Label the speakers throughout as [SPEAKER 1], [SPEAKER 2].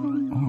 [SPEAKER 1] Oh,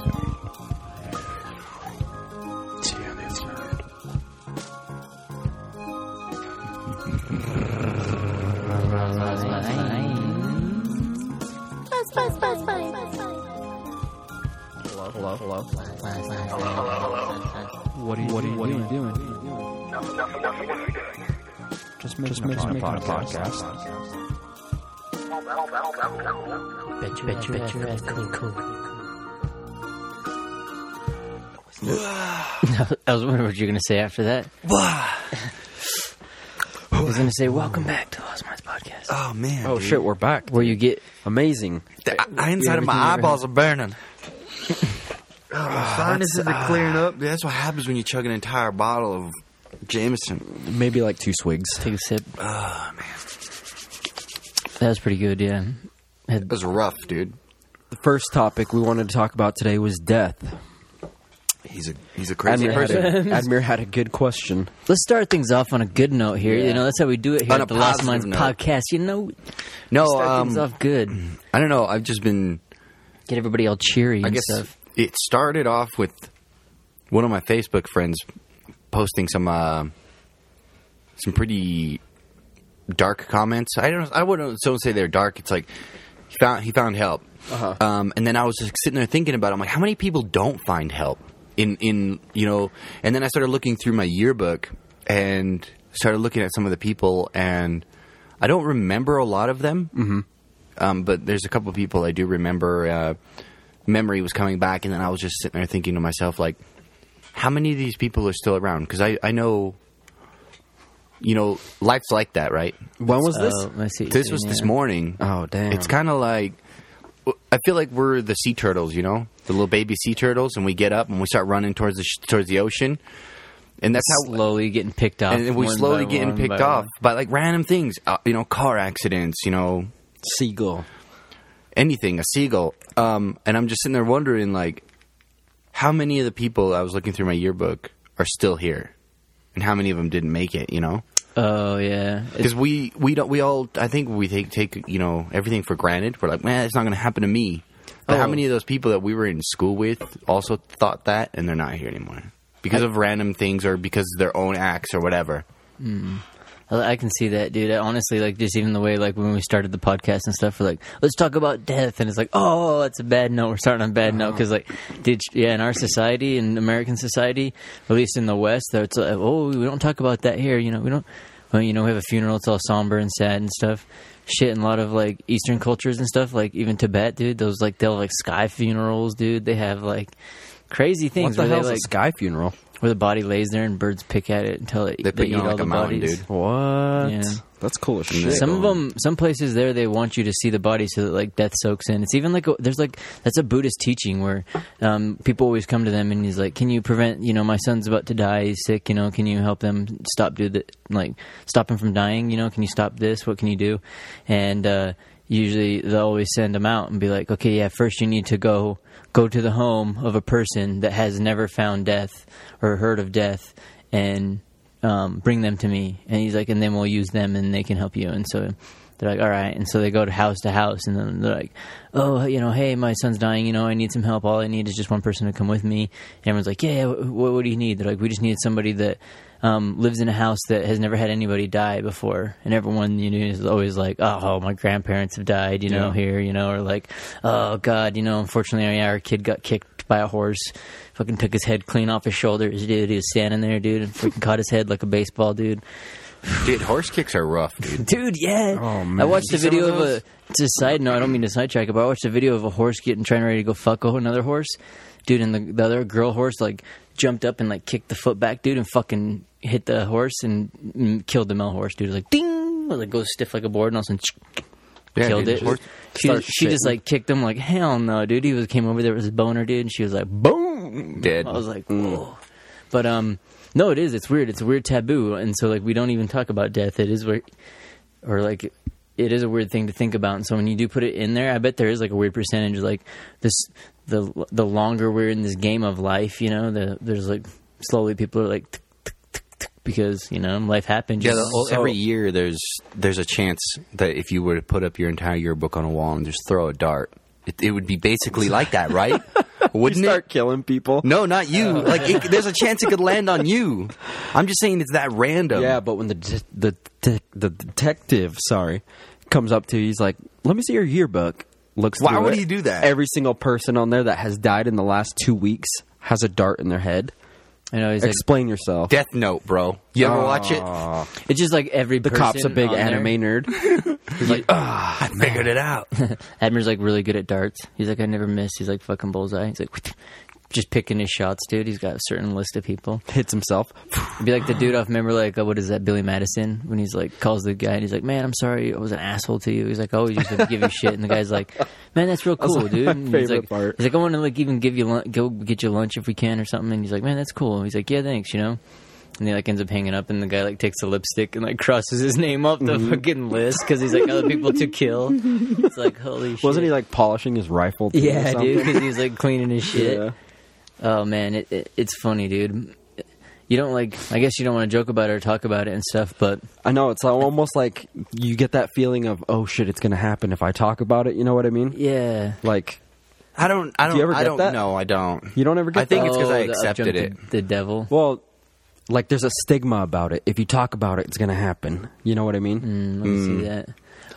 [SPEAKER 2] I mean stay on the inside.
[SPEAKER 3] Buzz, buzz, buzz, buzz, buzz, buzz.
[SPEAKER 4] What are you, what are you, what doing? Are you doing? Just make just making a podcast.
[SPEAKER 5] Bet you, bet you, bet you, bet you, cool. I was wondering what you were going to say after that. I was going to say, welcome back to Lost Minds Podcast.
[SPEAKER 6] Oh man!
[SPEAKER 7] Oh shit, we're back.
[SPEAKER 5] Where you get,
[SPEAKER 7] Amazing.
[SPEAKER 6] The I- inside of my
[SPEAKER 5] everything
[SPEAKER 6] eyeballs are burning. Oh,
[SPEAKER 7] Sinuses are clearing up.
[SPEAKER 6] That's what happens when you chug an entire bottle of Jameson.
[SPEAKER 7] Maybe like two swigs.
[SPEAKER 5] take a sip. Oh, man.
[SPEAKER 6] Ah,
[SPEAKER 5] That was pretty good, yeah. Had-
[SPEAKER 6] It was rough, dude.
[SPEAKER 7] The first topic we wanted to talk about today was death.
[SPEAKER 6] He's a he's a crazy
[SPEAKER 7] Admir had,
[SPEAKER 6] person.
[SPEAKER 7] a, Admir had a good question.
[SPEAKER 5] Let's start things off on a good note here. You know, that's how we do it here
[SPEAKER 6] On
[SPEAKER 5] at
[SPEAKER 6] a
[SPEAKER 5] the Lost
[SPEAKER 6] positive
[SPEAKER 5] Minds
[SPEAKER 6] note.
[SPEAKER 5] Podcast. You know,
[SPEAKER 6] No,
[SPEAKER 5] start
[SPEAKER 6] um,
[SPEAKER 5] things off good.
[SPEAKER 6] I don't know. I've just been.
[SPEAKER 5] Get everybody all cheery
[SPEAKER 6] I
[SPEAKER 5] and
[SPEAKER 6] guess
[SPEAKER 5] stuff.
[SPEAKER 6] it started off with one of my Facebook friends posting some uh, some pretty dark comments. I don't. I wouldn't so say they're dark. It's like he found he found help. Um, and then I was just sitting there thinking about. It. I'm like, how many people don't find help in in you know? And then I started looking through my yearbook and started looking at some of the people, and I don't remember a lot of them. Mm-hmm. Um, but there's a couple of people I do remember. Uh, memory was coming back, and then I was just sitting there thinking to myself, like, how many of these people are still around? Because I, I know, you know, life's like that, right?
[SPEAKER 7] When was this?
[SPEAKER 5] Oh, I see what
[SPEAKER 6] This
[SPEAKER 5] you're
[SPEAKER 6] was
[SPEAKER 5] saying,
[SPEAKER 6] this
[SPEAKER 5] yeah.
[SPEAKER 6] morning.
[SPEAKER 7] Oh, damn.
[SPEAKER 6] It's kind of like I feel like we're the sea turtles, you know, the little baby sea turtles, and we get up and we start running towards the sh- towards the ocean, and that's how
[SPEAKER 5] slowly getting picked up.
[SPEAKER 6] and then we
[SPEAKER 5] one
[SPEAKER 6] slowly
[SPEAKER 5] by
[SPEAKER 6] getting
[SPEAKER 5] one
[SPEAKER 6] picked
[SPEAKER 5] by
[SPEAKER 6] off
[SPEAKER 5] one.
[SPEAKER 6] by like random things, uh, you know, car accidents, you know,
[SPEAKER 7] Seagull.
[SPEAKER 6] anything, a seagull. Um, and I'm just sitting there wondering, like, how many of the people I was looking through my yearbook are still here, and how many of them didn't make it, you know?
[SPEAKER 5] Oh yeah,
[SPEAKER 6] Because we we don't we all I think we take take you know everything for granted. We're like, man, it's not going to happen to me. But how
[SPEAKER 5] Oh.
[SPEAKER 6] many of those people that we were in school with also thought that, and they're not here anymore because of random things or because of their own acts or whatever?
[SPEAKER 5] I I can see that, dude. I honestly, like just even the way like when we started the podcast and stuff, we're like, let's talk about death, and it's like, oh, that's a bad note. We're starting on a bad
[SPEAKER 6] Uh-huh.
[SPEAKER 5] note because like, dude, yeah, in our society, in American society, at least in the West, though, it's like, oh, we don't talk about that here. You know, we don't. Well, you know, we have a funeral. It's all somber and sad and stuff. Shit, and a lot of like Eastern cultures and stuff, like even Tibet, dude. Those like they'll have, like sky funerals, dude. They have like crazy
[SPEAKER 7] What
[SPEAKER 5] things
[SPEAKER 7] the
[SPEAKER 5] where
[SPEAKER 7] hell's
[SPEAKER 5] they
[SPEAKER 7] a
[SPEAKER 5] like
[SPEAKER 7] sky funeral?
[SPEAKER 5] where the body lays there and birds pick at it until it,
[SPEAKER 6] They put you
[SPEAKER 5] eat
[SPEAKER 6] on
[SPEAKER 5] all
[SPEAKER 6] like
[SPEAKER 5] the
[SPEAKER 6] a mountain,
[SPEAKER 5] bodies.
[SPEAKER 6] dude.
[SPEAKER 7] What?
[SPEAKER 5] Yeah.
[SPEAKER 7] That's cool as shit.
[SPEAKER 5] Some of them, some places there, they want you to see the body so that like death soaks in. It's even like a, there's like that's a Buddhist teaching where um, people always come to them and he's like, "Can you prevent? You know, my son's about to die. He's sick. You know, can you help them stop do the like stop him from dying? You know, can you stop this? What can you do?" And uh, usually they'll always send them out and be like, "Okay, yeah, first you need to go go to the home of a person that has never found death or heard of death and." um, bring them to me. And he's like, and then we'll use them and they can help you. And so they're like, all right. And so they go to house to house and then they're like, oh, you know, hey, my son's dying. You know, I need some help. All I need is just one person to come with me. And everyone's like, yeah, what, what do you need? They're like, we just need somebody that um, lives in a house that has never had anybody die before. And everyone, you know, is always like, oh, my grandparents have died, you know, here, you know, or like, oh, God, you know, unfortunately, our kid got kicked by a horse. Fucking took his head clean off his shoulders, dude. He was standing there, dude, and freaking caught his head like a baseball, dude.
[SPEAKER 6] Dude, horse kicks are rough, dude.
[SPEAKER 5] Dude, yeah.
[SPEAKER 7] Oh, man.
[SPEAKER 5] I watched a
[SPEAKER 6] You see some
[SPEAKER 5] video
[SPEAKER 6] of
[SPEAKER 5] of, a.
[SPEAKER 6] those?
[SPEAKER 5] It's a side note. I don't mean to sidetrack it, but I watched a video of a horse getting trying ready to go fuck another horse, dude. And the, the other girl horse like jumped up and like kicked the foot back, dude, and fucking hit the horse and mm, killed the male horse, dude. It was Like ding, like goes stiff like a board, and all of a sudden
[SPEAKER 6] Yeah,
[SPEAKER 5] killed
[SPEAKER 6] dude,
[SPEAKER 5] it.
[SPEAKER 6] horse-
[SPEAKER 5] she
[SPEAKER 7] starts
[SPEAKER 5] she just
[SPEAKER 7] shitting.
[SPEAKER 5] like kicked him like hell no, dude. He was came over there with his boner, dude, and she was like boom.
[SPEAKER 6] Dead. Mm.
[SPEAKER 5] I was like, whoa. But um, no, it is. It's weird. It's a weird taboo, and so like we don't even talk about death. It is where, or like it is a weird thing to think about. And so when you do put it in there, I bet there is like a weird percentage. Like this, the the longer we're in this game of life, you know, the, there's like slowly people are like "Tick, tick, tick, tick," because you know life happens.
[SPEAKER 6] Yeah,
[SPEAKER 5] Just-
[SPEAKER 6] the, well, every year there's there's a chance that if you were to put up your entire yearbook on a wall and just throw a dart, it, it would be basically like that, right? Wouldn't
[SPEAKER 7] Start
[SPEAKER 6] it?
[SPEAKER 7] killing people.
[SPEAKER 6] No, not you. Like it, there's a chance it could land on you. I'm just saying it's that random.
[SPEAKER 7] Yeah, but when the det- the det- the detective, sorry, comes up to you, he's like, "Let me see your yearbook." Looks.
[SPEAKER 6] Why
[SPEAKER 7] through
[SPEAKER 6] would
[SPEAKER 7] it.
[SPEAKER 6] he do that?
[SPEAKER 7] Every single person on there that has died in the last two weeks has a dart in their head.
[SPEAKER 5] you know, it's, like,
[SPEAKER 7] Explain yourself.
[SPEAKER 6] Death Note, bro. You ever watch it?
[SPEAKER 5] it's just like every
[SPEAKER 7] the cop's a big anime
[SPEAKER 5] animator.
[SPEAKER 7] nerd.
[SPEAKER 6] I figured it out.
[SPEAKER 5] Admir's like really good at darts. He's like I never miss. He's like fucking bullseye. He's like just picking his shots, dude. He's got a certain list of people.
[SPEAKER 7] Hits himself.
[SPEAKER 5] It'd be like the dude off. Remember, like uh, what is that? Billy Madison when he's like calls the guy and he's like, "Man, I'm sorry, I was an asshole to you." He's like, "I "Always used to give you shit," and the guy's like, "Man, that's real cool, dude." And he's
[SPEAKER 7] favorite
[SPEAKER 5] like,
[SPEAKER 7] part.
[SPEAKER 5] He's like, "I want to like even give you lunch, go get you lunch if we can or something." And he's like, "Man, that's cool." He's like, "Yeah, thanks," you know. And he like ends up hanging up, and the guy like takes a lipstick and like crosses his name off
[SPEAKER 7] Mm-hmm.
[SPEAKER 5] the fucking list because he's like other people to kill. It's like holy shit.
[SPEAKER 7] Wasn't he like polishing his rifle? too or
[SPEAKER 5] Yeah,
[SPEAKER 7] something?
[SPEAKER 5] dude, because he was like cleaning his shit.
[SPEAKER 7] Yeah.
[SPEAKER 5] Oh man, it, it, it's funny, dude. You don't like. I guess you don't want to joke about it or talk about it and stuff, but
[SPEAKER 7] I know it's uh, almost like you get that feeling of oh shit, it's gonna happen if I talk about it. You know what I mean?
[SPEAKER 5] yeah.
[SPEAKER 7] Like
[SPEAKER 6] I don't. I don't.
[SPEAKER 7] you ever
[SPEAKER 6] I
[SPEAKER 7] get
[SPEAKER 6] don't
[SPEAKER 7] that?
[SPEAKER 6] know. I don't.
[SPEAKER 7] you don't ever get.
[SPEAKER 6] I think
[SPEAKER 7] that?
[SPEAKER 6] it's 'cause I
[SPEAKER 5] Oh, the
[SPEAKER 6] accepted
[SPEAKER 5] upjumped
[SPEAKER 6] it.
[SPEAKER 5] The devil.
[SPEAKER 7] Well, like there's a stigma about it. If you talk about it, it's going to happen. You know what I mean?
[SPEAKER 6] Mm,
[SPEAKER 5] Let me see that.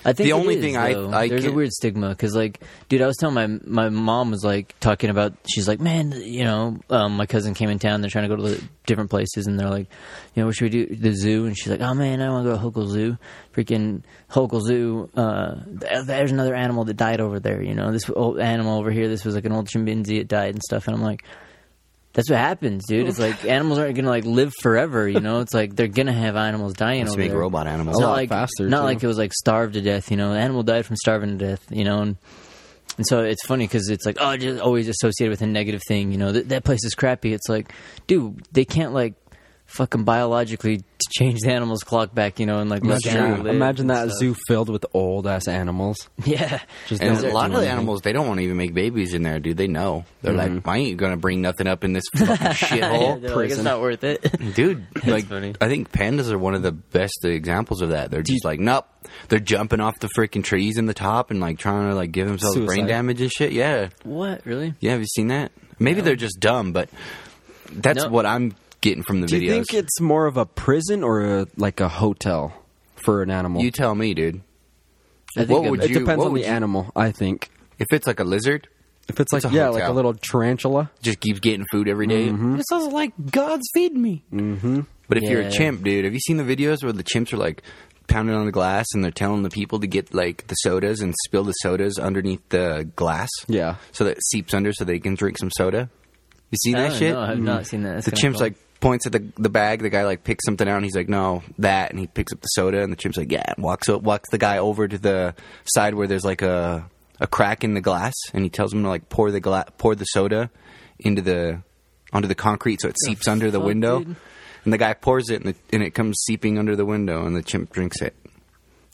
[SPEAKER 5] I think
[SPEAKER 6] Hmm. The
[SPEAKER 5] it
[SPEAKER 6] only
[SPEAKER 5] is,
[SPEAKER 6] thing I-
[SPEAKER 5] though.
[SPEAKER 6] I
[SPEAKER 5] there's
[SPEAKER 6] can-
[SPEAKER 5] a weird stigma because like, dude, I was telling my my mom was like talking about. She's like, man, you know, um, my cousin came in town. They're trying to go to the different places, and they're like, you know, what should we do? The zoo? And she's like, oh man, I want to go to Hokel Zoo. Freaking Hokel Zoo. Uh, th- there's another animal that died over there. You know, this old animal over here. This was like an old chimpanzee. It died and stuff. And I'm like, that's what happens, dude. It's like animals aren't gonna like live forever, you know. It's like they're gonna have animals dying
[SPEAKER 6] Let's
[SPEAKER 5] over
[SPEAKER 6] make
[SPEAKER 5] there.
[SPEAKER 6] robot animals.
[SPEAKER 5] It's
[SPEAKER 6] A
[SPEAKER 5] not
[SPEAKER 6] lot
[SPEAKER 5] like
[SPEAKER 7] faster,
[SPEAKER 5] not
[SPEAKER 7] too.
[SPEAKER 5] like it was like starved to death, you know. The animal died from starving to death, you know. And, and so it's funny because it's like oh, just always associated with a negative thing, you know. That that place is crappy. It's like, dude, they can't like fucking biologically t- change the animal's clock back, you know, and like let the animal
[SPEAKER 7] Imagine,
[SPEAKER 5] live and
[SPEAKER 7] imagine that
[SPEAKER 5] stuff.
[SPEAKER 7] zoo filled with old ass animals.
[SPEAKER 5] Yeah,
[SPEAKER 7] Just
[SPEAKER 6] uh, And
[SPEAKER 7] don't
[SPEAKER 6] a lot
[SPEAKER 7] do
[SPEAKER 6] of the
[SPEAKER 7] anything.
[SPEAKER 6] animals, they don't want to even make babies in there, dude. They know. They're like, I ain't going to bring nothing up in this fucking
[SPEAKER 5] yeah,
[SPEAKER 6] shithole.
[SPEAKER 5] they're like, it's
[SPEAKER 7] prison.
[SPEAKER 5] not worth it.
[SPEAKER 6] Dude, like,
[SPEAKER 5] funny.
[SPEAKER 6] I think pandas are one of the best examples of that. They're just like, nope. They're jumping off the freaking trees in the top and like trying to like give themselves brain
[SPEAKER 7] Suicide.
[SPEAKER 6] damage and shit. Yeah.
[SPEAKER 5] what really?
[SPEAKER 6] Yeah. Have you seen that? Maybe they're just dumb, but that's
[SPEAKER 5] No.
[SPEAKER 6] what I'm getting from the
[SPEAKER 7] Do you
[SPEAKER 6] videos.
[SPEAKER 7] think it's more of a prison or a, like a hotel for an animal?
[SPEAKER 6] You tell me, dude.
[SPEAKER 5] I think
[SPEAKER 6] What
[SPEAKER 5] it-
[SPEAKER 6] would
[SPEAKER 7] it
[SPEAKER 6] you-
[SPEAKER 7] depends
[SPEAKER 6] what
[SPEAKER 7] on
[SPEAKER 6] would
[SPEAKER 7] the
[SPEAKER 6] you-
[SPEAKER 7] animal, I think.
[SPEAKER 6] If it's like a lizard,
[SPEAKER 7] If it's like
[SPEAKER 6] It's a
[SPEAKER 7] yeah,
[SPEAKER 6] hotel.
[SPEAKER 7] like a little tarantula.
[SPEAKER 6] just keeps getting food every day. It sounds like God's feeding me. Mm-hmm. But if you're
[SPEAKER 5] Yeah.
[SPEAKER 6] a chimp, dude, have you seen the videos where the chimps are like pounding on the glass and they're telling the people to get like the sodas and spill the sodas underneath the glass?
[SPEAKER 7] Yeah.
[SPEAKER 6] So that it seeps under so they can drink some soda? You seen
[SPEAKER 5] I
[SPEAKER 6] that
[SPEAKER 5] don't
[SPEAKER 6] shit?
[SPEAKER 5] know. I've not seen that. That's
[SPEAKER 6] the
[SPEAKER 5] kinda
[SPEAKER 6] chimp's
[SPEAKER 5] cool.
[SPEAKER 6] like points at the, the bag. The guy like picks something out and he's like, no, that. And he picks up the soda and the chimp's like, yeah. And walks, o- walks the guy over to the side where there's like a, a crack in the glass and he tells him to like pour the gla- pour the soda into the onto the concrete so it seeps under the
[SPEAKER 5] fuck,
[SPEAKER 6] window.
[SPEAKER 5] dude?
[SPEAKER 6] And the guy pours it and, the, and it comes seeping under the window and the chimp drinks it.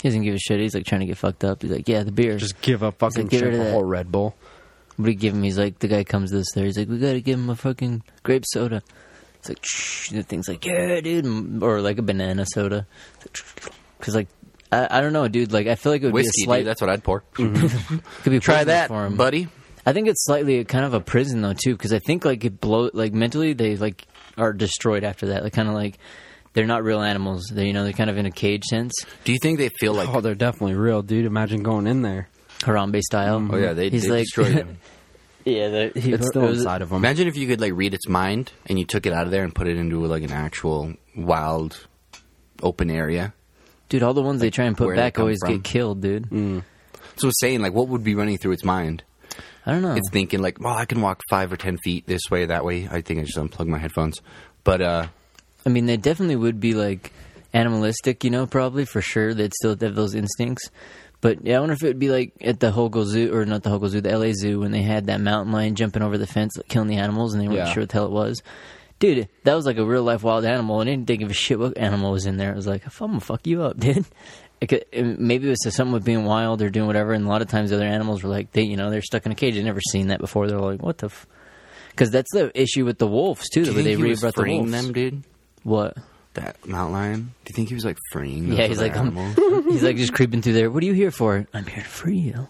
[SPEAKER 5] He doesn't give a shit. He's like trying to get fucked up. He's like, yeah, the beer.
[SPEAKER 7] Just give a fucking
[SPEAKER 5] get rid
[SPEAKER 7] chimp
[SPEAKER 5] of
[SPEAKER 7] a
[SPEAKER 5] that.
[SPEAKER 7] whole Red Bull.
[SPEAKER 5] what do you give him? He's like, the guy comes this there. He's like, we gotta give him a fucking grape soda. It's like, Shh. the thing's like, yeah, dude, Mm, or like a banana soda. Because like, I, I don't know, dude. Like, I feel like it would
[SPEAKER 6] Whiskey,
[SPEAKER 5] be a slight.
[SPEAKER 6] dude, that's what I'd pour.
[SPEAKER 5] could be
[SPEAKER 6] Try
[SPEAKER 5] poison
[SPEAKER 6] that,
[SPEAKER 5] for him.
[SPEAKER 6] buddy.
[SPEAKER 5] I think it's slightly kind of a prison though too, because I think like it blow like mentally they like are destroyed after that. Like kind of like they're not real animals. They you know they're kind of in a cage sense,
[SPEAKER 6] Do you think they feel like
[SPEAKER 7] Oh, they're definitely real, dude. Imagine going in there.
[SPEAKER 5] Harambe style.
[SPEAKER 6] Oh yeah, they,
[SPEAKER 5] He's
[SPEAKER 6] they
[SPEAKER 5] like,
[SPEAKER 6] destroyed him.
[SPEAKER 5] yeah, the, he,
[SPEAKER 7] It's
[SPEAKER 5] it
[SPEAKER 7] still
[SPEAKER 5] was-
[SPEAKER 7] inside of them.
[SPEAKER 6] Imagine if you could like read its mind and you took it out of there and put it into like an actual wild open area.
[SPEAKER 5] Dude, all the ones they try and put
[SPEAKER 6] where they
[SPEAKER 5] back
[SPEAKER 6] come
[SPEAKER 5] always
[SPEAKER 6] from. Mm.
[SPEAKER 5] get killed, dude.
[SPEAKER 6] So it's saying like what would be running through its mind?
[SPEAKER 5] I don't know.
[SPEAKER 6] It's thinking like, well, I can walk five or ten feet this way, that way. I think I just unplugged my headphones. But uh
[SPEAKER 5] I mean, they definitely would be like animalistic, you know, probably for sure. They'd still have those instincts. But yeah, I wonder if it would be like at the Hogle Zoo, or not the Hogle Zoo, the LA Zoo, when they had that mountain lion jumping over the fence, like, killing the animals, and they weren't
[SPEAKER 7] Yeah.
[SPEAKER 5] sure what the hell it was. Dude, that was like a real life wild animal, and I didn't think of a shit what animal was in there. I was like, I'm gonna fuck you up, dude. it could, it- maybe it was just something with being wild or doing whatever. And a lot of times, other animals were like, they, you know, they're stuck in a cage. I've never seen that before. They're like, what the. F-? Because that's the issue with the wolves too.
[SPEAKER 6] Do you
[SPEAKER 5] that they
[SPEAKER 6] think he was
[SPEAKER 5] re-brought the
[SPEAKER 6] freeing
[SPEAKER 5] wolves.
[SPEAKER 6] them, dude?
[SPEAKER 5] What?
[SPEAKER 6] That mountain lion. Do you think he was like freeing? Those
[SPEAKER 5] Yeah, he's
[SPEAKER 6] other
[SPEAKER 5] like, "Um, I'm-
[SPEAKER 6] animals?
[SPEAKER 5] he's like just creeping through there. What are you here for? I'm here to free you,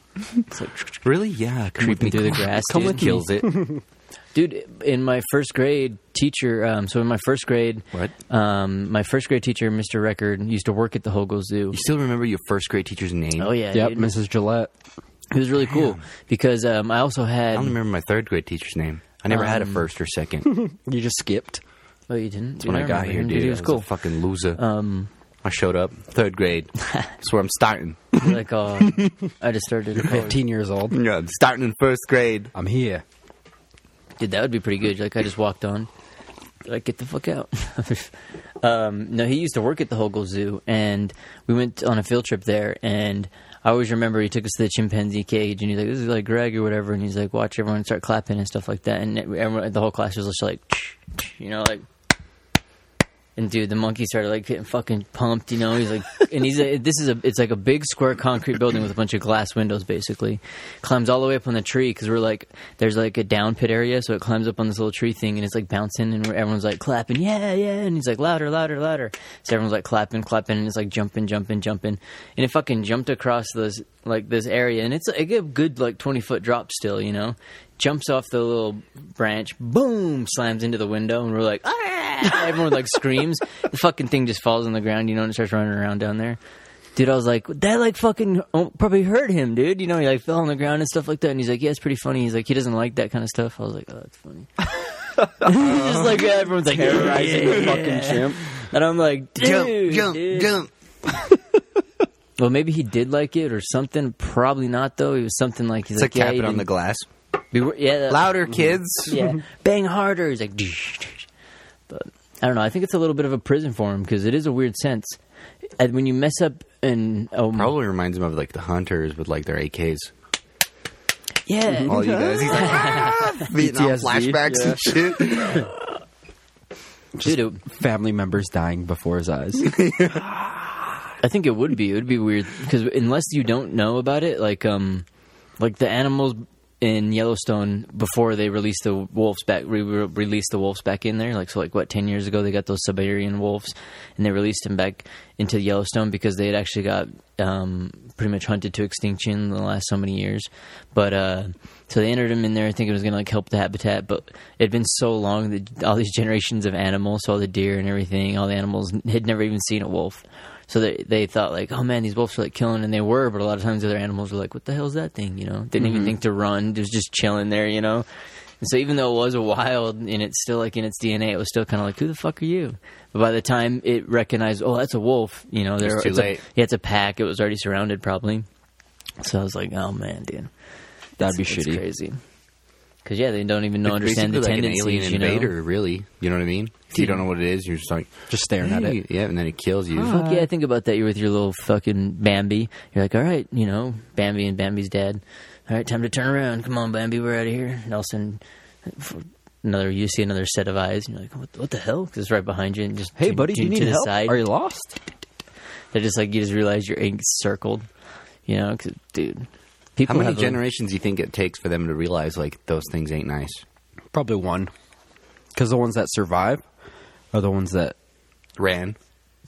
[SPEAKER 6] really? Yeah,
[SPEAKER 5] creeping through the grass.
[SPEAKER 6] Come
[SPEAKER 5] dude.
[SPEAKER 6] with kills it.
[SPEAKER 5] dude in my first grade teacher um, so in my first grade
[SPEAKER 6] What?
[SPEAKER 5] um, my first grade teacher mr record used to work at the hogel zoo
[SPEAKER 6] You still remember your first grade teacher's name?
[SPEAKER 5] oh yeah
[SPEAKER 7] Yep,
[SPEAKER 5] dude.
[SPEAKER 7] Mrs. Gillette.
[SPEAKER 5] it was really cool because um, i also
[SPEAKER 6] I don't
[SPEAKER 5] had
[SPEAKER 6] remember my third grade teacher's name. I never had a
[SPEAKER 5] Um,
[SPEAKER 6] first or second.
[SPEAKER 7] You just skipped.
[SPEAKER 5] oh you didn't That's
[SPEAKER 6] when I got here, dude,
[SPEAKER 5] it was
[SPEAKER 6] I
[SPEAKER 5] cool
[SPEAKER 6] a fucking loser.
[SPEAKER 5] um,
[SPEAKER 6] I showed up third grade. That's where I'm starting.
[SPEAKER 5] like uh, I just started. to color.
[SPEAKER 7] 15 years old.
[SPEAKER 6] Yeah, I'm starting in first grade.
[SPEAKER 7] I'm here.
[SPEAKER 5] Dude, that would be pretty good. Like I just walked on. Like get the fuck out. um, no, he used to work at the Hogel Zoo, and we went on a field trip there. And I always remember he took us to the chimpanzee cage, and he's like, "This is like Greg or whatever," and he's like, "Watch everyone start clapping and stuff like that." And everyone, the whole class was just like, you know, like. And dude, the monkey started like getting fucking pumped, you know. He's like, and he's a, this is a, it's like a big square concrete building with a bunch of glass windows, basically. Climbs all the way up on the tree because we're like, there's like a down pit area, so it climbs up on this little tree thing, and it's like bouncing, and everyone's like clapping, yeah, yeah, and he's like louder, louder, louder. So everyone's like clapping, clapping, and it's like jumping, jumping, jumping, and it fucking jumped across this like this area, and it's like a good like twenty foot drop still, you know. Jumps off the little branch, boom, slams into the window, and we're like, ah! everyone like screams. The fucking thing just falls on the ground, you know, and it starts running around down there. Dude, I was like, that like fucking oh, probably hurt him, dude. You know, he like fell on the ground and stuff like that. And he's like, yeah, it's pretty funny. He's like, he doesn't like that kind of stuff. I was like, oh, that's funny. just like yeah, everyone's like, yeah.
[SPEAKER 7] Rising the fucking chimp.
[SPEAKER 5] and I'm like, dude,
[SPEAKER 6] Jump, jump,
[SPEAKER 5] dude.
[SPEAKER 6] jump.
[SPEAKER 5] Well, maybe he did like it or something. Probably not though. It was something like he's
[SPEAKER 6] It's like
[SPEAKER 5] like, yeah,
[SPEAKER 6] tapping
[SPEAKER 5] you
[SPEAKER 6] on the
[SPEAKER 5] didn't-
[SPEAKER 6] glass.
[SPEAKER 5] Be- yeah, that-
[SPEAKER 6] Louder, kids.
[SPEAKER 5] yeah, bang harder. He's like, but I don't know. I think it's a little bit of a prison for him because it is a weird sense. And when you mess up and oh
[SPEAKER 6] Probably reminds him of like the hunters with like their AKs.
[SPEAKER 5] yeah,
[SPEAKER 6] All you guys, he's like "Ah," Vietnam
[SPEAKER 7] PTSD,
[SPEAKER 6] flashbacks and shit.
[SPEAKER 5] dude, it-
[SPEAKER 7] Family members dying before his eyes.
[SPEAKER 5] I think it would be. It would be weird because unless you don't know about it, like um, like the animals in Yellowstone before they released the wolves back, re- re- released the wolves back in there. Like so, like what ten years ago they got those Siberian wolves, and they released them back into Yellowstone because they had actually got um pretty much hunted to extinction in the last so many years. But uh, so they entered them in there, thinking it was gonna like help the habitat, but it had been so long that all these generations of animals, so all the deer and everything, all the animals had never even seen a wolf. So they they thought like, oh man, these wolves are like killing, and they were, but a lot of times the other animals were like, what the hell is that thing? You know, didn't
[SPEAKER 6] Mm-hmm.
[SPEAKER 5] even think to run. It was just chilling there, you know. And so even though it was wild and it's still like in its DNA, it was still kind of like, who the fuck are you? But by the time it recognized, oh, that's a wolf, you know, there
[SPEAKER 6] It's too
[SPEAKER 5] a-
[SPEAKER 6] late.
[SPEAKER 5] yeah, it's a pack. It was already surrounded, probably. So I was like, oh man, dude,
[SPEAKER 7] That'd be
[SPEAKER 5] It's
[SPEAKER 7] shitty.
[SPEAKER 5] Crazy. Because yeah, they don't even know understand the
[SPEAKER 6] Basically like an
[SPEAKER 5] tendencies.
[SPEAKER 6] alien
[SPEAKER 5] you know,
[SPEAKER 6] invader, really. You know what I mean? If you don't know what it is, you're just like
[SPEAKER 7] Just staring at
[SPEAKER 6] "Hey."
[SPEAKER 7] it.
[SPEAKER 6] Yeah, and then it kills you.
[SPEAKER 5] Fuck yeah, I think about that. You're with your little fucking Bambi. You're like, all right, you know, Bambi and Bambi's dad. All right, time to turn around. Come on, Bambi, we're out of here. Nelson, another. You see another set of eyes, and you're like, what, what the hell? Because it's right behind you, and just
[SPEAKER 7] Hey,
[SPEAKER 5] to-
[SPEAKER 7] buddy,
[SPEAKER 5] to,
[SPEAKER 7] do you need
[SPEAKER 5] to the
[SPEAKER 7] help?
[SPEAKER 5] side.
[SPEAKER 7] Are you lost?
[SPEAKER 5] They're just like you just realize your ink's circled. You know, 'cause, dude, people
[SPEAKER 6] How many
[SPEAKER 5] have a-
[SPEAKER 6] generations do you think it takes for them to realize like those things ain't nice?
[SPEAKER 7] Probably one. Because the ones that survive are the ones that
[SPEAKER 6] Ran.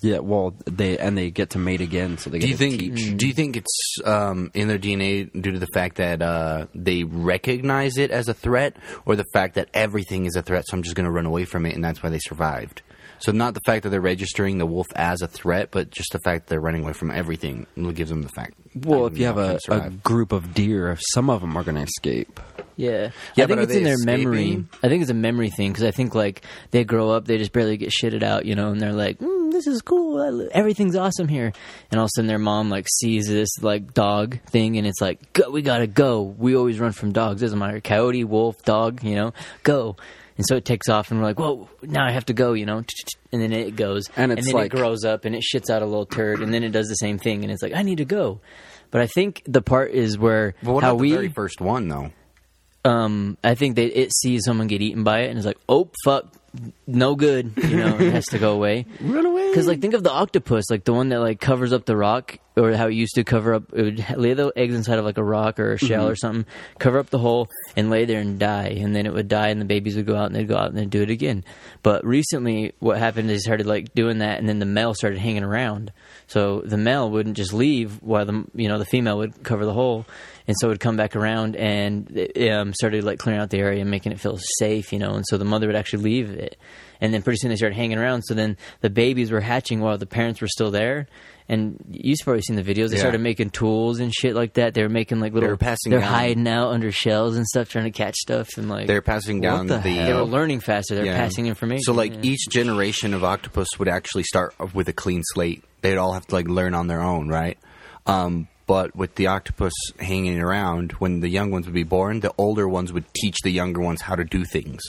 [SPEAKER 7] yeah, well they and they get to mate again, so they get
[SPEAKER 6] Do you
[SPEAKER 7] to
[SPEAKER 6] think?
[SPEAKER 7] keep-
[SPEAKER 6] Do you think it's um, in their DNA due to the fact that uh, they recognize it as a threat, or the fact that everything is a threat, so I'm just going to run away from it, and that's why they survived? So not the fact that they're registering the wolf as a threat, but just the fact that they're running away from everything gives them the fact.
[SPEAKER 7] Well,
[SPEAKER 6] I'm
[SPEAKER 7] if you
[SPEAKER 6] not
[SPEAKER 7] have
[SPEAKER 6] gonna
[SPEAKER 7] a, a
[SPEAKER 6] survive.
[SPEAKER 7] group of deer, some of them are going to escape.
[SPEAKER 5] Yeah,
[SPEAKER 6] Yeah,
[SPEAKER 5] I think
[SPEAKER 6] but are
[SPEAKER 5] it's in
[SPEAKER 6] they
[SPEAKER 5] their memory.
[SPEAKER 6] escaping?
[SPEAKER 5] I think it's a memory thing because I think like they grow up, they just barely get shitted out, you know, and they're like, mm, "This is cool, I lo- everything's awesome here," and all of a sudden their mom like sees this like dog thing, and it's like, go, "We gotta go." We always run from dogs, doesn't matter, coyote, wolf, dog, you know, go. And so it takes off, and we're like, "Whoa, now I have to go," you know, and then it goes,
[SPEAKER 7] And it's
[SPEAKER 5] then
[SPEAKER 7] like-
[SPEAKER 5] it grows up, and it shits out a little turd, and then it does the same thing, and it's like, "I need to go." But I think the part is where
[SPEAKER 6] But what
[SPEAKER 5] how
[SPEAKER 6] about
[SPEAKER 5] we
[SPEAKER 6] the very first one though?
[SPEAKER 5] um, I think that it sees someone get eaten by it and is like, oh fuck, no good, you know, and it has to go away. Run away. Because like, think of the octopus, like the one that like covers up the rock or how it used to cover up. It would ha- lay the eggs inside of like a rock or a shell or something, cover up the hole, and lay there and die. And then it would die, and the babies would go out, and they'd go out and they'd do it again. But recently, what happened is they started like doing that, and then the male started hanging around. So the male wouldn't just leave while the you know the female would cover the hole, and so it would come back around and it, um, started like clearing out the area and making it feel safe, you know. And so the mother would actually leave it, and then pretty soon they started hanging around. So then the babies were hatching while the parents were still there. And you've probably seen the videos. They
[SPEAKER 6] Yeah.
[SPEAKER 5] started making tools and shit like that. They were making like little.
[SPEAKER 6] were passing
[SPEAKER 5] They're
[SPEAKER 6] down-
[SPEAKER 5] hiding out under shells and stuff, trying to catch stuff and like.
[SPEAKER 6] They're passing down
[SPEAKER 7] the
[SPEAKER 6] the.
[SPEAKER 7] hell?
[SPEAKER 5] they were learning faster. They're
[SPEAKER 6] yeah.
[SPEAKER 5] passing information.
[SPEAKER 6] So like
[SPEAKER 5] yeah.
[SPEAKER 6] each generation of octopus would actually start off with a clean slate. They'd all have to like learn on their own, right? Um, but with the octopus hanging around, when the young ones would be born, the older ones would teach the younger ones how to do things.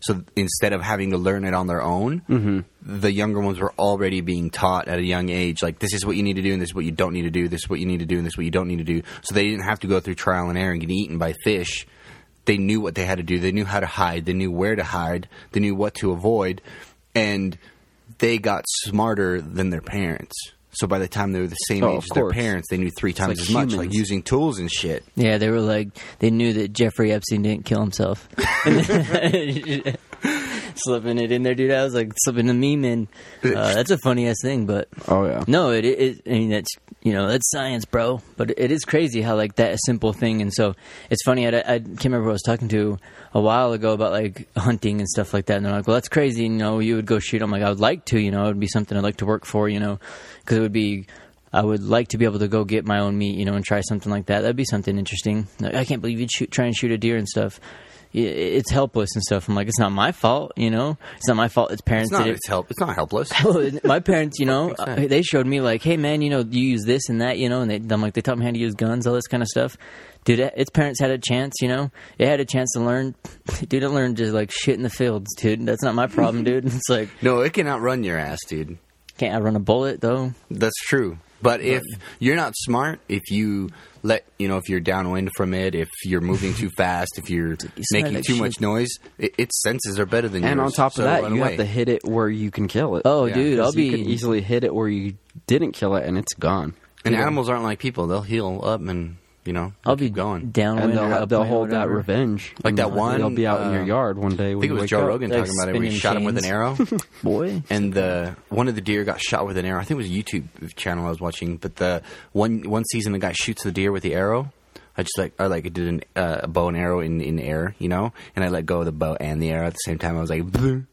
[SPEAKER 6] So instead of having to learn it on their own,
[SPEAKER 7] Mm-hmm.
[SPEAKER 6] the younger ones were already being taught at a young age, like this is what you need to do, and this is what you don't need to do, this is what you need to do, and this is what you don't need to do. So they didn't have to go through trial and error and get eaten by fish. They knew what they had to do. They knew how to hide. They knew where to hide. They knew what to avoid, and they got smarter than their parents. So by the time they were the same
[SPEAKER 7] Oh,
[SPEAKER 6] age
[SPEAKER 7] of
[SPEAKER 6] as their
[SPEAKER 7] course.
[SPEAKER 6] parents, they knew three times
[SPEAKER 7] like
[SPEAKER 6] as much, like
[SPEAKER 7] humans.
[SPEAKER 6] using tools and shit.
[SPEAKER 5] Yeah, they were like they knew that Jeffrey Epstein didn't kill himself. slipping it in there, dude. I was like slipping the meme in. Uh, that's a funny ass thing, but
[SPEAKER 7] Oh, yeah.
[SPEAKER 5] no, it, it. I mean, that's you know that's science, bro. But it is crazy how like that simple thing, and so it's funny. I, I can't remember who I was talking to a while ago about like hunting and stuff like that, and they're like, "Well, that's crazy." You know, you would go shoot. I'm like, I would like to. You know, it would be something I'd like to work for. You know, because it would be I would like to be able to go get my own meat, you know, and try something like that. That'd be something interesting. Like, I can't believe you'd shoot, try and shoot a deer and stuff. I- It's helpless and stuff. I'm like, it's not my fault, you know. It's not my fault. It's parents
[SPEAKER 6] It's not.
[SPEAKER 5] did it
[SPEAKER 6] It's help. It's not helpless.
[SPEAKER 5] well, my parents, you know, uh, they showed me like, hey man, you know, you use this and that, you know, and they, I'm like, they taught me how to use guns, all this kind of stuff. Dude, it- its parents had a chance, you know. It had a chance to learn. Dude, it learned just like shit in the fields, dude. That's not my problem, dude. It's like,
[SPEAKER 6] No, it can outrun your ass, dude.
[SPEAKER 5] can't I run a bullet though?
[SPEAKER 6] That's true. But if you're not smart, if you let you know, if you're downwind from it, if you're moving too fast, if you're
[SPEAKER 5] smell
[SPEAKER 6] making
[SPEAKER 5] like
[SPEAKER 6] too
[SPEAKER 5] shit.
[SPEAKER 6] much noise, it, its senses are better than yours.
[SPEAKER 7] And on top of
[SPEAKER 6] so
[SPEAKER 7] that,
[SPEAKER 6] run
[SPEAKER 7] you
[SPEAKER 6] away.
[SPEAKER 7] have to hit it where you can kill it.
[SPEAKER 5] Oh, dude,
[SPEAKER 7] 'Cause
[SPEAKER 5] I'll
[SPEAKER 7] you
[SPEAKER 5] be
[SPEAKER 7] can easily hit it where you didn't kill it, and it's gone.
[SPEAKER 6] And animals aren't like people; they'll heal up and you know,
[SPEAKER 5] I'll
[SPEAKER 6] keep
[SPEAKER 5] be
[SPEAKER 6] going.
[SPEAKER 5] downwind.
[SPEAKER 7] and
[SPEAKER 5] or
[SPEAKER 7] they'll,
[SPEAKER 5] upwind
[SPEAKER 7] they'll
[SPEAKER 5] or
[SPEAKER 7] hold that
[SPEAKER 5] whatever.
[SPEAKER 7] revenge.
[SPEAKER 6] Like
[SPEAKER 7] And
[SPEAKER 6] that one,
[SPEAKER 7] They'll be out in your
[SPEAKER 6] uh,
[SPEAKER 7] yard one day.
[SPEAKER 6] I
[SPEAKER 7] When
[SPEAKER 6] think it
[SPEAKER 7] you
[SPEAKER 6] was
[SPEAKER 7] wake
[SPEAKER 6] Joe
[SPEAKER 7] up.
[SPEAKER 6] Rogan
[SPEAKER 5] like
[SPEAKER 6] talking about it. We
[SPEAKER 5] spinning
[SPEAKER 6] shot him with an
[SPEAKER 5] chains.
[SPEAKER 6] arrow,
[SPEAKER 5] boy.
[SPEAKER 6] and the one of the deer got shot with an arrow. I think it was a YouTube channel I was watching, but the one one season the guy shoots the deer with the arrow. I just like I like did an, uh, a bow and arrow in in the air, you know, and I let go of the bow and the arrow at the same time. I was like, "Bleh."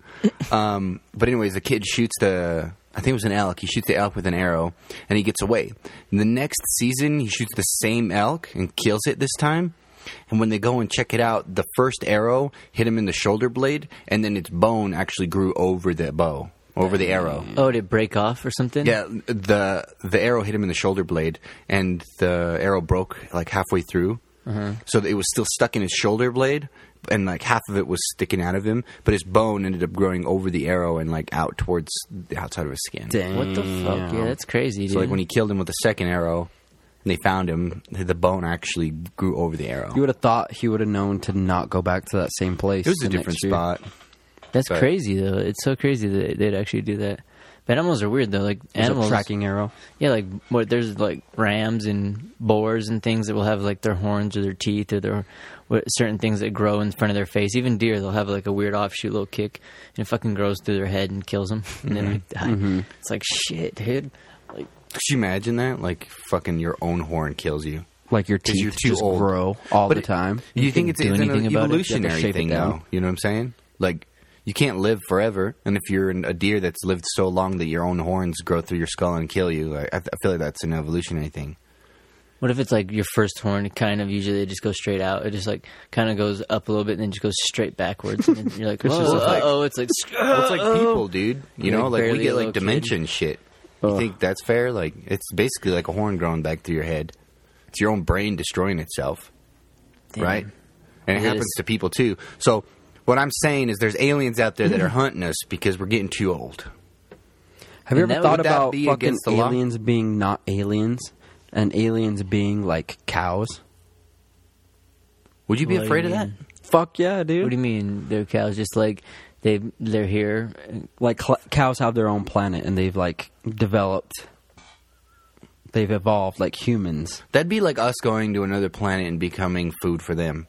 [SPEAKER 6] um, but anyways, the kid shoots the. I think it was an elk. He shoots the elk with an arrow, and he gets away. And the next season, he shoots the same elk and kills it this time. And when they go and check it out, the first arrow hit him in the shoulder blade, and then its bone actually grew over the bow, over the arrow.
[SPEAKER 5] Oh, did it break off or something?
[SPEAKER 6] Yeah, the the arrow hit him in the shoulder blade, and the arrow broke like halfway through.
[SPEAKER 7] Uh-huh.
[SPEAKER 6] So it was still stuck in his shoulder blade, and like half of it was sticking out of him. But his bone ended up growing over the arrow and like out towards the outside of his skin.
[SPEAKER 7] Dang.
[SPEAKER 5] What the fuck? Yeah, that's crazy, dude.
[SPEAKER 6] So like when he killed him with the second arrow, and they found him, the bone actually grew over the arrow.
[SPEAKER 7] You would have thought he would have known to not go back to that same place.
[SPEAKER 6] It was a
[SPEAKER 7] the next
[SPEAKER 6] different
[SPEAKER 7] year.
[SPEAKER 6] spot.
[SPEAKER 5] that's
[SPEAKER 6] but-
[SPEAKER 5] crazy though. It's so crazy that they'd actually do that. But animals are weird though. Like
[SPEAKER 7] It was
[SPEAKER 5] animals
[SPEAKER 7] a tracking arrow.
[SPEAKER 5] Yeah, like what? There's like rams and boars and things that will have like their horns or their teeth or their what, certain things that grow in front of their face. Even deer, they'll have like a weird offshoot little kick, and it fucking grows through their head and kills them, and then they die.
[SPEAKER 6] Mm-hmm.
[SPEAKER 5] It's like shit, dude. Like
[SPEAKER 6] Could you imagine that? Like fucking your own horn kills you.
[SPEAKER 7] Like your
[SPEAKER 6] 'Cause
[SPEAKER 7] teeth
[SPEAKER 6] you're too
[SPEAKER 7] just
[SPEAKER 6] old.
[SPEAKER 7] grow all
[SPEAKER 6] But
[SPEAKER 7] the
[SPEAKER 6] it-
[SPEAKER 7] time.
[SPEAKER 6] You, think it's,
[SPEAKER 5] do
[SPEAKER 6] it's an
[SPEAKER 5] anything about it. You have to
[SPEAKER 6] evolutionary
[SPEAKER 7] shape it
[SPEAKER 6] thing,
[SPEAKER 7] down.
[SPEAKER 6] though. You know what I'm saying? Like, you can't live forever, and if you're an, a deer that's lived so long that your own horns grow through your skull and kill you, like, I, th- I feel like that's an evolutionary thing.
[SPEAKER 5] What if it's like your first horn? Kind of usually it just goes straight out. It just like kind of goes up a little bit and then just goes straight backwards. And then you're like,
[SPEAKER 6] It's just like-
[SPEAKER 5] oh, it's like
[SPEAKER 6] Well, it's like people, dude. You
[SPEAKER 5] You're
[SPEAKER 6] know,
[SPEAKER 5] like
[SPEAKER 6] like we
[SPEAKER 5] barely
[SPEAKER 6] get
[SPEAKER 5] a little
[SPEAKER 6] like
[SPEAKER 5] kid.
[SPEAKER 6] dementia and shit. You think that's fair? Like, it's basically like a horn growing back through your head. It's your own brain destroying itself, right? And it
[SPEAKER 5] It
[SPEAKER 6] happens
[SPEAKER 5] is.
[SPEAKER 6] to people too. So, what I'm saying is, there's aliens out there that are hunting us because we're getting too old.
[SPEAKER 7] Have you
[SPEAKER 5] And
[SPEAKER 7] ever
[SPEAKER 5] that-
[SPEAKER 7] thought
[SPEAKER 6] would that
[SPEAKER 7] about
[SPEAKER 6] be
[SPEAKER 7] fucking
[SPEAKER 6] against the law?
[SPEAKER 7] aliens being not aliens and aliens being like cows?
[SPEAKER 6] Would you be
[SPEAKER 5] What do you
[SPEAKER 6] afraid of that?
[SPEAKER 5] mean?
[SPEAKER 7] Fuck yeah, dude.
[SPEAKER 5] What do you mean? They're cows, just like they they're here.
[SPEAKER 7] like cl- cows have their own planet and they've like developed They've evolved like humans.
[SPEAKER 6] That'd be like us going to another planet and becoming food for them.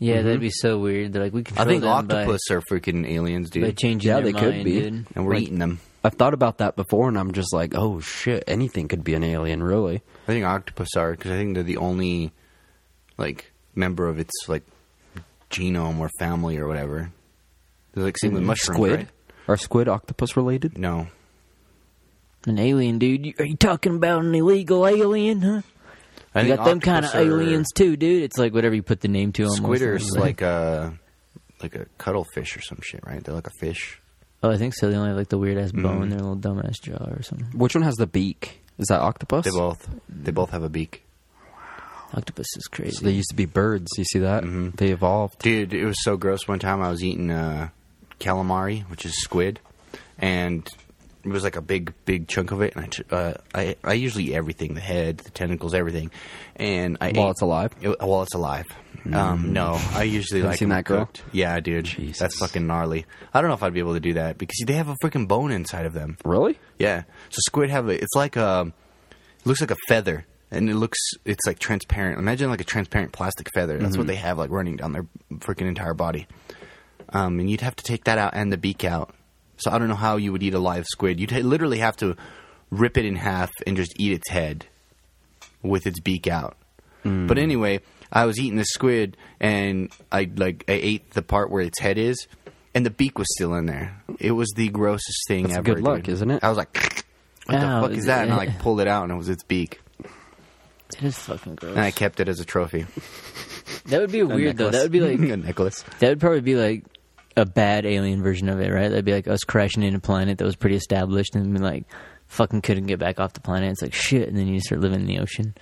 [SPEAKER 5] Yeah, that'd be so weird. They're like we control
[SPEAKER 6] Mm-hmm. I think
[SPEAKER 5] them
[SPEAKER 6] octopus are freaking aliens,
[SPEAKER 5] by, by
[SPEAKER 6] dude.
[SPEAKER 5] changing
[SPEAKER 7] Yeah,
[SPEAKER 5] their
[SPEAKER 7] they could
[SPEAKER 5] mind,
[SPEAKER 7] be.
[SPEAKER 5] dude.
[SPEAKER 6] And we're
[SPEAKER 7] like-
[SPEAKER 6] eating them.
[SPEAKER 7] I've thought about that before, and I'm just like, oh shit, anything could be an alien, really.
[SPEAKER 6] I think octopus are because I think they're the only like member of its like genome or family or whatever. They're like
[SPEAKER 5] Mm-hmm.
[SPEAKER 6] same with mushrooms,
[SPEAKER 7] squid?
[SPEAKER 6] right?
[SPEAKER 7] Are squid octopus related?
[SPEAKER 6] No,
[SPEAKER 5] An alien, dude. You- Are you talking about an illegal alien, huh?
[SPEAKER 6] I
[SPEAKER 5] you
[SPEAKER 6] think
[SPEAKER 5] got them kind
[SPEAKER 6] octopus
[SPEAKER 5] of
[SPEAKER 6] are-
[SPEAKER 5] aliens too, dude. It's like whatever you put the name to them.
[SPEAKER 6] Squid are s- like uh, a like a cuttlefish or some shit, right? They're like a fish.
[SPEAKER 5] oh, I think so. They only have like the weird ass bone
[SPEAKER 6] Mm-hmm.
[SPEAKER 5] in their little dumb ass jaw or something.
[SPEAKER 7] Which one has the beak? Is that octopus?
[SPEAKER 6] They both they both have a beak.
[SPEAKER 5] Octopus is crazy.
[SPEAKER 7] So they used to be birds. You see that?
[SPEAKER 6] Mm-hmm.
[SPEAKER 7] They evolved.
[SPEAKER 6] Dude, it was so gross. One time I was eating uh, calamari, which is squid, and it was like a big, big chunk of it. And I, ch- uh, I, I usually eat everything the head, the tentacles, everything. And I
[SPEAKER 7] While
[SPEAKER 6] ate-
[SPEAKER 7] it's alive?
[SPEAKER 6] It- while it's alive. Um, no, I usually
[SPEAKER 7] Have you
[SPEAKER 6] like
[SPEAKER 7] seen
[SPEAKER 6] them
[SPEAKER 7] that girl?
[SPEAKER 6] cooked. Yeah, dude,
[SPEAKER 7] Jesus.
[SPEAKER 6] that's fucking gnarly. I don't know if I'd be able to do that because they have a freaking bone inside of them.
[SPEAKER 7] Really?
[SPEAKER 6] Yeah. So squid have a, it's like um, a it looks like a feather and it looks it's like transparent. Imagine like a transparent plastic feather. That's what
[SPEAKER 7] Mm-hmm.
[SPEAKER 6] they have like running down their freaking entire body. Um, and you'd have to take that out and the beak out. So I don't know how you would eat a live squid. You'd ha- literally have to rip it in half and just eat its head with its beak out.
[SPEAKER 7] Mm.
[SPEAKER 6] But anyway, I was eating the squid and I like I ate the part where its head is and the beak was still in there. It was the grossest thing
[SPEAKER 7] That's
[SPEAKER 6] ever.
[SPEAKER 7] good luck,
[SPEAKER 6] dude.
[SPEAKER 7] isn't it?
[SPEAKER 6] I was like
[SPEAKER 5] Ow,
[SPEAKER 6] what the fuck is
[SPEAKER 5] is
[SPEAKER 6] that? And I
[SPEAKER 5] it-
[SPEAKER 6] like pulled it out and it was its beak.
[SPEAKER 5] it is fucking gross.
[SPEAKER 6] And I kept it as a trophy.
[SPEAKER 5] that would be weird though. That would be like
[SPEAKER 6] a necklace.
[SPEAKER 5] that would probably be like a bad alien version of it, right? That'd be like us crashing in a planet that was pretty established and be like fucking couldn't get back off the planet. It's like shit, and then you start living in the ocean,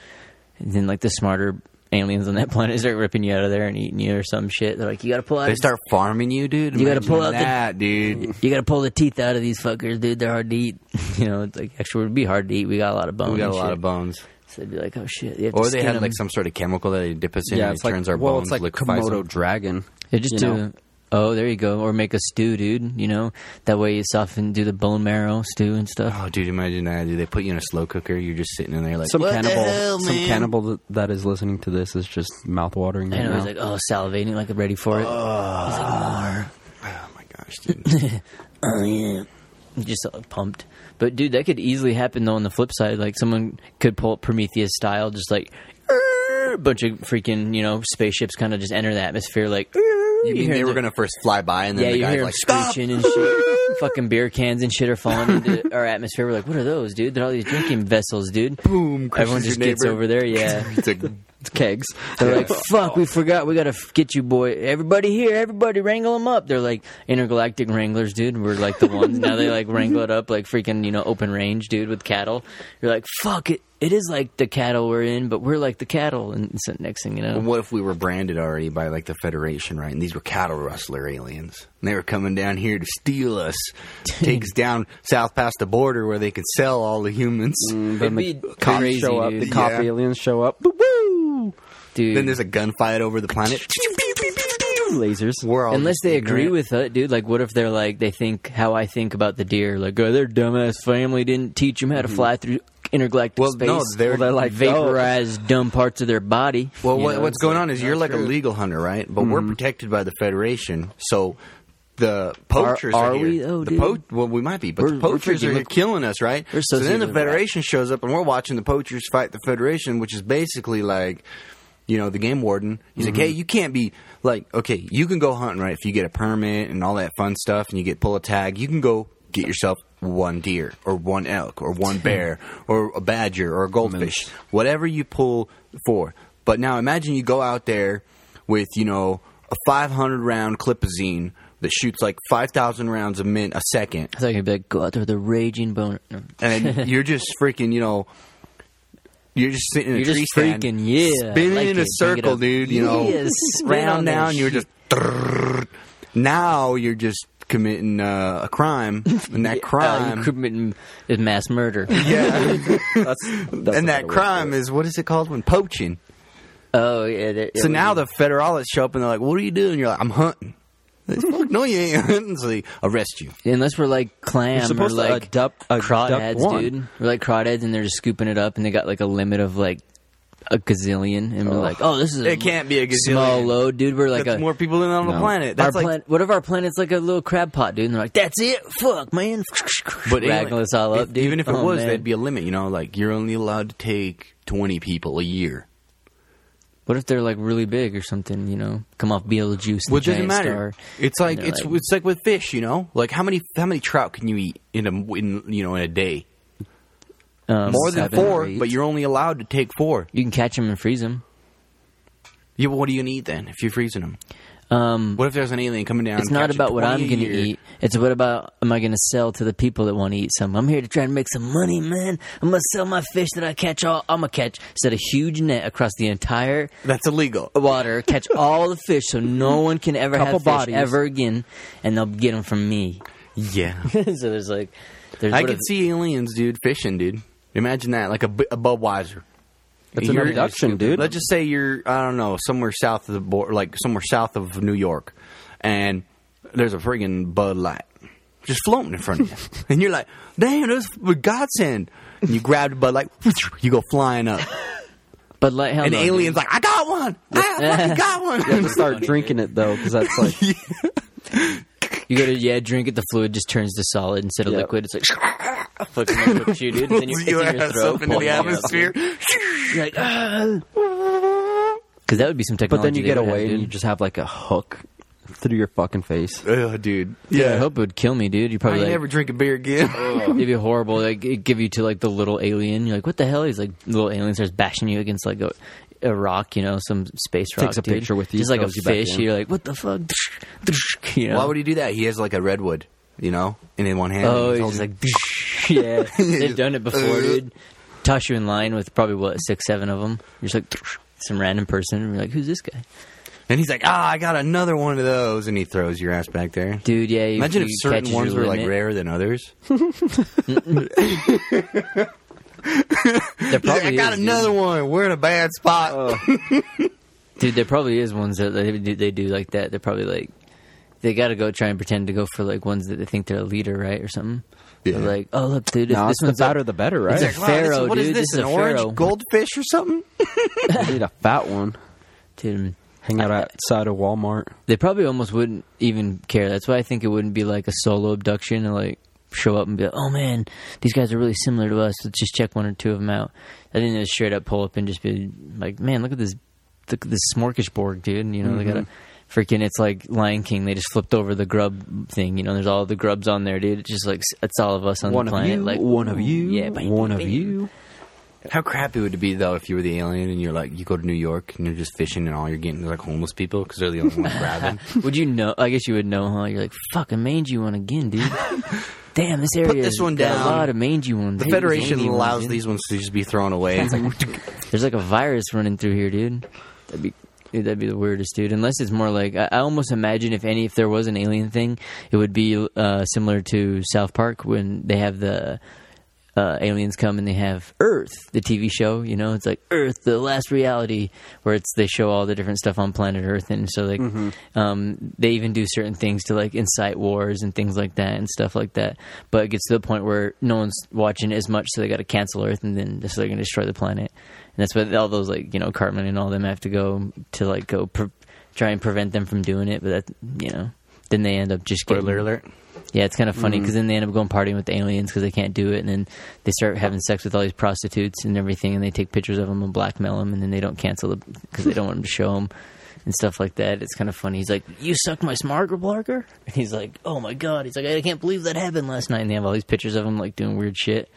[SPEAKER 5] and then like the smarter aliens on that planet start ripping you out of there and eating you or some shit. They're like, you gotta pull out.
[SPEAKER 6] They
[SPEAKER 5] its-
[SPEAKER 6] start farming you, dude.
[SPEAKER 5] You gotta
[SPEAKER 6] Imagine
[SPEAKER 5] pull out the- Mm,
[SPEAKER 6] that, dude.
[SPEAKER 5] You gotta pull the teeth out of these fuckers, dude. They're hard to eat. You know, it's like actually it'd be hard to eat. We got a lot of bones.
[SPEAKER 6] We got
[SPEAKER 5] and
[SPEAKER 6] a lot
[SPEAKER 5] shit.
[SPEAKER 6] of bones.
[SPEAKER 5] So they'd be like, oh shit. You have to
[SPEAKER 6] Or they
[SPEAKER 5] skin
[SPEAKER 6] had
[SPEAKER 5] 'em.
[SPEAKER 6] like some sort of chemical that they dip us in and it turns our
[SPEAKER 7] well,
[SPEAKER 6] bones
[SPEAKER 7] it's like
[SPEAKER 6] liquefies
[SPEAKER 7] Komodo
[SPEAKER 6] them.
[SPEAKER 7] dragon.
[SPEAKER 5] Yeah, just
[SPEAKER 7] you
[SPEAKER 5] do.
[SPEAKER 7] know?
[SPEAKER 5] Oh, there you go. Or make a stew, dude. You know, that way you soften, do the bone marrow stew and stuff.
[SPEAKER 6] Oh, dude, imagine that. Dude, they put you in a slow cooker. You're just sitting in there like,
[SPEAKER 7] Some
[SPEAKER 6] what
[SPEAKER 7] cannibal,
[SPEAKER 6] the hell,
[SPEAKER 7] some
[SPEAKER 6] man?
[SPEAKER 7] cannibal th- that is listening to this is just mouthwatering right
[SPEAKER 5] And I
[SPEAKER 7] now.
[SPEAKER 5] was like, oh, salivating, like I'm ready for it.
[SPEAKER 6] Oh my gosh, dude. Oh,
[SPEAKER 5] Just uh, pumped. But dude, that could easily happen though. On the flip side, like someone could pull up Prometheus style, just like "Err," a bunch of freaking you know spaceships kind of just enter the atmosphere, like. "Err,"
[SPEAKER 6] you mean
[SPEAKER 5] hear
[SPEAKER 6] they were
[SPEAKER 5] the-
[SPEAKER 6] gonna first fly by and then
[SPEAKER 5] Yeah,
[SPEAKER 6] the
[SPEAKER 5] you
[SPEAKER 6] guy's
[SPEAKER 5] hear them
[SPEAKER 6] like, stop.
[SPEAKER 5] screeching and shit. Fucking beer cans and shit are falling into our atmosphere. We're like, what are those, dude? They're all these drinking vessels, dude.
[SPEAKER 6] Boom, crushes
[SPEAKER 5] Everyone just
[SPEAKER 6] your
[SPEAKER 5] gets
[SPEAKER 6] neighbor.
[SPEAKER 5] over there, yeah.
[SPEAKER 6] It's like,
[SPEAKER 7] It's kegs.
[SPEAKER 5] They're like, fuck, we forgot. We gotta f- get you, boy. Everybody here, everybody, wrangle them up. They're like intergalactic wranglers, dude. We're like the ones now. They like wrangle it up like freaking you know open range, dude, with cattle. You're like, fuck it. It is like the cattle we're in, but we're like the cattle. And so next thing you know,
[SPEAKER 6] What if we were branded already by like the Federation, right? And these were cattle rustler aliens. And they were coming down here to steal us, take us down south past the border where they could sell all the humans.
[SPEAKER 7] Then
[SPEAKER 5] It'd
[SPEAKER 7] the
[SPEAKER 5] be
[SPEAKER 7] cops
[SPEAKER 5] crazy,
[SPEAKER 7] show up. The
[SPEAKER 5] dude.
[SPEAKER 7] cop
[SPEAKER 6] Yeah.
[SPEAKER 7] aliens show up. Boo boo.
[SPEAKER 5] dude.
[SPEAKER 6] Then there's a gunfight over the planet.
[SPEAKER 7] Lasers.
[SPEAKER 6] We're all
[SPEAKER 5] Unless
[SPEAKER 6] just
[SPEAKER 5] they
[SPEAKER 6] ignorant.
[SPEAKER 5] agree with it, dude. Like, what if they're like, they think how I think about the deer? Like, oh, their dumbass family didn't teach them how to fly through intergalactic
[SPEAKER 6] Mm-hmm. Well,
[SPEAKER 5] space.
[SPEAKER 6] no, they're-
[SPEAKER 5] Well, like vaporized dumb parts of their body.
[SPEAKER 6] Well,
[SPEAKER 5] You
[SPEAKER 6] what,
[SPEAKER 5] know,
[SPEAKER 6] what's
[SPEAKER 5] it's
[SPEAKER 6] going
[SPEAKER 5] like- Mm-hmm.
[SPEAKER 6] on is you're like a legal hunter, right? But we're protected by the Federation, so the poachers
[SPEAKER 5] Are- are
[SPEAKER 6] here.
[SPEAKER 5] we, though,
[SPEAKER 6] the
[SPEAKER 5] dude?
[SPEAKER 6] well, we might be, but the
[SPEAKER 5] We're- we're
[SPEAKER 6] poachers
[SPEAKER 5] freaking
[SPEAKER 6] are
[SPEAKER 5] look-
[SPEAKER 6] killing us, right?
[SPEAKER 5] We're
[SPEAKER 6] So then the
[SPEAKER 5] sociopaths.
[SPEAKER 6] Federation shows up, and we're watching the poachers fight the Federation, which is basically like. You know, the game warden, he's like, hey, you can't be like, okay, you can go hunting, right? If you get a permit and all that fun stuff and you get pull a tag, you can go get yourself one deer or one elk or one bear or a badger or a goldfish, whatever you pull for. But now imagine you go out there with, you know, a 500 round clipazine that shoots like 5,000 rounds a minute a second.
[SPEAKER 5] I thought you'd be like, go out there with a raging boner. No. uh,
[SPEAKER 6] And you're just freaking, you know, you're just sitting in
[SPEAKER 5] You're
[SPEAKER 6] a tree
[SPEAKER 5] just
[SPEAKER 6] stand,
[SPEAKER 5] freaking, yeah.
[SPEAKER 6] spinning
[SPEAKER 5] like
[SPEAKER 6] in a
[SPEAKER 5] it, bring it
[SPEAKER 6] circle,
[SPEAKER 5] up.
[SPEAKER 6] dude, you know,
[SPEAKER 5] Yeah, spin on
[SPEAKER 6] round
[SPEAKER 5] that
[SPEAKER 6] down, you're
[SPEAKER 5] shit.
[SPEAKER 6] just, now you're just committing uh, a crime, and that
[SPEAKER 5] Uh,
[SPEAKER 6] crime
[SPEAKER 5] you're committing is mass murder.
[SPEAKER 7] That's, that's a
[SPEAKER 6] and
[SPEAKER 7] better
[SPEAKER 6] that
[SPEAKER 7] word.
[SPEAKER 6] crime is what is it called when poaching?
[SPEAKER 5] oh yeah. that-
[SPEAKER 6] So
[SPEAKER 5] yeah,
[SPEAKER 6] now
[SPEAKER 5] we-
[SPEAKER 6] the federalists show up and they're like, "What are you doing?" You're like, "I'm hunting." Fuck, no, you ain't. so they arrest you.
[SPEAKER 5] Unless we're like clam
[SPEAKER 7] You're
[SPEAKER 5] or
[SPEAKER 7] supposed to
[SPEAKER 5] like
[SPEAKER 7] adopt- adopt
[SPEAKER 5] crawdads,
[SPEAKER 7] one.
[SPEAKER 5] dude. We're like crawdads, and they're just scooping it up, and they got like a limit of like a gazillion, and we're like, oh, this is a
[SPEAKER 6] It can't be a gazillion.
[SPEAKER 5] small load, dude. We're like
[SPEAKER 6] That's
[SPEAKER 5] a
[SPEAKER 6] more people than on the
[SPEAKER 7] No.
[SPEAKER 6] planet. That's
[SPEAKER 5] our
[SPEAKER 6] like,
[SPEAKER 5] plan- what if our planet's like a little crab pot, dude? And they're like, that's it, fuck, man.
[SPEAKER 6] but anyway,
[SPEAKER 5] racking us all up,
[SPEAKER 6] if-
[SPEAKER 5] dude.
[SPEAKER 6] Even if it
[SPEAKER 5] Oh,
[SPEAKER 6] was,
[SPEAKER 5] man.
[SPEAKER 6] there'd be a limit. You know, like you're only allowed to take 20 people a year.
[SPEAKER 5] What if they're like really big or something? You know, come off Beetlejuice. the
[SPEAKER 6] Well, it
[SPEAKER 5] giant
[SPEAKER 6] doesn't matter.
[SPEAKER 5] Star.
[SPEAKER 6] It's like
[SPEAKER 5] they're
[SPEAKER 6] it's
[SPEAKER 5] like-
[SPEAKER 6] it's like with fish. You know, like how many how many trout can you eat in a in you know in a day?
[SPEAKER 5] Um,
[SPEAKER 6] More than
[SPEAKER 5] seven or
[SPEAKER 6] four,
[SPEAKER 5] eight.
[SPEAKER 6] but you're only allowed to take four.
[SPEAKER 5] you can catch them and freeze them.
[SPEAKER 6] Yeah, but what are you gonna eat then if you're freezing them?
[SPEAKER 5] Um,
[SPEAKER 6] What if there's an alien coming down?
[SPEAKER 5] it's
[SPEAKER 6] and
[SPEAKER 5] not
[SPEAKER 6] catching
[SPEAKER 5] about what I'm
[SPEAKER 6] 20 a
[SPEAKER 5] going to
[SPEAKER 6] year?
[SPEAKER 5] eat. It's what about am I going to sell to the people that want to eat some? I'm here to try and make some money, man. I'm going to sell my fish that I catch all. I'm going to catch set a huge net across the entire
[SPEAKER 6] That's illegal.
[SPEAKER 5] water, catch all the fish, so no one can ever
[SPEAKER 7] Couple
[SPEAKER 5] have fish
[SPEAKER 7] bodies.
[SPEAKER 5] ever again, and they'll get them from me.
[SPEAKER 6] Yeah,
[SPEAKER 5] so there's like, there's
[SPEAKER 6] I
[SPEAKER 5] what
[SPEAKER 6] could
[SPEAKER 5] if-
[SPEAKER 6] see aliens, dude, fishing, dude. Imagine that, like a, Bu- a Budweiser.
[SPEAKER 7] That's an
[SPEAKER 6] You're-
[SPEAKER 7] abduction, dude.
[SPEAKER 6] Let's just say you're, I don't know, somewhere south of the border, like somewhere south of New York, and there's a friggin' Bud Light just floating in front of you, and you're like, "Damn, that's a godsend!" And you grab the Bud Light, you go flying up,
[SPEAKER 5] But like, hell
[SPEAKER 6] and
[SPEAKER 5] no,
[SPEAKER 6] the aliens like, "I got one! I fucking got
[SPEAKER 7] have to
[SPEAKER 6] one!"
[SPEAKER 7] start drinking it though, because that's like
[SPEAKER 5] dude. you go to yeah, drink it. The fluid just turns to solid instead of
[SPEAKER 7] Yeah.
[SPEAKER 5] liquid. It's like fucking liquid you, dude. And then you
[SPEAKER 6] Your
[SPEAKER 5] it's in your
[SPEAKER 6] ass
[SPEAKER 5] throat,
[SPEAKER 6] up into the
[SPEAKER 5] pulling it up.
[SPEAKER 6] atmosphere.
[SPEAKER 5] You're like, because that would be some
[SPEAKER 7] But
[SPEAKER 5] technology.
[SPEAKER 7] then you
[SPEAKER 5] they
[SPEAKER 7] get
[SPEAKER 5] would have,
[SPEAKER 7] away and
[SPEAKER 5] dude.
[SPEAKER 7] you just have like a hook through your fucking face.
[SPEAKER 6] Ugh, dude.
[SPEAKER 5] Yeah, I hope it would kill me, dude. You
[SPEAKER 6] I
[SPEAKER 5] probably
[SPEAKER 6] ain't
[SPEAKER 5] like, Oh,
[SPEAKER 6] never drink a beer again.
[SPEAKER 5] it'd be horrible. Like it'd give you to like the little alien. You're like, what the hell? He's like, the little alien starts bashing you against like a, a rock, you know, some space rock.
[SPEAKER 7] Takes a
[SPEAKER 5] dude.
[SPEAKER 7] picture with you,
[SPEAKER 5] just like a
[SPEAKER 7] throws you back
[SPEAKER 5] fish.
[SPEAKER 7] in.
[SPEAKER 5] You're like, what the fuck? You know?
[SPEAKER 6] Why would he do that? He has like a redwood, you know, and in one hand.
[SPEAKER 5] Oh,
[SPEAKER 6] he's
[SPEAKER 5] he's
[SPEAKER 6] holding-
[SPEAKER 5] just like, yeah, they've done it
[SPEAKER 6] Uh,
[SPEAKER 5] before, dude. Toss you in line with probably what six, seven of them. You're just like some random person, and you're like, who's this guy,
[SPEAKER 6] and he's like, ah, I got another one of those, and he throws your ass back there.
[SPEAKER 5] dude? Yeah, you,
[SPEAKER 6] Imagine if
[SPEAKER 5] you catches
[SPEAKER 6] certain
[SPEAKER 5] your
[SPEAKER 6] ones were like
[SPEAKER 5] limit.
[SPEAKER 6] rarer than others.
[SPEAKER 5] There
[SPEAKER 6] He's
[SPEAKER 5] probably
[SPEAKER 6] like, I got
[SPEAKER 5] is, dude.
[SPEAKER 6] another one. We're in a bad spot.
[SPEAKER 5] Dude, there probably is ones that they do, they do like that. They're probably like they got to go try and pretend to go for like ones that they think they're a leader, right, or something.
[SPEAKER 6] Yeah.
[SPEAKER 5] They're like, oh look, dude,
[SPEAKER 7] Nah,
[SPEAKER 5] this
[SPEAKER 7] it's the
[SPEAKER 5] one's a-
[SPEAKER 7] better the better, right?
[SPEAKER 5] it's a
[SPEAKER 6] He's like, wow, this-
[SPEAKER 5] pharaoh,
[SPEAKER 6] what is
[SPEAKER 5] dude.
[SPEAKER 6] this?
[SPEAKER 5] is
[SPEAKER 6] an
[SPEAKER 5] a
[SPEAKER 6] orange
[SPEAKER 5] pharaoh,
[SPEAKER 6] goldfish or something?
[SPEAKER 7] You need a fat one.
[SPEAKER 5] dude.
[SPEAKER 7] Hang out outside of Walmart.
[SPEAKER 5] They probably almost wouldn't even care. That's why I think it wouldn't be like a solo abduction and like show up and be like, oh man, these guys are really similar to us. Let's just check one or two of them out. I think they'd straight up pull up and just be like, man, look at this, look at this smorgasbord, dude. And, you know, they got a
[SPEAKER 7] Mm-hmm.
[SPEAKER 5] freaking, it's like Lion King. They just flipped over the grub thing. You know, there's all the grubs on there, dude. It's just like, it's all of us on
[SPEAKER 7] One
[SPEAKER 5] the
[SPEAKER 7] of
[SPEAKER 5] planet.
[SPEAKER 7] you,
[SPEAKER 5] like
[SPEAKER 7] one of you,
[SPEAKER 5] Yeah, bam,
[SPEAKER 7] one
[SPEAKER 5] bam,
[SPEAKER 7] of
[SPEAKER 5] bam.
[SPEAKER 7] you.
[SPEAKER 6] How crappy would it be though if you were the alien and you're like, you go to New York and you're just fishing and all you're getting is like homeless people because they're the only ones grabbing.
[SPEAKER 5] Would you know? I guess you would know, huh? You're like, fuck, a mangy one again, dude. Damn, this area
[SPEAKER 6] this one
[SPEAKER 5] got
[SPEAKER 6] down.
[SPEAKER 5] a lot of mangy ones.
[SPEAKER 6] The
[SPEAKER 5] Hey, these
[SPEAKER 6] Federation
[SPEAKER 5] mangy ones,
[SPEAKER 6] allows
[SPEAKER 5] dude.
[SPEAKER 6] these ones to just be thrown away. It's like,
[SPEAKER 5] There's like a virus running through here, dude. That'd be dude, that'd be the weirdest, dude. Unless it's more like I, I almost imagine if any if there was an alien thing, it would be uh, similar to South Park when they have the. Uh, aliens come and they have Earth, the TV show. You know, it's like Earth, the last reality, where it's they show all the different stuff on planet Earth, and so like um, they even do certain things to like incite wars and things like that and stuff like that. But it gets to the point where no one's watching as much, so they got to cancel Earth, and then so they're going to destroy the planet. And that's what all those like you know Cartman and all them have to go to like go pre- try and prevent them from doing it. But that you know then they end up just getting
[SPEAKER 6] spoiler alert.
[SPEAKER 5] yeah, it's kind of funny
[SPEAKER 7] Mm-hmm.
[SPEAKER 5] because then they end up going partying with the aliens because they can't do it, and then they start having sex with all these prostitutes and everything, and they take pictures of them and blackmail them, and then they don't cancel it because they don't want them to show them and stuff like that. It's kind of funny. He's like, "You suck my smarger blarger," and he's like, "Oh my god!" He's like, "I can't believe that happened last night," and they have all these pictures of him like doing weird shit.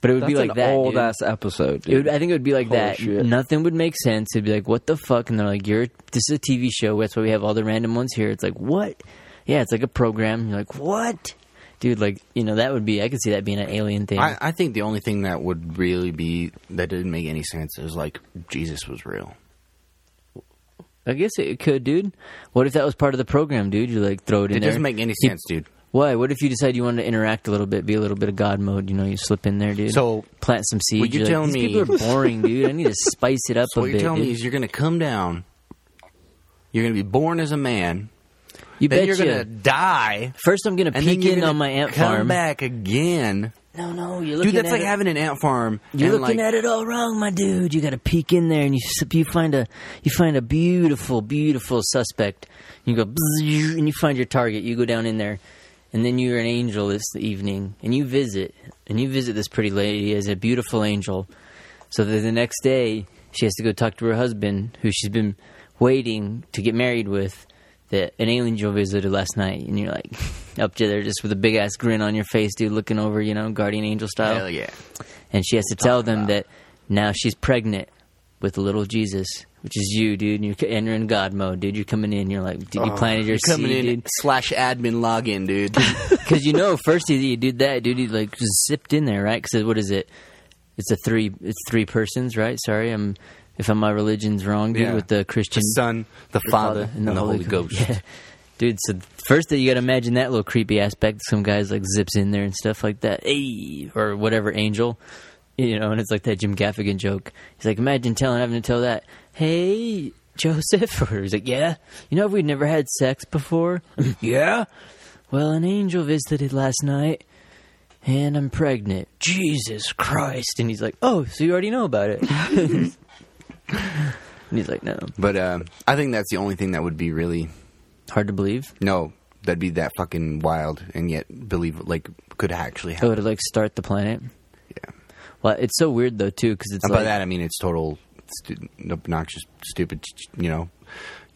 [SPEAKER 5] But it would
[SPEAKER 7] That's
[SPEAKER 5] be like
[SPEAKER 7] an
[SPEAKER 5] that.
[SPEAKER 7] old
[SPEAKER 5] dude.
[SPEAKER 7] ass episode.
[SPEAKER 5] It
[SPEAKER 7] Dude.
[SPEAKER 5] would, I think it would be like
[SPEAKER 7] Holy
[SPEAKER 5] that.
[SPEAKER 7] shit.
[SPEAKER 5] Nothing would make sense. It'd be like, what the fuck? And they're like, you're this is a TV show. That's why we have all the random ones here. It's like, what? Yeah, it's like a program. You're like, what? Dude, like, you know, that would be, I could see that being an alien thing.
[SPEAKER 6] I, I think the only thing that would really be that didn't make any sense is like Jesus was real.
[SPEAKER 5] I guess it could, dude. What if that was part of the program, dude? You like throw it in
[SPEAKER 6] It
[SPEAKER 5] there.
[SPEAKER 6] doesn't make any
[SPEAKER 5] You-
[SPEAKER 6] sense, dude.
[SPEAKER 5] Why? What if you decide you want to interact a little bit, be a little bit of God mode? You know, you slip in there, dude.
[SPEAKER 6] So-
[SPEAKER 5] plant some seeds.
[SPEAKER 6] What you're
[SPEAKER 5] You're like,
[SPEAKER 6] telling
[SPEAKER 5] These
[SPEAKER 6] me-
[SPEAKER 5] people are boring, dude. I need to spice it up a
[SPEAKER 6] So what
[SPEAKER 5] bit.
[SPEAKER 6] you're telling
[SPEAKER 5] dude.
[SPEAKER 6] me is you're going to come down. You're going to be born as a man.
[SPEAKER 5] You
[SPEAKER 6] then you're
[SPEAKER 5] betcha.
[SPEAKER 6] gonna die.
[SPEAKER 5] First, I'm gonna
[SPEAKER 6] And then
[SPEAKER 5] peek
[SPEAKER 6] you're
[SPEAKER 5] in
[SPEAKER 6] gonna
[SPEAKER 5] on my ant
[SPEAKER 6] come
[SPEAKER 5] farm.
[SPEAKER 6] back again,
[SPEAKER 5] No, no, you're looking
[SPEAKER 6] dude. That's
[SPEAKER 5] at
[SPEAKER 6] like
[SPEAKER 5] it.
[SPEAKER 6] having an ant farm.
[SPEAKER 5] You're
[SPEAKER 6] and
[SPEAKER 5] looking
[SPEAKER 6] like,
[SPEAKER 5] at it all wrong, my dude. You got to peek in there and you s- you find a you find a beautiful, beautiful suspect. You go bzzz, and you find your target. You go down in there, and then you're an angel this evening, and you visit and you visit this pretty lady as a beautiful angel. So that the next day she has to go talk to her husband, who she's been waiting to get married with. That an angel visited last night, and you're like up to there just with a big ass grin on your face, dude, looking over, you know, guardian angel style
[SPEAKER 6] Hell yeah.
[SPEAKER 5] and she has to tell them that now she's pregnant with little Jesus, which is you, dude. And you're, and you're in God mode, dude. You're coming in. You're like, dude, you planted your
[SPEAKER 6] Oh, Coming
[SPEAKER 5] seed,
[SPEAKER 6] in
[SPEAKER 5] dude.
[SPEAKER 6] slash admin login, dude.
[SPEAKER 5] Because you know, first he, he did that, dude. He like just zipped in there, right? Because what is it? It's a three. It's three persons, right? Sorry, I'm if I'm my religion's wrong, dude.
[SPEAKER 6] Yeah.
[SPEAKER 5] With the Christian
[SPEAKER 6] the Son, the Father, and the, Holy, Ghost.
[SPEAKER 5] Yeah. Dude, so first that you gotta imagine that little creepy aspect. Some guys like zips in there and stuff like that. Hey, or whatever angel, you know. And it's like that Jim Gaffigan joke. He's like, imagine telling having to tell that, hey Joseph, or he's like, yeah, you know, if we'd never had sex before, yeah. Well, an angel visited last night, and I'm pregnant. Jesus Christ! And he's like, oh, so you already know about it. and he's like, no,
[SPEAKER 6] But um, I think that's the only thing that would be really
[SPEAKER 5] hard to believe.
[SPEAKER 6] no. That'd be that fucking wild, and yet believe like could actually happen.
[SPEAKER 5] Oh, to like start the planet.
[SPEAKER 6] Yeah.
[SPEAKER 5] Well, it's so weird though too because it's
[SPEAKER 6] And
[SPEAKER 5] like,
[SPEAKER 6] by that I mean it's total stu- obnoxious, stupid. You know,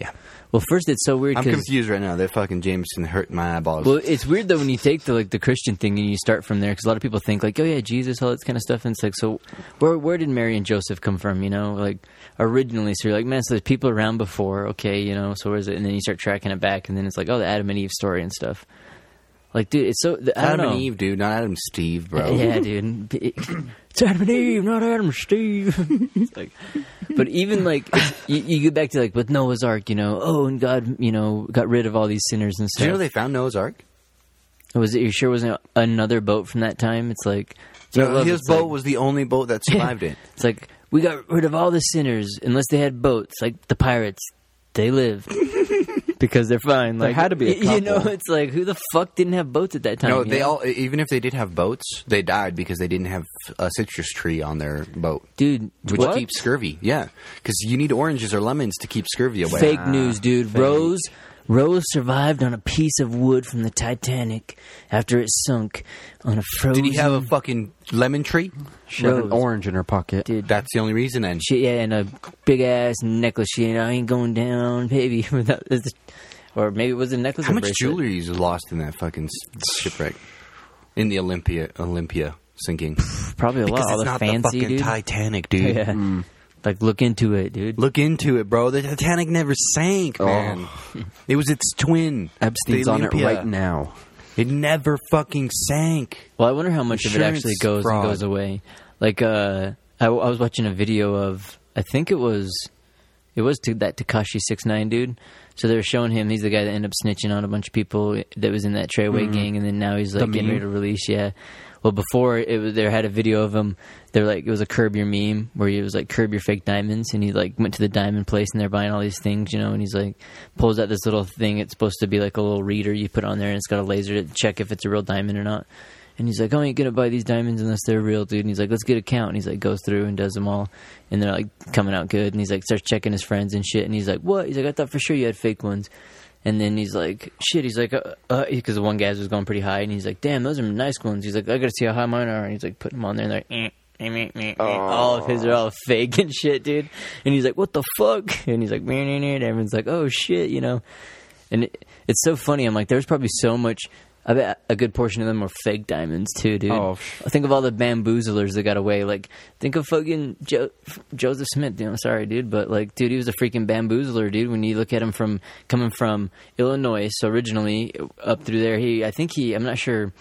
[SPEAKER 6] yeah.
[SPEAKER 5] well, first it's so weird
[SPEAKER 6] I'm
[SPEAKER 5] because
[SPEAKER 6] confused right now. That fucking Jameson hurt my eyeballs.
[SPEAKER 5] well, it's weird though when you take the like the Christian thing and you start from there because a lot of people think like, oh yeah, Jesus, all that kind of stuff, and it's like, so where where did Mary and Joseph come from? You know, like originally, so you're like, man, so there's people around before, okay, you know, so where's it? And then you start tracking it back, and then it's like, oh, the Adam and Eve story and stuff. Like, dude, it's so th- I don't
[SPEAKER 6] Adam
[SPEAKER 5] know.
[SPEAKER 6] and Eve, dude, not Adam Steve, bro.
[SPEAKER 5] Yeah, dude. Oh. It's Adam and Eve, not Adam and Steve. It's like- but even like you, you get back to like with Noah's Ark, you know. Oh, and God, you know, got rid of all these sinners and
[SPEAKER 6] Did
[SPEAKER 5] stuff.
[SPEAKER 6] you know they found Noah's Ark?
[SPEAKER 5] was it? You sure wasn't another boat from that time? It's like I
[SPEAKER 6] No,
[SPEAKER 5] love
[SPEAKER 6] his
[SPEAKER 5] it's
[SPEAKER 6] boat
[SPEAKER 5] like-
[SPEAKER 6] was the only boat that survived it.
[SPEAKER 5] It's like we got rid of all the sinners unless they had boats, like the pirates. They lived because they're fine.
[SPEAKER 7] There
[SPEAKER 5] Like
[SPEAKER 7] had to be a
[SPEAKER 5] you know.
[SPEAKER 7] couple.
[SPEAKER 5] It's like who the fuck didn't have boats at that time?
[SPEAKER 6] No,
[SPEAKER 5] you
[SPEAKER 6] they
[SPEAKER 5] know?
[SPEAKER 6] all. Even if they did have boats, they died because they didn't have a citrus tree on their boat,
[SPEAKER 5] dude.
[SPEAKER 6] which
[SPEAKER 5] what?
[SPEAKER 6] keeps scurvy. Yeah, because you need oranges or lemons to keep scurvy away.
[SPEAKER 5] Fake news, dude. Rose Rose survived on a piece of wood from the Titanic after it sunk on a frozen.
[SPEAKER 6] Did he have a fucking lemon tree?
[SPEAKER 7] She had an
[SPEAKER 5] Rose.
[SPEAKER 7] orange in her pocket.
[SPEAKER 5] Dude.
[SPEAKER 6] That's the only reason. And
[SPEAKER 5] she, yeah, and a big ass necklace. She, I ain't going down, baby. without this- or maybe it was a necklace.
[SPEAKER 6] how
[SPEAKER 5] or
[SPEAKER 6] much
[SPEAKER 5] bracelet.
[SPEAKER 6] jewelry is lost in that fucking s- shipwreck? In the Olympia, Olympia sinking.
[SPEAKER 5] Probably a lot.
[SPEAKER 6] Because
[SPEAKER 5] All the
[SPEAKER 6] it's not
[SPEAKER 5] fancy,
[SPEAKER 6] the fucking Hmm.
[SPEAKER 5] dude.
[SPEAKER 6] Titanic, dude.
[SPEAKER 5] Yeah. Like look into it, dude.
[SPEAKER 6] Look into it, bro. The Titanic never sank, man. It was its twin.
[SPEAKER 7] Epstein's
[SPEAKER 6] the
[SPEAKER 7] on it
[SPEAKER 6] Olympia.
[SPEAKER 7] right now.
[SPEAKER 6] It never fucking sank.
[SPEAKER 5] Well, I wonder how much of it
[SPEAKER 6] Insurance
[SPEAKER 5] actually goes
[SPEAKER 6] fraud.
[SPEAKER 5] and goes away. Like, uh, I, w- I was watching a video of, I think it was, it was to that Takashi Six Nine dude. So they were showing him. He's the guy that ended up snitching on a bunch of people that was in that Treyway
[SPEAKER 6] Mm-hmm.
[SPEAKER 5] gang, and then now he's like getting ready to release. Yeah. Well, before it was, there had a video of him. They're like it was a curb your meme where he was like curb your fake diamonds, and he like went to the diamond place and they're buying all these things, you know. And he's like pulls out this little thing. It's supposed to be like a little reader you put on there, and it's got a laser to check if it's a real diamond or not. And he's like, I ain't gonna buy these diamonds unless they're real, dude. And he's like, let's get a count. And he's like, goes through and does them all, and they're like coming out good. And he's like, starts checking his friends and shit. And he's like, what? He's like, I thought for sure you had fake ones. And then he's like, shit. He's like, because uh, because the one guy's was going pretty high, and he's like, damn, those are nice ones. He's like, I gotta see how high mine are. And he's like, putting them on there, and they're like, eh. eh, meh, meh, meh. All of his are all fake and shit, dude. And he's like, "What the fuck?" And he's like, meh, meh, meh. and everyone's like, "Oh shit," you know and it, it's so funny. I'm like, there's probably so much. I bet a good portion of them are fake diamonds too, dude.
[SPEAKER 7] Oh, pff.
[SPEAKER 5] think of all the bamboozlers that got away. Like, think of fucking jo- Joseph Smith. Dude, I'm sorry, dude, but like, dude, he was a freaking bamboozler, dude. When you look at him from coming from Illinois, so originally up through there, he, I think he, I'm not sure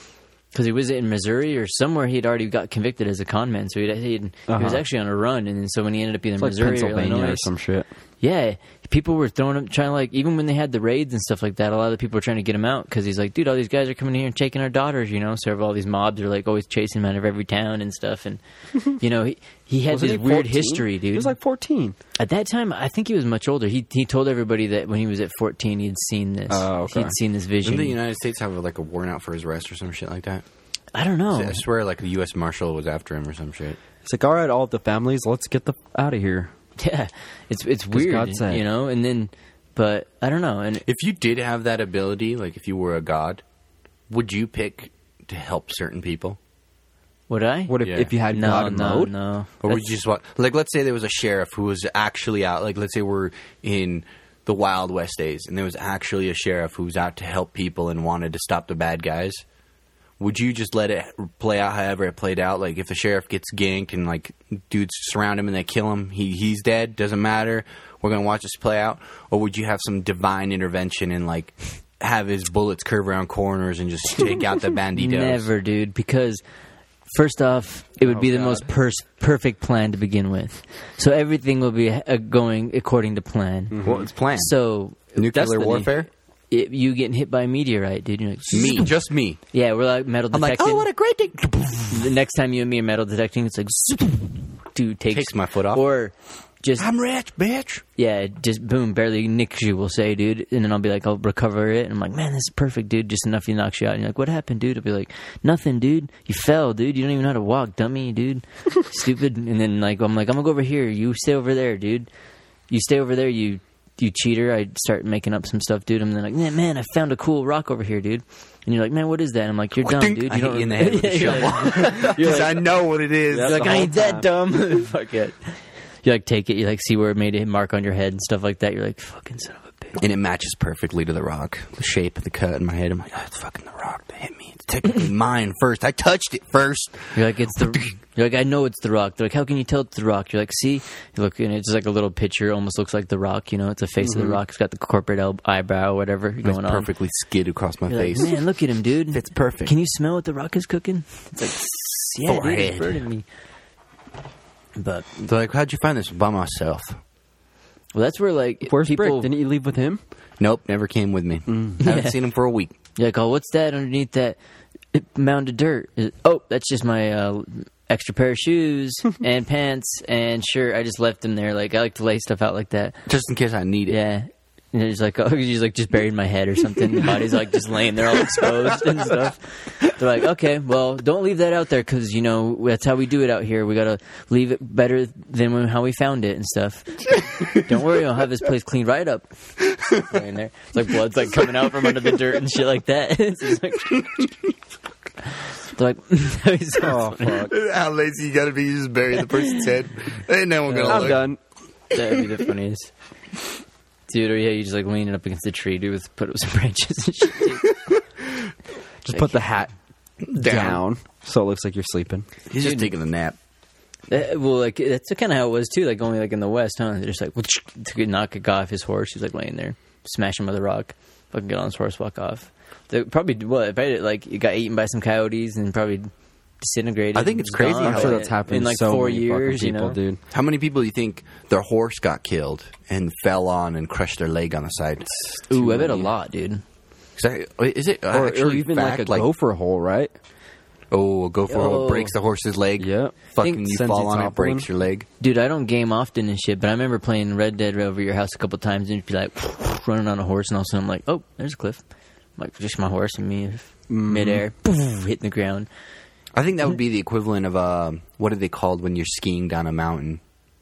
[SPEAKER 5] because he was in Missouri or somewhere he'd already got convicted as a con man. So he'd, he'd, he was
[SPEAKER 7] Uh-huh.
[SPEAKER 5] actually on a run, and then so when he ended up either
[SPEAKER 7] It's like
[SPEAKER 5] Missouri or
[SPEAKER 7] Pennsylvania
[SPEAKER 5] Illinois,
[SPEAKER 7] or some shit.
[SPEAKER 5] Yeah, people were throwing him, trying to like even when they had the raids and stuff like that. A lot of the people were trying to get him out because he's like, dude, all these guys are coming here and taking our daughters. You know, so all these mobs are like always chasing him out of every town and stuff. And you know, he he had
[SPEAKER 7] Wasn't
[SPEAKER 5] this
[SPEAKER 7] he
[SPEAKER 5] weird
[SPEAKER 7] 14?
[SPEAKER 5] history, dude.
[SPEAKER 7] He was like 14.
[SPEAKER 5] At that time, I think he was much older. He he told everybody that when he was at fourteen, he'd seen this.
[SPEAKER 7] Oh, okay.
[SPEAKER 5] He'd seen this vision.
[SPEAKER 6] Didn't the United States have like a warrant out for his arrest or some shit like that?
[SPEAKER 5] I don't know.
[SPEAKER 6] I swear, like the U.S. Marshal was after him or some shit.
[SPEAKER 7] It's like, all right, all the families, let's get the out of here.
[SPEAKER 5] Yeah, it's it's weird,
[SPEAKER 7] God said.
[SPEAKER 5] you know. And then, but I don't know. And
[SPEAKER 6] If you did have that ability, like if you were a god, would you pick to help certain people,
[SPEAKER 5] would I?
[SPEAKER 7] What if,
[SPEAKER 6] Yeah.
[SPEAKER 7] if you had
[SPEAKER 5] no,
[SPEAKER 7] God
[SPEAKER 5] no,
[SPEAKER 7] mode?
[SPEAKER 5] no.
[SPEAKER 6] or would
[SPEAKER 5] That's-
[SPEAKER 6] you just want, like, let's say there was a sheriff who was actually out, like, let's say we're in the Wild West days, and there was actually a sheriff who was out to help people and wanted to stop the bad guys. Would you just let it play out however it played out? Like, if the sheriff gets ganked and like dudes surround him and they kill him, he he's dead. Doesn't matter. We're gonna watch this play out. Or would you have some divine intervention and like have his bullets curve around corners and just take out the banditos?
[SPEAKER 5] Never, dude. Because first off, it would be the most per- perfect plan to begin with. So everything will be uh, going according to plan.
[SPEAKER 6] Well, it's planned.
[SPEAKER 5] So
[SPEAKER 6] nuclear
[SPEAKER 7] destiny.
[SPEAKER 6] warfare.
[SPEAKER 5] it, you getting hit by a meteorite, dude. You're like,
[SPEAKER 6] Me, just me.
[SPEAKER 5] Yeah, we're like metal
[SPEAKER 6] I'm like,
[SPEAKER 5] detecting.
[SPEAKER 6] oh, what a great day!
[SPEAKER 5] the next time you and me are metal detecting, it's like, dude takes,
[SPEAKER 6] Takes my foot off.
[SPEAKER 5] or just
[SPEAKER 6] I'm rich, bitch.
[SPEAKER 5] yeah, it just boom, barely nicks you. We'll say, dude, and then I'll be like, I'll recover it, and I'm like, man, this is perfect, dude. Just enough, you knocks you out, and you're like, what happened, dude? I'll be like, nothing, dude. You fell, dude. You don't even know how to walk, dummy, dude. Stupid. And then like, I'm like, I'm gonna go over here. You stay over there, dude. You stay over there, you you cheater. I start making up some stuff, dude. And then like, man, man, I found a cool rock over here, dude. And you're like, man, what is that? And I'm like, you're dumb, dude. You
[SPEAKER 6] I hit
[SPEAKER 5] don't
[SPEAKER 6] you in the head with
[SPEAKER 5] Yeah,
[SPEAKER 6] a
[SPEAKER 5] you're like-
[SPEAKER 6] shovel because I know what it is.
[SPEAKER 5] you're like, I ain't that dumb. Fuck it. You like take it. You like see where it made a mark on your head and stuff like that. You're like, fucking son of a bitch.
[SPEAKER 6] and it matches perfectly to the rock. The shape of the cut in my head. I'm like, oh, it's fucking the rock that hit me. It's technically mine first. I touched it first.
[SPEAKER 5] You're like, it's the. You're like, I know it's the Rock. They're like, how can you tell it's the Rock? You're like, see, you look, and it's just like a little picture. Almost looks like the Rock. You know, it's a face
[SPEAKER 6] Mm-hmm.
[SPEAKER 5] of the Rock. It's got the corporate el- eyebrow, whatever going
[SPEAKER 6] It's
[SPEAKER 5] on.
[SPEAKER 6] perfectly skid across my
[SPEAKER 5] You're like,
[SPEAKER 6] face.
[SPEAKER 5] man, look at him, dude.
[SPEAKER 6] Fits perfect.
[SPEAKER 5] Can you smell what the Rock is cooking? It's like, yeah, dude, it's
[SPEAKER 6] Forehead.
[SPEAKER 5] burning me. But
[SPEAKER 6] They're like, how'd you find this by myself?
[SPEAKER 5] well, that's where like
[SPEAKER 7] Where's
[SPEAKER 5] people
[SPEAKER 7] Brick? Didn't you leave with him?
[SPEAKER 6] Nope, never came with me.
[SPEAKER 5] Mm.
[SPEAKER 6] Haven't seen him for a week.
[SPEAKER 5] You're like, oh, what's that underneath that mound of dirt? Is- Oh, that's just my uh, extra pair of shoes and pants and shirt. I just left them there. Like, I like to lay stuff out like that.
[SPEAKER 6] Just in case I need it.
[SPEAKER 5] Yeah. And it's like, oh, she's like just buried my head or something. The body's like just laying there all exposed and stuff. They're like, okay, well, don't leave that out there because, you know, that's how we do it out here. We got to leave it better than when- how we found it and stuff. don't worry, I'll have this place cleaned right up. Laying there. It's like blood's like coming out from under the dirt and shit like that. It's just like. They're like,
[SPEAKER 7] Oh, fuck.
[SPEAKER 6] How lazy you gotta be, you just bury the person's head. Ain't no one gonna
[SPEAKER 7] I'm done.
[SPEAKER 5] That would be the funniest. Dude, or yeah, you just like leaning up against the tree, dude, with put up some branches and shit.
[SPEAKER 7] Just put the hat down. so it looks like you're sleeping.
[SPEAKER 6] He's just taking a nap.
[SPEAKER 5] That, well, like that's kind of how it was too. Like only like in the West, huh? They're just like took a knock a guy off his horse. He's like laying there, smash him with a rock. Fucking get on his horse, walk off. They probably what? Probably like it got eaten by some coyotes and probably disintegrated.
[SPEAKER 6] I think it's crazy
[SPEAKER 5] Gone.
[SPEAKER 6] how
[SPEAKER 7] I'm
[SPEAKER 6] Oh,
[SPEAKER 7] sure
[SPEAKER 6] yeah.
[SPEAKER 7] that's happened
[SPEAKER 5] in like
[SPEAKER 7] so
[SPEAKER 5] four
[SPEAKER 7] many
[SPEAKER 5] years.
[SPEAKER 7] fucking
[SPEAKER 5] You
[SPEAKER 7] people,
[SPEAKER 5] know,
[SPEAKER 7] dude.
[SPEAKER 6] How many people do you think their horse got killed and fell on and crushed their leg on the side?
[SPEAKER 5] Ooh, I bet a lot, dude.
[SPEAKER 6] Is, that- is it
[SPEAKER 7] Or, or
[SPEAKER 6] actually
[SPEAKER 7] even
[SPEAKER 6] fact,
[SPEAKER 7] like a gopher hole, right?
[SPEAKER 6] Oh, a gopher
[SPEAKER 5] Oh.
[SPEAKER 6] hole breaks the horse's leg.
[SPEAKER 7] Yeah.
[SPEAKER 6] Fucking
[SPEAKER 7] Think-
[SPEAKER 6] you
[SPEAKER 7] sends
[SPEAKER 6] fall
[SPEAKER 7] it
[SPEAKER 6] on it, breaks
[SPEAKER 7] toppling.
[SPEAKER 6] your leg.
[SPEAKER 5] Dude, I don't game often and shit, but I remember playing Red Dead over your house a couple times and it'd be like running on a horse, and all of a sudden I'm like, oh, there's a cliff. I'm like just my horse and me
[SPEAKER 7] Mm-hmm.
[SPEAKER 5] midair, hitting the ground.
[SPEAKER 6] I think that would be the equivalent of um, what are they called when you're skiing down a mountain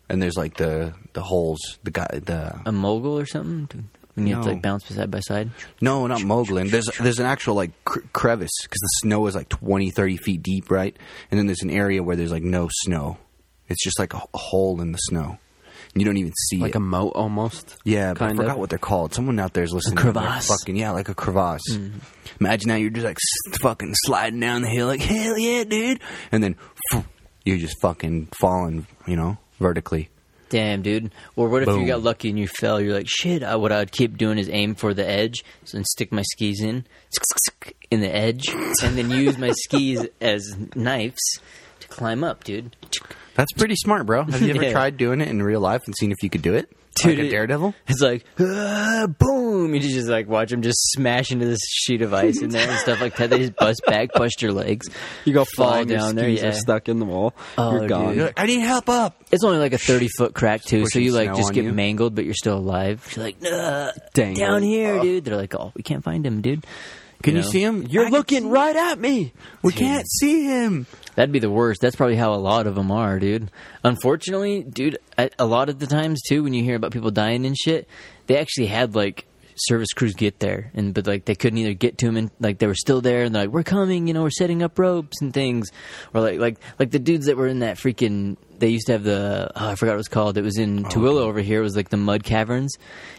[SPEAKER 6] and there's like the the holes, the guy, the
[SPEAKER 5] a mogul or something? Dude, When you have to
[SPEAKER 6] No.
[SPEAKER 5] like bounce side by side.
[SPEAKER 6] No, not Mogulin. There's there's an actual like cre- crevice because the snow is like 20, 30 feet deep, right? And then there's an area where there's like no snow. It's just like a, a hole in the snow. And you don't even see
[SPEAKER 7] Like
[SPEAKER 6] it.
[SPEAKER 7] a moat almost.
[SPEAKER 6] yeah, but I
[SPEAKER 7] kind
[SPEAKER 6] forgot
[SPEAKER 7] of.
[SPEAKER 6] what they're called. Someone out there is listening. and they're
[SPEAKER 5] crevasse.
[SPEAKER 6] Fucking yeah, like a crevasse. Imagine now you're just like s- fucking sliding down the hill, like hell yeah, dude. And then you're just fucking falling, you know, vertically.
[SPEAKER 5] Damn, dude. Or what if you
[SPEAKER 6] Boom.
[SPEAKER 5] got lucky and you fell? You're like, shit. I, what I'd keep doing is aim for the edge so and stick my skis in, in the edge, and then use my skis as knives to climb up, dude.
[SPEAKER 6] That's pretty smart, bro. Have you ever
[SPEAKER 5] Yeah.
[SPEAKER 6] tried doing it in real life and seen if you could do it?
[SPEAKER 5] Dude,
[SPEAKER 6] like a
[SPEAKER 5] it-
[SPEAKER 6] daredevil.
[SPEAKER 5] It's like "Ah, boom. You just like watch them just smash into this sheet of ice in there and stuff like that. They just bust back, bust your legs.
[SPEAKER 7] You go
[SPEAKER 5] Fall
[SPEAKER 7] flying,
[SPEAKER 5] down
[SPEAKER 7] down
[SPEAKER 5] there,
[SPEAKER 7] your skis
[SPEAKER 5] yeah.
[SPEAKER 7] are stuck in the wall.
[SPEAKER 5] Oh,
[SPEAKER 7] You're gone.
[SPEAKER 5] dude.
[SPEAKER 6] You're like, I need help up.
[SPEAKER 5] It's only like a thirty foot crack too, so
[SPEAKER 6] pushing
[SPEAKER 5] you like
[SPEAKER 6] snow
[SPEAKER 5] just
[SPEAKER 6] on
[SPEAKER 5] get
[SPEAKER 6] you.
[SPEAKER 5] mangled, but you're still alive. You're like, nah,
[SPEAKER 7] Dang.
[SPEAKER 5] down here, dude. They're like, oh, we can't find him, dude.
[SPEAKER 6] Can you,
[SPEAKER 5] know?
[SPEAKER 6] see him?
[SPEAKER 7] You're
[SPEAKER 6] I can
[SPEAKER 7] looking
[SPEAKER 6] see-
[SPEAKER 7] right at me.
[SPEAKER 6] We can't see him.
[SPEAKER 5] That'd be the worst. That's probably how a lot of them are, dude. Unfortunately, dude, I, a lot of the times too, when you hear about people dying and shit, they actually had like service crews get there, and but like they couldn't either get to them, and like they were still there, and they're like, "We're coming," you know, we're setting up ropes and things, or like like like the dudes that were in that freaking. They used to have the oh, I forgot what it was called. It was in Tooele over here. It was like the mud caverns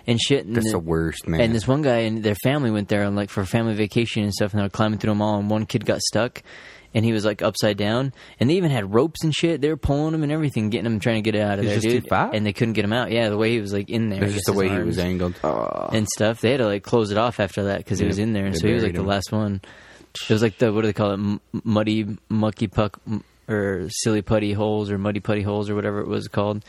[SPEAKER 5] and shit. And
[SPEAKER 6] That's the
[SPEAKER 5] then-
[SPEAKER 6] worst, man.
[SPEAKER 5] and this one guy and their family went there on like for family vacation and stuff, and they were climbing through them all. And one kid got stuck, and he was like upside down. And they even had ropes and shit. They were pulling him and everything, getting him trying to get it out of
[SPEAKER 7] He's
[SPEAKER 5] there,
[SPEAKER 7] just too
[SPEAKER 5] dude.
[SPEAKER 7] fat?
[SPEAKER 5] And they couldn't get him out. Yeah, the way he was like in there,
[SPEAKER 6] It was
[SPEAKER 5] I
[SPEAKER 6] just the
[SPEAKER 5] guess,
[SPEAKER 6] way
[SPEAKER 5] his
[SPEAKER 6] he was
[SPEAKER 5] arms
[SPEAKER 6] angled.
[SPEAKER 5] and stuff. They had to like close it off after that because he was in there, and
[SPEAKER 6] they
[SPEAKER 5] so he was like
[SPEAKER 6] buried
[SPEAKER 5] the
[SPEAKER 6] him.
[SPEAKER 5] last one. It was like the what do they call it? M- muddy mucky puck m- or silly putty holes or muddy putty holes or whatever it was called.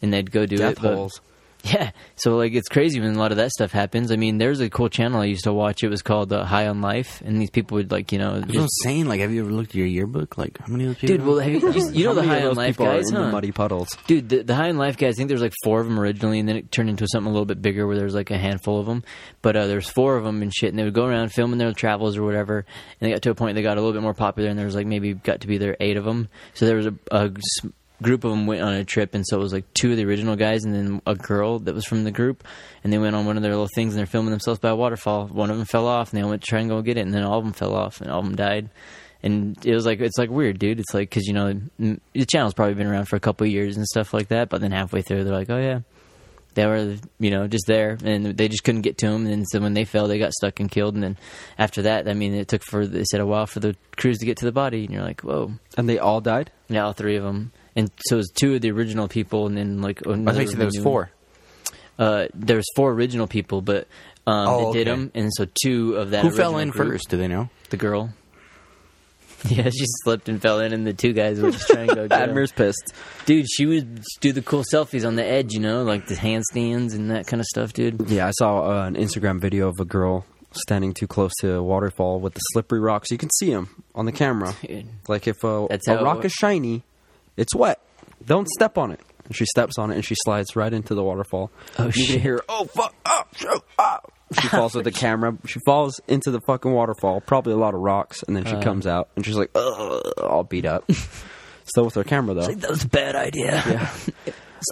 [SPEAKER 5] And they'd go do
[SPEAKER 7] Death
[SPEAKER 5] it. but-
[SPEAKER 7] holes.
[SPEAKER 5] yeah, so like it's crazy when a lot of that stuff happens. I mean, there's a cool channel I used to watch. It was called uh, High on Life, and these people would like you know,
[SPEAKER 6] That's what I'm
[SPEAKER 5] just,
[SPEAKER 6] saying. Like, have you ever looked at your yearbook? Like, how many of those people?
[SPEAKER 5] dude. Well, have you, you, you know the
[SPEAKER 7] How many of
[SPEAKER 5] High on
[SPEAKER 7] those
[SPEAKER 5] Life
[SPEAKER 7] people are
[SPEAKER 5] guys,
[SPEAKER 7] in
[SPEAKER 5] huh?
[SPEAKER 7] the muddy puddles.
[SPEAKER 5] Dude, the, the High and Life guys, I think there's like four of them originally, and then it turned into something a little bit bigger where there's like a handful of them. But uh, there's four of them and shit, and they would go around filming their travels or whatever. And they got to a point they got a little bit more popular, and there was like maybe got to be there eight of them. So there was a, a s- group of them went on a trip, and so it was like two of the original guys and then a girl that was from the group. And they went on one of their little things, and they're filming themselves by a waterfall. One of them fell off, and they all went to try and go get it, and then all of them fell off, and all of them died and it was like it's like weird, dude. It's like because you know m- the channel's probably been around for a couple of years and stuff like that, but then halfway through they're like, oh yeah, they were you know just there and they just couldn't get to them, and then so when they fell, they got stuck and killed, and then after that, I mean, it took for they said a while for the crews to get to the body, and you're like, whoa,
[SPEAKER 7] And they all died?
[SPEAKER 5] yeah, all three of them. And so it was two of the original people, and then like
[SPEAKER 6] I thought
[SPEAKER 5] another
[SPEAKER 6] you said there was
[SPEAKER 5] new-
[SPEAKER 6] four.
[SPEAKER 5] Uh, there was four original people, but um,
[SPEAKER 6] Oh,
[SPEAKER 5] they did
[SPEAKER 6] okay.
[SPEAKER 5] them, and so two of that.
[SPEAKER 6] Who fell
[SPEAKER 5] original
[SPEAKER 6] in
[SPEAKER 5] group-
[SPEAKER 6] first? Do they know?
[SPEAKER 5] the girl. Yeah, she slipped and fell in, and the two guys were just trying to go. Get her.
[SPEAKER 7] Admir's pissed.
[SPEAKER 5] Dude, she would do the cool selfies on the edge, you know, like the handstands and that kind of stuff, dude.
[SPEAKER 7] Yeah, I saw uh, an Instagram video of a girl standing too close to a waterfall with the slippery rocks. You can see them on the camera.
[SPEAKER 5] Dude.
[SPEAKER 7] Like if a,
[SPEAKER 5] That's how
[SPEAKER 7] a
[SPEAKER 5] it
[SPEAKER 7] rock
[SPEAKER 5] wo-
[SPEAKER 7] is shiny, it's wet. Don't step on it. And she steps on it and she slides right into the waterfall.
[SPEAKER 5] Oh,
[SPEAKER 7] you
[SPEAKER 5] shit.
[SPEAKER 7] can hear, oh fuck, up, oh, ah. She falls with the camera. She falls into the fucking waterfall, probably a lot of rocks, and then
[SPEAKER 5] Uh.
[SPEAKER 7] she comes out and she's like, Ugh, all beat up. Still with her camera though.
[SPEAKER 5] That was a bad idea.
[SPEAKER 7] Yeah.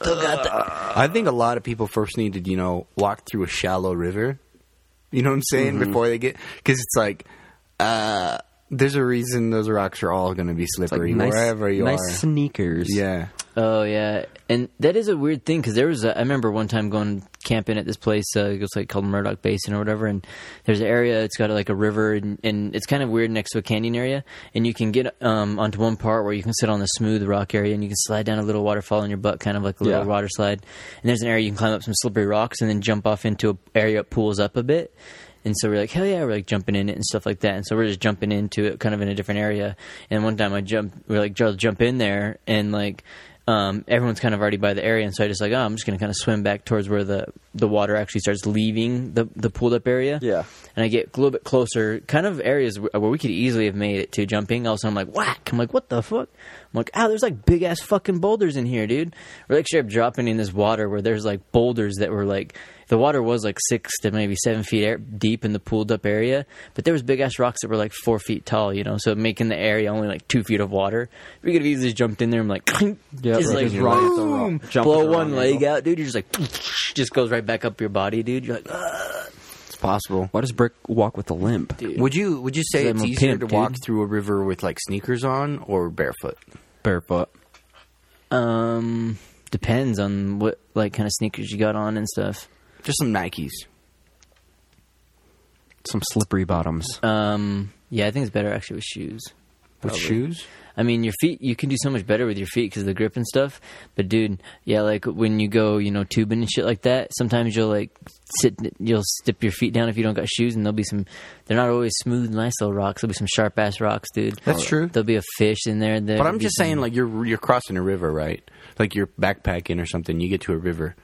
[SPEAKER 5] Still got that.
[SPEAKER 6] I think a lot of people first need to, you know, walk through a shallow river. You know what I'm saying? Before they get, because it's like, uh, there's a reason those rocks are all going to be
[SPEAKER 7] It's like
[SPEAKER 6] slippery
[SPEAKER 7] nice,
[SPEAKER 6] wherever you
[SPEAKER 7] nice
[SPEAKER 6] are.
[SPEAKER 7] sneakers.
[SPEAKER 6] Yeah,
[SPEAKER 5] Oh yeah, and that is a weird thing because there was a, I remember one time going camping at this place. Uh, it was like called Murdoch Basin or whatever, and there's an area. It's got like a river, and, and it's kind of weird next to a canyon area. And you can get um, onto one part where you can sit on the smooth rock area, and you can slide down a little waterfall on your butt, kind of like a little
[SPEAKER 7] Yeah.
[SPEAKER 5] water slide. And there's an area you can climb up some slippery rocks, and then jump off into an area that pools up a bit. And so we're like, hell yeah, we're like jumping in it and stuff like that. And so we're just jumping into it kind of in a different area. And one time I jump, we're like, Joe, jump in there. And like, um, everyone's kind of already by the area. And so I just like, oh, I'm just going to kind of swim back towards where the, the water actually starts leaving the, the pulled up area.
[SPEAKER 7] Yeah.
[SPEAKER 5] And I get a little bit closer, kind of areas where where we could easily have made it to jumping. All of a sudden, I'm like, whack. I'm like, what the fuck? I'm like, ow, there's like big ass fucking boulders in here, dude. We're like straight up dropping in this water where there's like boulders that were like, the water was like six to maybe seven feet air, deep in the pooled up area, but there was big ass rocks that were like four feet tall, you know, so making the area only like two feet of water. We could have easily just jumped in there and like,
[SPEAKER 7] Yeah,
[SPEAKER 5] just
[SPEAKER 7] right,
[SPEAKER 5] like
[SPEAKER 7] just wrong at the rock.
[SPEAKER 5] boom,
[SPEAKER 7] Jump at
[SPEAKER 5] blow
[SPEAKER 7] the
[SPEAKER 5] one
[SPEAKER 7] wrong
[SPEAKER 5] leg
[SPEAKER 7] angle.
[SPEAKER 5] out, dude. You're just like, just goes right back up your body, dude. You're like, "Ah."
[SPEAKER 6] it's possible.
[SPEAKER 7] Why does Brick walk with a limp?
[SPEAKER 6] Would you would you say
[SPEAKER 5] 'Cause
[SPEAKER 6] it's
[SPEAKER 5] I'm a
[SPEAKER 6] easier
[SPEAKER 5] pimp,
[SPEAKER 6] to
[SPEAKER 5] dude.
[SPEAKER 6] walk through a river with like sneakers on or barefoot?
[SPEAKER 7] Barefoot.
[SPEAKER 5] Um, depends on what like kind of sneakers you got on and stuff.
[SPEAKER 6] Just some Nikes.
[SPEAKER 7] Some slippery bottoms.
[SPEAKER 5] Um, yeah, I think it's better actually with shoes.
[SPEAKER 6] With shoes?
[SPEAKER 5] I mean, your feet you can do so much better with your feet because of the grip and stuff. But dude, yeah, like when you go, you know, tubing and shit like that, sometimes you'll like sit, you'll stip your feet down if you don't got shoes, and there'll be some. They're not always smooth, nice little rocks. There'll be some sharp ass rocks, dude.
[SPEAKER 6] That's true.
[SPEAKER 5] There'll be a fish in there.
[SPEAKER 6] But I'm just saying, like you're you're crossing a river, right? Like you're backpacking or something. You get to a river,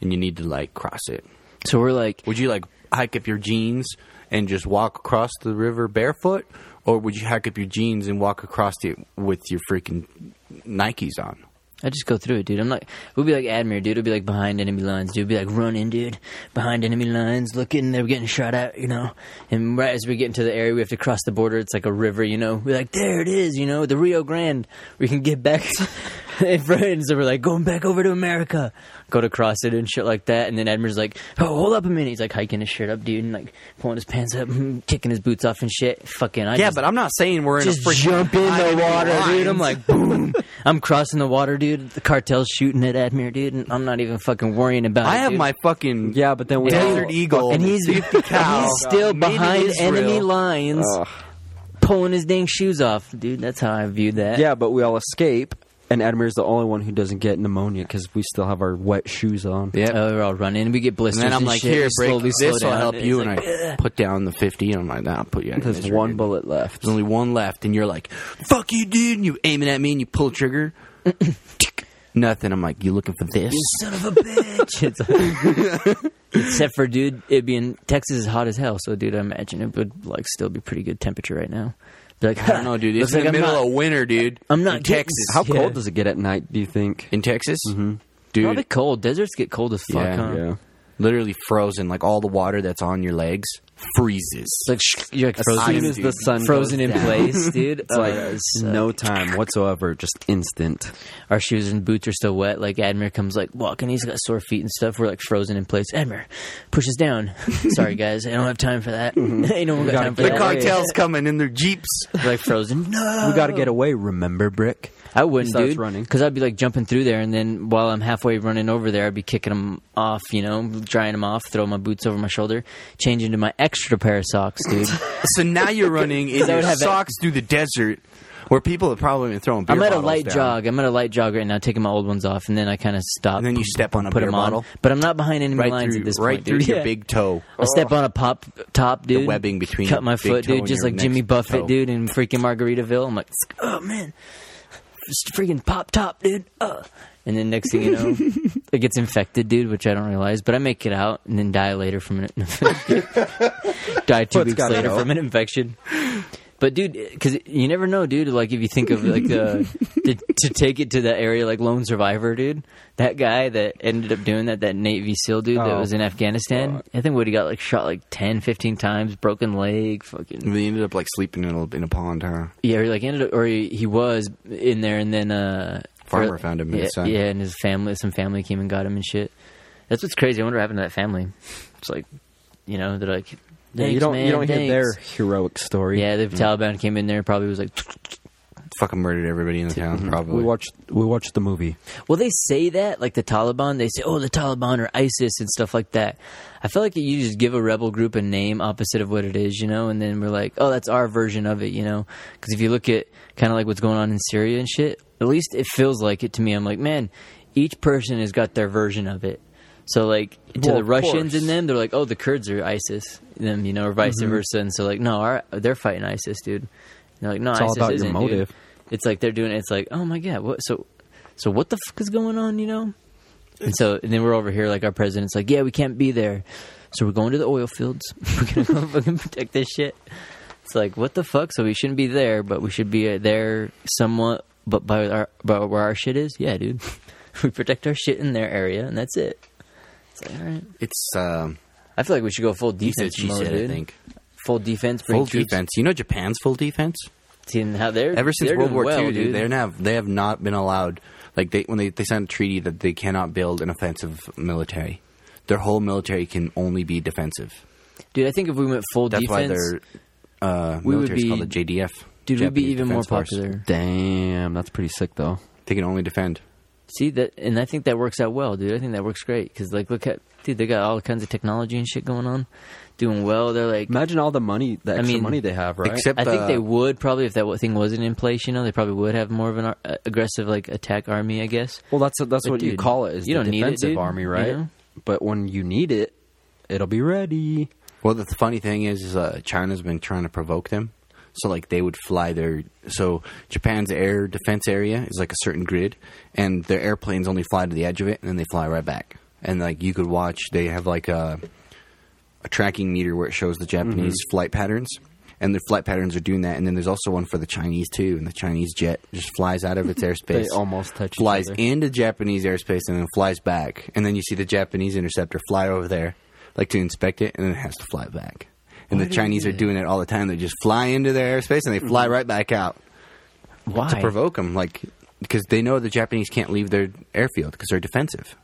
[SPEAKER 6] and you need to like cross it.
[SPEAKER 5] So we're like,
[SPEAKER 6] Would you like hike up your jeans and just walk across the river barefoot, or would you hike up your jeans and walk across it with your freaking Nikes on?
[SPEAKER 5] I just go through it, dude. I'm like, we'll be like Admir, dude. We'll be like behind enemy lines, dude. We'll be like running, dude, behind enemy lines, looking. They're getting shot at, you know. And right as we get into the area, we have to cross the border. It's like a river, you know. We're like, there it is, you know, the Rio Grande. We can get back in friends. So we're like going back over to America, go to cross it and shit like that. And then Admir's like, oh, hold up a minute. He's like hiking his shirt up, dude, and like pulling his pants up, kicking his boots off and shit. Fucking, I
[SPEAKER 6] Yeah,
[SPEAKER 5] just-
[SPEAKER 6] but I'm not saying we're in
[SPEAKER 5] just
[SPEAKER 6] a freaking
[SPEAKER 5] jump in the
[SPEAKER 6] Iowa
[SPEAKER 5] water, dude. I'm
[SPEAKER 6] lines.
[SPEAKER 5] like, boom. I'm crossing the water, dude. The cartel's shooting at Admir, dude, and I'm not even fucking worrying about it.
[SPEAKER 6] I have
[SPEAKER 5] dude.
[SPEAKER 6] my fucking
[SPEAKER 7] Yeah, but then we
[SPEAKER 6] Desert Eagle,
[SPEAKER 5] and he's,
[SPEAKER 6] cow,
[SPEAKER 5] he's still
[SPEAKER 6] made in
[SPEAKER 5] behind
[SPEAKER 6] Israel.
[SPEAKER 5] enemy lines,
[SPEAKER 7] Ugh.
[SPEAKER 5] pulling his dang shoes off, dude. That's how I viewed that.
[SPEAKER 7] Yeah, but we all escape, and Edmir's the only one who doesn't get pneumonia because we still have our wet shoes on.
[SPEAKER 6] Yep.
[SPEAKER 5] Oh, we're all running, and we get blisters.
[SPEAKER 6] and then I'm like,
[SPEAKER 5] shit.
[SPEAKER 6] here,
[SPEAKER 5] We
[SPEAKER 6] break
[SPEAKER 5] slowly
[SPEAKER 6] this
[SPEAKER 5] slow
[SPEAKER 6] will
[SPEAKER 5] down.
[SPEAKER 6] help
[SPEAKER 5] It's
[SPEAKER 6] you.
[SPEAKER 5] like,
[SPEAKER 6] and I put down the 50, and I'm like, nah, I'll put you out of your
[SPEAKER 7] There's
[SPEAKER 6] misery,
[SPEAKER 7] one
[SPEAKER 6] dude.
[SPEAKER 7] bullet left.
[SPEAKER 6] There's only one left, and you're like, fuck you, dude. And you aiming at me, and you pull the trigger. Tick. Nothing. I'm like, you looking for this?
[SPEAKER 5] son of a bitch. It's- uh, except for, dude, it being Texas is hot as hell. So, dude, I imagine it would like still be pretty good temperature right now. Be like,
[SPEAKER 6] I don't know, dude. It's in the middle of winter, dude.
[SPEAKER 5] I'm not
[SPEAKER 6] in
[SPEAKER 5] getting-
[SPEAKER 6] Texas.
[SPEAKER 7] How
[SPEAKER 5] Yeah.
[SPEAKER 7] cold does it get at night? Do you think?
[SPEAKER 6] in Texas, mm-hmm. dude?
[SPEAKER 5] Probably cold. Deserts get cold as fuck.
[SPEAKER 6] Yeah,
[SPEAKER 5] huh?
[SPEAKER 7] yeah.
[SPEAKER 6] Literally frozen. Like all the water that's on your legs freezes.
[SPEAKER 5] It's like sh- you're like
[SPEAKER 7] As
[SPEAKER 5] frozen,
[SPEAKER 7] soon as the
[SPEAKER 6] dude.
[SPEAKER 7] sun
[SPEAKER 5] frozen
[SPEAKER 7] goes
[SPEAKER 5] in
[SPEAKER 7] down,
[SPEAKER 5] place, Oh, dude. Uh,
[SPEAKER 7] it's like no time whatsoever, just instant.
[SPEAKER 5] our shoes and boots are still wet. Like Admir comes like walking, he's got sore feet and stuff. We're like frozen in place. Admir, push us down. Sorry guys, I don't have time for that. Ain't no one got
[SPEAKER 7] gotta
[SPEAKER 5] time for
[SPEAKER 6] the
[SPEAKER 5] that.
[SPEAKER 6] cartel's coming in their jeeps.
[SPEAKER 5] We're like frozen. No,
[SPEAKER 7] We got to get away. Remember, Brick.
[SPEAKER 5] I wouldn't,
[SPEAKER 7] starts
[SPEAKER 5] dude.
[SPEAKER 7] running.
[SPEAKER 5] Because I'd be like jumping through there, and then while I'm halfway running over there, I'd be kicking them off, you know, drying them off, throw my boots over my shoulder, change into my extra pair of socks, dude.
[SPEAKER 6] So now you're running in
[SPEAKER 5] I
[SPEAKER 6] your
[SPEAKER 5] would have it-
[SPEAKER 6] socks through the desert, where people have probably been throwing. Beer
[SPEAKER 5] I'm at a
[SPEAKER 6] bottles
[SPEAKER 5] light
[SPEAKER 6] down.
[SPEAKER 5] jog. I'm at a light jog right now, taking my old ones off, and then I kind of stop.
[SPEAKER 6] And then you step on a
[SPEAKER 5] put
[SPEAKER 6] beer
[SPEAKER 5] them
[SPEAKER 6] bottle.
[SPEAKER 5] on, but I'm not behind enemy
[SPEAKER 6] right
[SPEAKER 5] lines
[SPEAKER 6] through,
[SPEAKER 5] at this
[SPEAKER 6] right
[SPEAKER 5] point,
[SPEAKER 6] through
[SPEAKER 5] dude.
[SPEAKER 6] your
[SPEAKER 5] Yeah.
[SPEAKER 6] big toe.
[SPEAKER 5] I'll step on a pop top, dude.
[SPEAKER 6] Oh. webbing between
[SPEAKER 5] Cut
[SPEAKER 6] your
[SPEAKER 5] my
[SPEAKER 6] big
[SPEAKER 5] foot,
[SPEAKER 6] toe
[SPEAKER 5] dude,
[SPEAKER 6] and
[SPEAKER 5] just
[SPEAKER 6] your
[SPEAKER 5] like Jimmy
[SPEAKER 6] next
[SPEAKER 5] Buffett,
[SPEAKER 6] toe.
[SPEAKER 5] dude, in freaking Margaritaville. I'm like, oh man, just freaking pop top, dude. Uh. And then next thing you know, it gets infected, dude, which I don't realize. But I make it out and then die later from an die two
[SPEAKER 7] Well, it's
[SPEAKER 5] weeks
[SPEAKER 7] gotta
[SPEAKER 5] later
[SPEAKER 7] go.
[SPEAKER 5] from an infection. But dude, because you never know, dude. Like if you think of like the, the to take it to that area, like Lone Survivor, dude. That guy that ended up doing that, that Navy SEAL dude that
[SPEAKER 7] Oh.
[SPEAKER 5] was in Afghanistan. I think would have got like shot like 10, 15 times, broken leg, fucking
[SPEAKER 6] They ended up like sleeping in a, in a pond, huh?
[SPEAKER 5] yeah. Or, like ended up, or he, he was in there, and then uh,
[SPEAKER 6] Farmer
[SPEAKER 5] or-
[SPEAKER 6] found him and
[SPEAKER 5] Yeah,
[SPEAKER 6] his son.
[SPEAKER 5] yeah, and his family, some family came and got him and shit. That's what's crazy. I wonder what happened to that family. It's like, you know, they're like,
[SPEAKER 7] Yeah, you
[SPEAKER 5] "Thanks,
[SPEAKER 7] don't.
[SPEAKER 5] man,
[SPEAKER 7] you don't hear
[SPEAKER 5] thanks."
[SPEAKER 7] their heroic story. Mm.
[SPEAKER 5] Yeah,
[SPEAKER 6] Mm.
[SPEAKER 5] the Taliban came in there. Probably was like,
[SPEAKER 6] Fucking murdered everybody in the town, probably.
[SPEAKER 7] We watched. We watched the movie.
[SPEAKER 5] Well, they say that, like the Taliban, they say, oh, the Taliban or ISIS and stuff like that. I feel like you just give a rebel group a name opposite of what it is, you know, and then we're like, oh, that's our version of it, you know? Because if you look at kind of like what's going on in Syria and shit, at least it feels like it to me. I'm like, man, each person has got their version of it. So, like, to
[SPEAKER 6] Well,
[SPEAKER 5] the
[SPEAKER 6] of
[SPEAKER 5] Russians
[SPEAKER 6] course. Mm-hmm.
[SPEAKER 5] and them, they're like, oh, the Kurds are ISIS, them, you know, or vice versa. And so, like, no, our, they're fighting ISIS, dude. And they're like, no,
[SPEAKER 7] It's all
[SPEAKER 5] ISIS
[SPEAKER 7] about your
[SPEAKER 5] isn't, dude."
[SPEAKER 7] motive.
[SPEAKER 5] It's like they're doing. It's like, oh my god, what? So, so what the fuck is going on? You know. And so, and then we're over here, like our president's like, yeah, we can't be there, so we're going to the oil fields. we're gonna go fucking protect this shit. It's like, what the fuck? So we shouldn't be there, but we should be uh, there somewhat, but by our, by where our shit is, yeah, dude. we protect our shit in their area, and that's it. It's like, all right.
[SPEAKER 6] it's um,
[SPEAKER 5] I feel like we should go full
[SPEAKER 6] he said
[SPEAKER 5] defense
[SPEAKER 6] she
[SPEAKER 5] mode,
[SPEAKER 6] said.
[SPEAKER 5] dude.
[SPEAKER 6] I think
[SPEAKER 5] Full defense, bring
[SPEAKER 6] full
[SPEAKER 5] troops
[SPEAKER 6] defense. You know Japan's full defense.
[SPEAKER 5] in how they're
[SPEAKER 6] Ever since
[SPEAKER 5] they're
[SPEAKER 6] World
[SPEAKER 5] doing
[SPEAKER 6] War
[SPEAKER 5] well,
[SPEAKER 6] II, dude,
[SPEAKER 5] dude.
[SPEAKER 6] they're not. They have not been allowed. Like they when they they signed a treaty that they cannot build an offensive military. Their whole military can only be defensive.
[SPEAKER 5] Dude, I think if we went full
[SPEAKER 6] That's
[SPEAKER 5] defense,
[SPEAKER 6] why their uh,
[SPEAKER 5] we would
[SPEAKER 6] military is
[SPEAKER 5] be-
[SPEAKER 6] called the JDF.
[SPEAKER 5] Dude, we'd be
[SPEAKER 6] Japanese
[SPEAKER 5] even more
[SPEAKER 6] Defense Force.
[SPEAKER 5] popular.
[SPEAKER 7] Damn, that's pretty sick though.
[SPEAKER 6] They can only defend.
[SPEAKER 5] See that, and I think that works out well, dude. I think that works great because, like, look at dude, they got all kinds of technology and shit going on, doing well. They're like,
[SPEAKER 7] Imagine all the money, the extra
[SPEAKER 5] mean,
[SPEAKER 7] money they have, right?
[SPEAKER 6] Except
[SPEAKER 5] I think
[SPEAKER 6] uh,
[SPEAKER 5] they would probably if that wa- thing wasn't in place. You know, they probably would have more of an ar- uh, aggressive like attack army, I guess.
[SPEAKER 7] well, that's that's
[SPEAKER 5] But
[SPEAKER 7] what you
[SPEAKER 5] dude,
[SPEAKER 7] call it. Is
[SPEAKER 5] you
[SPEAKER 7] the
[SPEAKER 5] don't need it,
[SPEAKER 7] defensive
[SPEAKER 5] dude,
[SPEAKER 7] army,
[SPEAKER 5] you
[SPEAKER 7] right?
[SPEAKER 5] know?
[SPEAKER 7] But when you need it, it'll be ready.
[SPEAKER 6] Well, the funny thing is, is uh, China's been trying to provoke them. So, like, they would fly their. So, Japan's air defense area is like a certain grid, and their airplanes only fly to the edge of it, and then they fly right back. and like you could watch. They have like uh, a a tracking meter where it shows the Japanese
[SPEAKER 7] Mm-hmm.
[SPEAKER 6] flight patterns, and the flight patterns are doing that. And then there's also one for the Chinese too, and the Chinese jet just flies out of its airspace,
[SPEAKER 7] They almost touch each
[SPEAKER 6] flies
[SPEAKER 7] other.
[SPEAKER 6] into Japanese airspace, and then flies back. And then you see the Japanese interceptor fly over there, like to inspect it, and then it has to fly back. And the Chinese are doing it all the time. They just fly into their airspace and they
[SPEAKER 7] Mm-hmm.
[SPEAKER 6] fly right back out
[SPEAKER 5] Why?
[SPEAKER 6] to provoke them, like because they know the Japanese can't leave their airfield because they're defensive.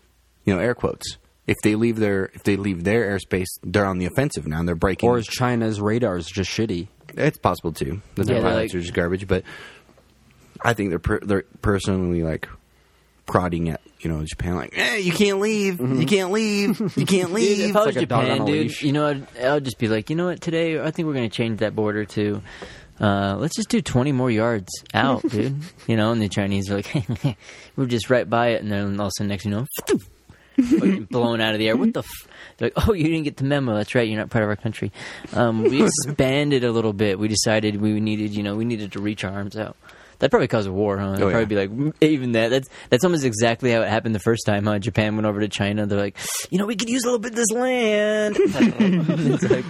[SPEAKER 6] You know, air quotes. If they leave their if they leave their airspace, they're on the offensive now. and They're breaking.
[SPEAKER 7] Or is China's radars just shitty?
[SPEAKER 6] it's possible too that their
[SPEAKER 5] Yeah, they're
[SPEAKER 6] pilots
[SPEAKER 5] like-
[SPEAKER 6] are just garbage. But I think they're per, they're personally like prodding at you know Japan, like eh, you can't leave, you can't leave, you can't
[SPEAKER 5] Mm-hmm. Dude,
[SPEAKER 6] leave.
[SPEAKER 5] if I was
[SPEAKER 7] like a dog
[SPEAKER 5] Japan,
[SPEAKER 7] on a
[SPEAKER 5] dude,
[SPEAKER 7] leash.
[SPEAKER 5] you know, I'd, I'd just be like, you know what? Today, I think we're going to change that border to, uh, let's just do 20 more yards out, dude. You know, and the Chinese are like, we're just right by it, and then all of a sudden, next thing you know, fucking blown out of the air. What the? F-? They're like, oh, you didn't get the memo. That's right. You're not part of our country. Um, we expanded a little bit. We decided we needed, you know, we needed to reach our arms out. That'd probably cause a war, huh? That'd
[SPEAKER 6] Oh, yeah.
[SPEAKER 5] probably be like, "Mm, even that. That's that's almost exactly how it happened the first time, huh? Japan went over to China. They're like, you know, we could use a little bit of this land. It's like,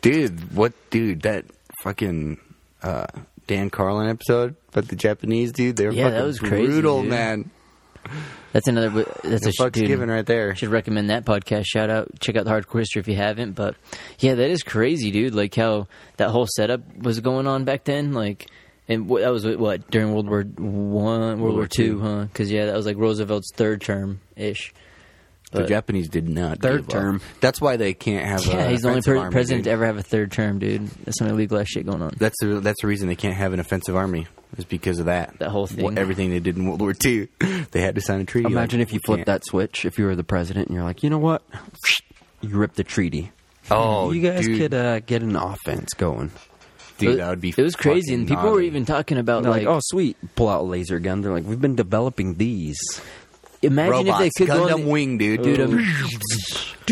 [SPEAKER 6] dude, what dude that fucking uh, Dan Carlin episode, but the Japanese dude, they were
[SPEAKER 5] Yeah, that
[SPEAKER 6] fucking
[SPEAKER 5] was crazy,
[SPEAKER 6] brutal,
[SPEAKER 5] dude.
[SPEAKER 6] man.
[SPEAKER 5] that's another. That's a
[SPEAKER 6] The fuck's
[SPEAKER 5] dude,
[SPEAKER 6] given right there.
[SPEAKER 5] Should recommend that podcast. Shout out, check out the Hardcore History if you haven't. But yeah, that is crazy, dude. Like how that whole setup was going on back then. Like, and wh- that was what during World War One, World, War Two, huh? Because yeah, that was like Roosevelt's third term ish.
[SPEAKER 6] the Japanese did not.
[SPEAKER 7] Third
[SPEAKER 6] give up.
[SPEAKER 7] term.
[SPEAKER 6] That's why they can't have.
[SPEAKER 5] Yeah,
[SPEAKER 6] a
[SPEAKER 5] he's the only
[SPEAKER 6] offensive
[SPEAKER 5] per-
[SPEAKER 6] army,
[SPEAKER 5] president
[SPEAKER 6] dude.
[SPEAKER 5] to ever have a third term, dude. That's some illegal ass shit going on.
[SPEAKER 6] That's the that's the reason they can't have an offensive army is because of that.
[SPEAKER 5] That whole
[SPEAKER 6] What-
[SPEAKER 5] thing.
[SPEAKER 6] everything they did in World War II, they had to sign a treaty.
[SPEAKER 7] Imagine
[SPEAKER 6] like,
[SPEAKER 7] if you
[SPEAKER 6] we can't.
[SPEAKER 7] flipped that switch. If you were the president, and you're like, you know what? You rip the treaty.
[SPEAKER 6] Oh,
[SPEAKER 7] you guys
[SPEAKER 6] dude,
[SPEAKER 7] could uh, get an offense going.
[SPEAKER 6] dude, that would be.
[SPEAKER 5] It was crazy, and
[SPEAKER 6] fucking
[SPEAKER 5] people were
[SPEAKER 6] gnarly.
[SPEAKER 5] even talking about
[SPEAKER 7] They're
[SPEAKER 5] like,
[SPEAKER 7] like, oh sweet, pull out a laser gun. They're like, we've been developing these.
[SPEAKER 5] imagine
[SPEAKER 6] robots,
[SPEAKER 5] if they could go on
[SPEAKER 6] Gundam
[SPEAKER 5] the-
[SPEAKER 6] wing, dude,
[SPEAKER 5] Dude, I'm-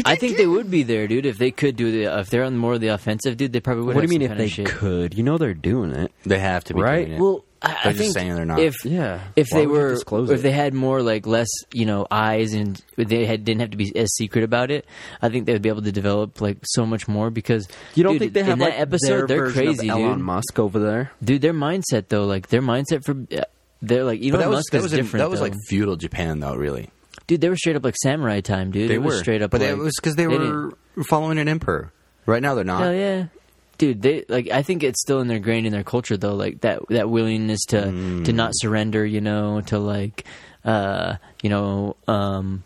[SPEAKER 5] I think they would be there, dude. If they could do the, if they're on more of the offensive, dude, they probably would.
[SPEAKER 7] What do
[SPEAKER 5] have
[SPEAKER 7] you mean
[SPEAKER 5] some
[SPEAKER 7] if
[SPEAKER 5] kind
[SPEAKER 7] they
[SPEAKER 5] of shit.
[SPEAKER 7] could? You know they're doing it.
[SPEAKER 6] they have to be
[SPEAKER 7] Right?
[SPEAKER 6] doing it.
[SPEAKER 5] Well, I, I
[SPEAKER 6] They're just
[SPEAKER 5] think
[SPEAKER 6] saying they're not.
[SPEAKER 5] If
[SPEAKER 7] Yeah.
[SPEAKER 5] if
[SPEAKER 7] Why
[SPEAKER 5] they
[SPEAKER 7] would you
[SPEAKER 5] were,
[SPEAKER 7] disclose
[SPEAKER 5] if
[SPEAKER 7] it?
[SPEAKER 5] they had more like less, you know, eyes and they had didn't have to be as secret about it, I think they would be able to develop like so much more because
[SPEAKER 7] You don't
[SPEAKER 5] dude,
[SPEAKER 7] think they have
[SPEAKER 5] in
[SPEAKER 7] like
[SPEAKER 5] that episode?
[SPEAKER 7] their
[SPEAKER 5] they're
[SPEAKER 7] version of
[SPEAKER 5] crazy,
[SPEAKER 7] Elon
[SPEAKER 5] dude.
[SPEAKER 7] Musk over there.
[SPEAKER 5] Dude, their mindset though, like their mindset for. Uh, they're like Elon
[SPEAKER 6] but that was
[SPEAKER 5] Musk
[SPEAKER 6] that
[SPEAKER 5] is
[SPEAKER 6] was in-
[SPEAKER 5] different.
[SPEAKER 6] that was
[SPEAKER 5] though.
[SPEAKER 6] like feudal Japan, though. Really,
[SPEAKER 5] dude, they were straight up like samurai time, dude.
[SPEAKER 6] they
[SPEAKER 5] It was
[SPEAKER 6] were
[SPEAKER 5] straight up.
[SPEAKER 6] But
[SPEAKER 5] like,
[SPEAKER 6] that was because they
[SPEAKER 5] didn't-
[SPEAKER 6] were following an emperor. Right now, they're not.
[SPEAKER 5] Hell yeah, dude. They like. I think it's still in their grain in their culture though. Like that that willingness to to
[SPEAKER 7] Mm.
[SPEAKER 5] not surrender. You know, to like, uh, you know, um.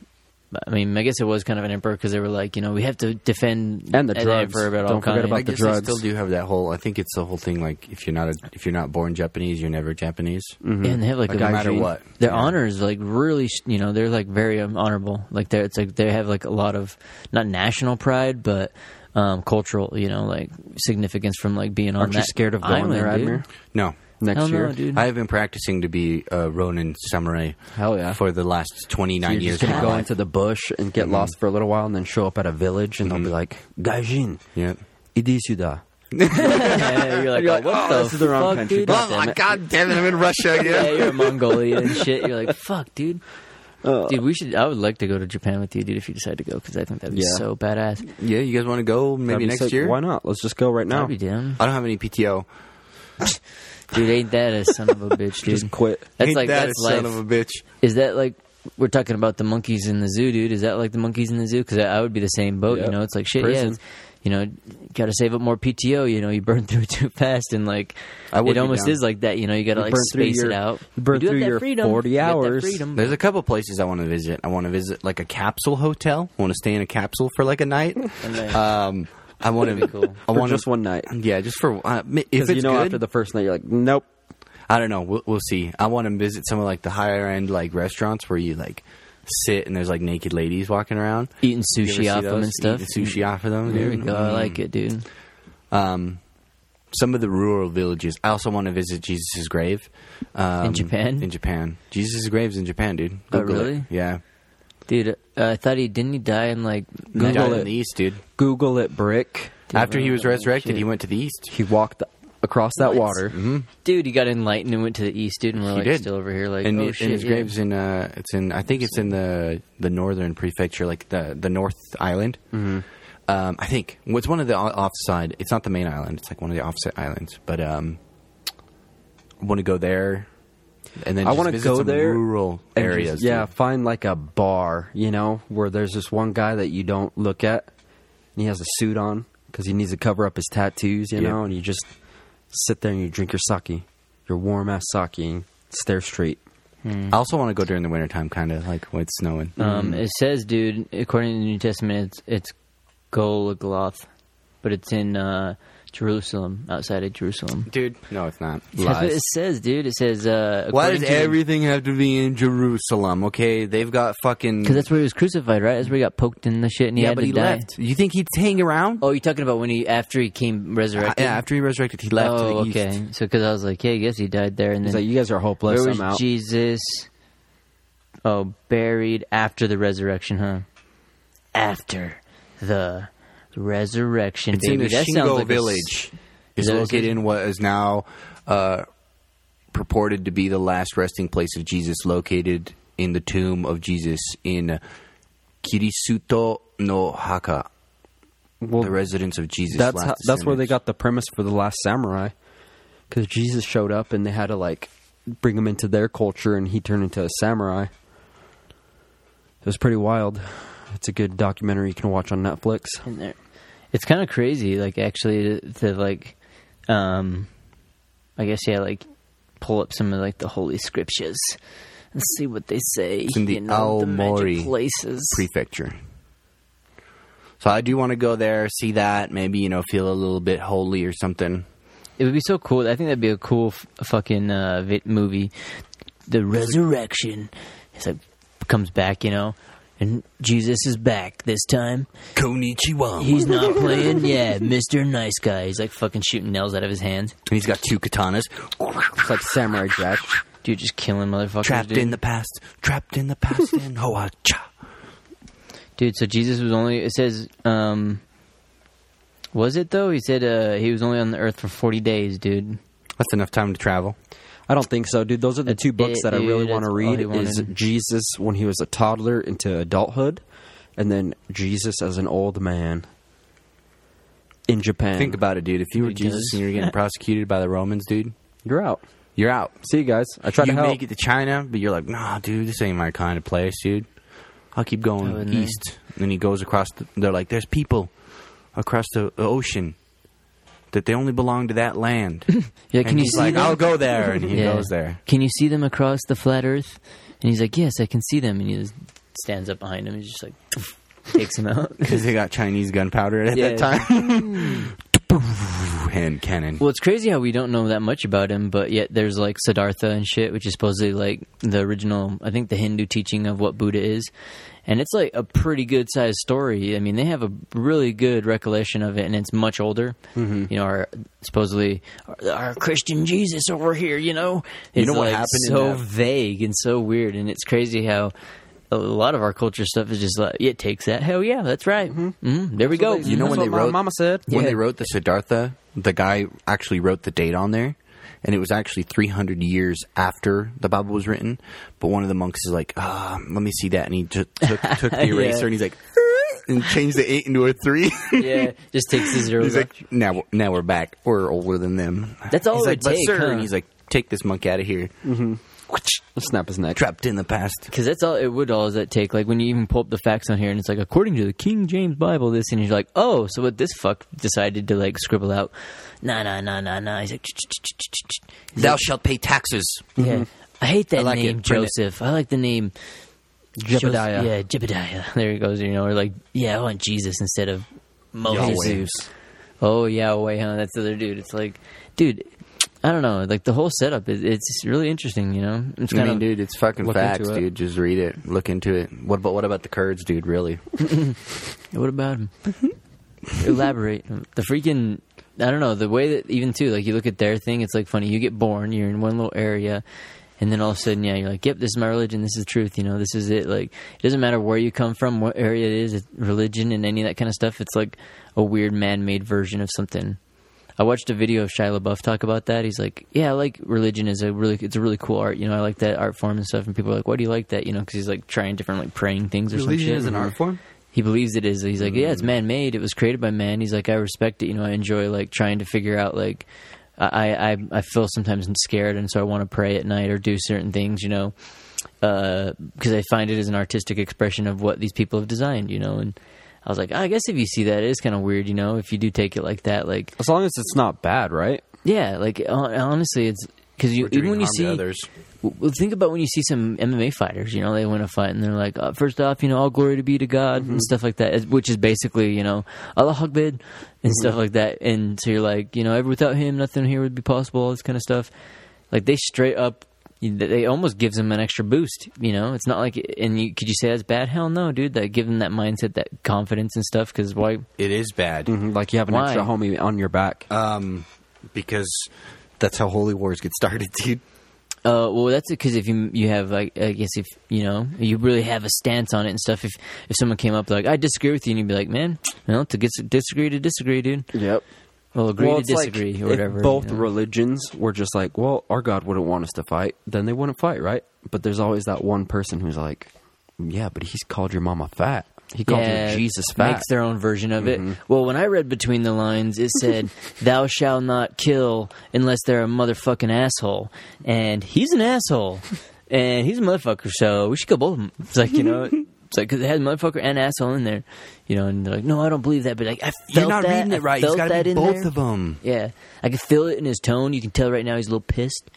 [SPEAKER 5] I mean, I guess it was kind of an emperor because they were like, you know, we have to defend
[SPEAKER 7] And the drugs.
[SPEAKER 5] emperor at all
[SPEAKER 7] Don't forget
[SPEAKER 5] kinda-
[SPEAKER 7] about
[SPEAKER 6] I
[SPEAKER 7] the
[SPEAKER 6] guess
[SPEAKER 7] drugs.
[SPEAKER 6] They still do have that whole. I think it's the whole thing. Like if you're not a, if you're not born Japanese, you're never Japanese.
[SPEAKER 7] Mm-hmm.
[SPEAKER 5] Yeah, and they have like,
[SPEAKER 6] Like,
[SPEAKER 5] a
[SPEAKER 6] no matter
[SPEAKER 5] gene-
[SPEAKER 6] what.
[SPEAKER 5] their
[SPEAKER 6] Yeah.
[SPEAKER 5] honor is like really sh- you know they're like very um, honorable like they're it's like they have like a lot of not national pride but um, cultural you know like significance from like being on
[SPEAKER 7] Aren't you
[SPEAKER 5] that
[SPEAKER 7] scared of going
[SPEAKER 5] island,
[SPEAKER 7] there,
[SPEAKER 5] dude.
[SPEAKER 7] Admir?
[SPEAKER 6] No.
[SPEAKER 7] Next
[SPEAKER 5] Hell no,
[SPEAKER 7] year,
[SPEAKER 5] dude.
[SPEAKER 6] I have been practicing to be a Ronin samurai.
[SPEAKER 7] Hell yeah.
[SPEAKER 6] For the last twenty nine
[SPEAKER 7] You're
[SPEAKER 6] years.
[SPEAKER 7] just gonna
[SPEAKER 6] of my
[SPEAKER 7] go
[SPEAKER 6] life.
[SPEAKER 7] into the bush and get lost for a little while, and then show up at a village, and they'll be like, "Gaijin,
[SPEAKER 6] Yeah.
[SPEAKER 7] idi suda."
[SPEAKER 5] Yeah, you're like,
[SPEAKER 7] You're
[SPEAKER 5] oh,
[SPEAKER 7] like,
[SPEAKER 5] what
[SPEAKER 7] oh,
[SPEAKER 5] the
[SPEAKER 7] this is the wrong
[SPEAKER 5] fuck,
[SPEAKER 7] country.
[SPEAKER 5] dude?
[SPEAKER 7] God
[SPEAKER 6] Oh my god damn it! I'm in Russia
[SPEAKER 5] yeah,
[SPEAKER 6] again.
[SPEAKER 5] you're a Mongolian and shit. You're like, fuck, dude.
[SPEAKER 6] Uh,
[SPEAKER 5] dude, we should. I would like to go to Japan with you, dude, if you decide to go, because I think that'd be
[SPEAKER 7] Yeah.
[SPEAKER 5] so badass.
[SPEAKER 7] Oh.
[SPEAKER 6] yeah, you guys want to go maybe
[SPEAKER 7] That'd be
[SPEAKER 6] next
[SPEAKER 7] sick.
[SPEAKER 6] year?
[SPEAKER 7] Why not? Let's just go right now.
[SPEAKER 5] I'd be down.
[SPEAKER 6] I don't have any PTO.
[SPEAKER 5] Dude, ain't that a son of a bitch, dude?
[SPEAKER 7] Just quit.
[SPEAKER 5] That's
[SPEAKER 6] Ain't
[SPEAKER 5] like
[SPEAKER 6] that
[SPEAKER 5] that's
[SPEAKER 6] a
[SPEAKER 5] life.
[SPEAKER 6] son of a bitch?
[SPEAKER 5] Is that like we're talking about the monkeys in the zoo, dude? Is that like the monkeys in the zoo? Because I, I would be the same boat.
[SPEAKER 7] Yep.
[SPEAKER 5] You know, it's like shit.
[SPEAKER 7] Prison.
[SPEAKER 5] Yeah, it's- you know, got to save up more PTO. You know, you burn through it too fast, and like
[SPEAKER 6] I would
[SPEAKER 5] it
[SPEAKER 6] be
[SPEAKER 5] almost
[SPEAKER 6] down.
[SPEAKER 5] is like that. You know, you got to
[SPEAKER 7] You
[SPEAKER 5] like
[SPEAKER 7] burn through
[SPEAKER 5] space
[SPEAKER 7] your-
[SPEAKER 5] it out.
[SPEAKER 7] you burn
[SPEAKER 5] do have
[SPEAKER 7] through
[SPEAKER 5] that
[SPEAKER 7] your
[SPEAKER 5] freedom.
[SPEAKER 7] 40
[SPEAKER 5] You get that
[SPEAKER 7] hours.
[SPEAKER 5] freedom.
[SPEAKER 6] There's a couple places I want to visit. I want to visit like a capsule hotel. I want to stay in a capsule for like a night.
[SPEAKER 5] night.
[SPEAKER 6] um, I want to.
[SPEAKER 5] cool.
[SPEAKER 6] I
[SPEAKER 7] For
[SPEAKER 6] want
[SPEAKER 7] just one night.
[SPEAKER 6] Yeah, just for uh, if it's
[SPEAKER 7] Because you know,
[SPEAKER 6] good,
[SPEAKER 7] after the first night, you're like, "Nope."
[SPEAKER 6] I don't know. We'll, we'll see. I want to visit some of like the higher end like restaurants where you like sit and there's like naked ladies walking around.
[SPEAKER 5] Eating
[SPEAKER 6] You ever see
[SPEAKER 5] sushi off them
[SPEAKER 6] those?
[SPEAKER 5] and stuff.
[SPEAKER 6] Eat the sushi off of them.
[SPEAKER 5] Oh, There we
[SPEAKER 6] dude.
[SPEAKER 5] go. I like it, dude.
[SPEAKER 6] Um, some of the rural villages. I also want to visit Jesus' grave um,
[SPEAKER 5] Japan?
[SPEAKER 6] In Japan, Jesus' grave's in Japan, dude.
[SPEAKER 5] Oh,
[SPEAKER 6] Google it.
[SPEAKER 5] really?
[SPEAKER 6] Yeah.
[SPEAKER 5] Dude, uh, I thought he didn't he die in like
[SPEAKER 6] He died
[SPEAKER 7] Google
[SPEAKER 6] in
[SPEAKER 7] it.
[SPEAKER 6] the east, dude.
[SPEAKER 7] Google it, brick.
[SPEAKER 6] After he was
[SPEAKER 5] oh,
[SPEAKER 6] resurrected,
[SPEAKER 5] shit.
[SPEAKER 6] he went to the east.
[SPEAKER 7] He walked across that
[SPEAKER 5] What?
[SPEAKER 7] water.
[SPEAKER 5] dude, he got enlightened and went to the east, dude, and we're
[SPEAKER 6] He
[SPEAKER 5] like
[SPEAKER 6] did.
[SPEAKER 5] still over here, like
[SPEAKER 6] and,
[SPEAKER 5] oh
[SPEAKER 6] it- and
[SPEAKER 5] shit.
[SPEAKER 6] his
[SPEAKER 5] yeah.
[SPEAKER 6] grave's in uh, it's in I think it's in the the northern prefecture, like the the North Island. Mm-hmm. Um, I think well, it's one of the o- offside. It's not the main island. It's like one of the offset islands. But um, I want to go there, and then
[SPEAKER 7] I
[SPEAKER 6] just
[SPEAKER 7] want to
[SPEAKER 6] visit
[SPEAKER 7] go
[SPEAKER 6] some
[SPEAKER 7] there.
[SPEAKER 6] rural
[SPEAKER 7] and
[SPEAKER 6] areas.
[SPEAKER 7] just- yeah,
[SPEAKER 6] dude.
[SPEAKER 7] find like a bar, you know, where there's this one guy that you don't look at, and he has a suit on because he needs to cover up his tattoos, you
[SPEAKER 6] Yep.
[SPEAKER 7] know, and you just sit there and you drink your sake, your warm ass sake, and stare straight.
[SPEAKER 6] I also want to go during the wintertime, kind of like when it's snowing.
[SPEAKER 5] Um, It says, dude, according to the New Testament, it's, it's Golgotha, but it's in uh, Jerusalem, outside of Jerusalem.
[SPEAKER 6] dude, no, it's not.
[SPEAKER 5] That's what it says, dude. It says, uh,
[SPEAKER 6] Why
[SPEAKER 5] according
[SPEAKER 6] does
[SPEAKER 5] to the-
[SPEAKER 6] everything have to be in Jerusalem? Okay, they've got fucking.
[SPEAKER 5] Because that's where he was crucified, right? That's where he got poked in the shit and he
[SPEAKER 6] yeah,
[SPEAKER 5] had
[SPEAKER 6] but
[SPEAKER 5] to
[SPEAKER 6] he
[SPEAKER 5] die.
[SPEAKER 6] left. You think he'd hang around?
[SPEAKER 5] Oh, you're talking about when he after he came resurrected?
[SPEAKER 6] yeah, after he resurrected, he left
[SPEAKER 5] oh,
[SPEAKER 6] to the
[SPEAKER 5] okay.
[SPEAKER 6] east.
[SPEAKER 5] So because I was like, yeah, I guess he died there, and
[SPEAKER 7] He's
[SPEAKER 5] then
[SPEAKER 7] like, you guys are hopeless.
[SPEAKER 5] where
[SPEAKER 7] I'm
[SPEAKER 5] was
[SPEAKER 7] out.
[SPEAKER 5] Jesus? Oh, buried after the resurrection, huh? After the resurrection,
[SPEAKER 6] It's
[SPEAKER 5] baby.
[SPEAKER 6] in a
[SPEAKER 5] that sounds
[SPEAKER 6] Shingo
[SPEAKER 5] like a s- Is
[SPEAKER 6] village. It's
[SPEAKER 5] that what it
[SPEAKER 6] located
[SPEAKER 5] says?
[SPEAKER 6] in what is now uh, purported to be the last resting place of Jesus, located in the tomb of Jesus in Kirisuto no Haka,
[SPEAKER 7] Well,
[SPEAKER 6] the residence of Jesus.
[SPEAKER 7] that's
[SPEAKER 6] last
[SPEAKER 7] how, that's where they
[SPEAKER 6] descendants.
[SPEAKER 7] got the premise for the Last Samurai, because Jesus showed up and they had to like bring him into their culture, and he turned into a samurai. It was pretty wild. It's a good documentary you can watch on Netflix.
[SPEAKER 5] in there. It's kind of crazy, like actually to, to like, um, I guess yeah, like pull up some of like the holy scriptures and see what they say.
[SPEAKER 6] It's in the
[SPEAKER 5] you know, the
[SPEAKER 6] Aomori
[SPEAKER 5] magic places.
[SPEAKER 6] prefecture. So I do want to go there, see that, maybe you know, feel a little bit holy or something.
[SPEAKER 5] it would be so cool. I think that'd be a cool f- fucking uh, vit movie. The resurrection. It's like comes back, you know, and Jesus is back this time.
[SPEAKER 6] Konichiwa.
[SPEAKER 5] He's not playing. Yeah, Mister Nice Guy. He's like fucking shooting nails out of his hands.
[SPEAKER 6] He's got two katanas.
[SPEAKER 7] It's like Samurai Jack.
[SPEAKER 5] Dude, just killing motherfuckers.
[SPEAKER 6] Trapped
[SPEAKER 5] dude.
[SPEAKER 6] in the past, trapped in the past, and hoa cha.
[SPEAKER 5] Dude, so Jesus was only it says um was it though? He said uh he was only on the earth for 40 days, dude.
[SPEAKER 6] That's enough time to travel.
[SPEAKER 7] I don't think so, dude. Those are the
[SPEAKER 5] That's
[SPEAKER 7] two books
[SPEAKER 5] it,
[SPEAKER 7] that I really
[SPEAKER 5] dude.
[SPEAKER 7] want to
[SPEAKER 5] That's all
[SPEAKER 7] read.
[SPEAKER 5] he
[SPEAKER 7] Is
[SPEAKER 5] wanted.
[SPEAKER 7] Jesus when he was a toddler into adulthood, and then Jesus as an old man in Japan.
[SPEAKER 6] Think about it, dude. If you were
[SPEAKER 5] He
[SPEAKER 6] Jesus
[SPEAKER 5] does.
[SPEAKER 6] and you were getting prosecuted by the Romans, dude,
[SPEAKER 7] You're out.
[SPEAKER 6] you're out.
[SPEAKER 7] See you guys. I try
[SPEAKER 6] you
[SPEAKER 7] to help.
[SPEAKER 6] make it to China, but you're like, nah, dude, this ain't my kind of place, dude. I'll keep
[SPEAKER 5] Oh,
[SPEAKER 6] going
[SPEAKER 5] and
[SPEAKER 6] east. And then he goes across. The, they're like, there's people across the ocean that they only belong to that land.
[SPEAKER 5] Yeah,
[SPEAKER 6] And
[SPEAKER 5] can you
[SPEAKER 6] he's
[SPEAKER 5] see
[SPEAKER 6] like,
[SPEAKER 5] them?
[SPEAKER 6] I'll go there, and he
[SPEAKER 5] Yeah.
[SPEAKER 6] goes there.
[SPEAKER 5] Can you see them across the flat earth? And he's like, "Yes, I can see them." And he just stands up behind him and just like takes him out.
[SPEAKER 6] Because they got Chinese gunpowder at
[SPEAKER 5] Yeah.
[SPEAKER 6] that time. and cannon.
[SPEAKER 5] Well, it's crazy how we don't know that much about him, but yet there's like Siddhartha and shit, which is supposedly like the original, I think, the Hindu teaching of what Buddha is. And it's like a pretty good sized story. I mean, they have a really good recollection of it, and it's much older.
[SPEAKER 6] Mm-hmm.
[SPEAKER 5] You know, our, supposedly our, our Christian Jesus over here, you know? It's
[SPEAKER 6] know what
[SPEAKER 5] like
[SPEAKER 6] happened in
[SPEAKER 5] so
[SPEAKER 6] that-
[SPEAKER 5] vague and so weird, and it's crazy how. A lot of our culture stuff is just like it takes that. Hell yeah, that's right. Mm-hmm. there we go.
[SPEAKER 6] You know
[SPEAKER 7] That's
[SPEAKER 6] when
[SPEAKER 7] what
[SPEAKER 6] they
[SPEAKER 7] my
[SPEAKER 6] wrote
[SPEAKER 7] mama said.
[SPEAKER 6] when
[SPEAKER 5] Yeah.
[SPEAKER 6] they wrote the Siddhartha, the guy actually wrote the date on there, and it was actually 300 years after the Bible was written. But one of the monks is like, ah, let me see that, and he just took, took the eraser and he's like, and changed the eight into a three.
[SPEAKER 5] yeah, just takes the zeros.
[SPEAKER 6] he's
[SPEAKER 5] off.
[SPEAKER 6] like, now we're- now we're back. We're older than them.
[SPEAKER 5] That's all
[SPEAKER 6] he's
[SPEAKER 5] it
[SPEAKER 6] like,
[SPEAKER 5] would
[SPEAKER 6] but
[SPEAKER 5] take,
[SPEAKER 6] sir,
[SPEAKER 5] huh?
[SPEAKER 6] and he's like, take this monk out of here.
[SPEAKER 7] Snap his neck.
[SPEAKER 6] Trapped in the past.
[SPEAKER 5] Because that's all it would all is that take. Like when you even pull up the facts on here, and it's like according to the King James Bible, this, and you're like, oh, so what this fuck decided to like scribble out? Nah, nah, nah, nah, nah. He's like, "Ch-ch-ch-ch-ch-ch." He's
[SPEAKER 6] Thou
[SPEAKER 5] like,
[SPEAKER 6] shalt pay taxes.
[SPEAKER 5] yeah. I hate that
[SPEAKER 6] like it.
[SPEAKER 5] name,
[SPEAKER 6] Print it.
[SPEAKER 5] Joseph. I like the name
[SPEAKER 7] Jebediah.
[SPEAKER 5] Jos- yeah, Jebediah. There he goes. You know, or like, yeah, I want Jesus instead of Moses. Oh Yahweh, huh? That's the other dude. It's like, dude, I don't know. Like the whole setup is it's really interesting. You know, it's
[SPEAKER 6] I
[SPEAKER 5] kind
[SPEAKER 6] mean,
[SPEAKER 5] of
[SPEAKER 6] dude, it's fucking
[SPEAKER 5] look
[SPEAKER 6] facts,
[SPEAKER 5] into it.
[SPEAKER 6] dude. Just read it, look into it. What about what about the Kurds, dude? Really?
[SPEAKER 5] What about him? Elaborate. The freaking I don't know, the way that even too, like you look at their thing, it's like funny. You get born, you're in one little area, and then all of a sudden, yeah, you're like, Yep, this is my religion, this is truth, you know, this is it. Like it doesn't matter where you come from, what area it is, it's religion and any of that kind of stuff, it's like a weird man made version of something. I watched a video of Shia LaBeouf talk about that. He's like, "Yeah, I like religion is a really it's a really cool art. You know, I like that art form and stuff." And people are like, "Why do you like that?" You know, because he's like trying different like praying things or some
[SPEAKER 7] Religion
[SPEAKER 5] shit.
[SPEAKER 7] is an art form.
[SPEAKER 5] He believes it is. He's like, "Yeah, it's
[SPEAKER 6] Mm-hmm.
[SPEAKER 5] man made. It was created by man." He's like, "I respect it. You know, I enjoy like trying to figure out like." I, I I feel sometimes scared, and so I want to pray at night or do certain things, you know, because I find it as an artistic expression of what these people have designed, you know. And I was like, I guess if you see that, it is kind of weird, you know, if you do take it like that. Like,
[SPEAKER 7] As long as it's not bad, right?
[SPEAKER 5] yeah, like hon- honestly, it's because you
[SPEAKER 6] We're doing
[SPEAKER 5] even when you
[SPEAKER 6] harm to
[SPEAKER 5] see
[SPEAKER 6] others.
[SPEAKER 5] w- well, think about when you see some MMA fighters, you know, they win a fight and they're like, uh, first off, you know, all glory to be to God and stuff like that, as- which is basically, you know, Allah Akbar and stuff like that. And so you're like, you know, ever without him, nothing here would be possible, all this kind of stuff. Like they straight up, you- they they almost gives them an extra boost, you know. It's not like, and you, could you say that's bad? Hell no, dude. That give them that mindset, that confidence and stuff. Because why?
[SPEAKER 6] It is bad
[SPEAKER 7] Mm-hmm. Like you have an
[SPEAKER 5] Why?
[SPEAKER 7] extra homie on your back.
[SPEAKER 6] um, because that's how holy wars get started, dude.
[SPEAKER 5] Uh, well, that's because if you you have like I guess if you know you really have a stance on it and stuff. If if someone came up like I disagree with you, and you'd be like, man, you know, to dis- disagree to disagree, dude.
[SPEAKER 7] yep.
[SPEAKER 5] Well, agree
[SPEAKER 7] well,
[SPEAKER 5] to
[SPEAKER 7] it's like
[SPEAKER 5] disagree
[SPEAKER 7] if
[SPEAKER 5] or whatever.
[SPEAKER 7] both
[SPEAKER 5] you know.
[SPEAKER 7] religions were just like, well, our God wouldn't want us to fight, then they wouldn't fight, right? But there's always that one person who's like, yeah, but he's called your mama fat. He called
[SPEAKER 5] Yeah,
[SPEAKER 7] you Jesus fat.
[SPEAKER 5] makes their own version of
[SPEAKER 6] Mm-hmm.
[SPEAKER 5] it. Well, when I read between the lines, it said, "Thou shalt not kill unless they're a motherfucking asshole," and he's an asshole, and he's a motherfucker. So we should kill both of them. It's like you know, it's like because it has motherfucker and asshole in there, you know. And they're like, "No, I don't believe that," but like, I felt
[SPEAKER 6] You're not
[SPEAKER 5] that.
[SPEAKER 6] reading
[SPEAKER 5] I
[SPEAKER 6] it right. He's
[SPEAKER 5] felt
[SPEAKER 6] got to
[SPEAKER 5] that
[SPEAKER 6] be
[SPEAKER 5] in
[SPEAKER 6] both
[SPEAKER 5] there.
[SPEAKER 6] of them.
[SPEAKER 5] Yeah, I can feel it in his tone. You can tell right now he's a little pissed.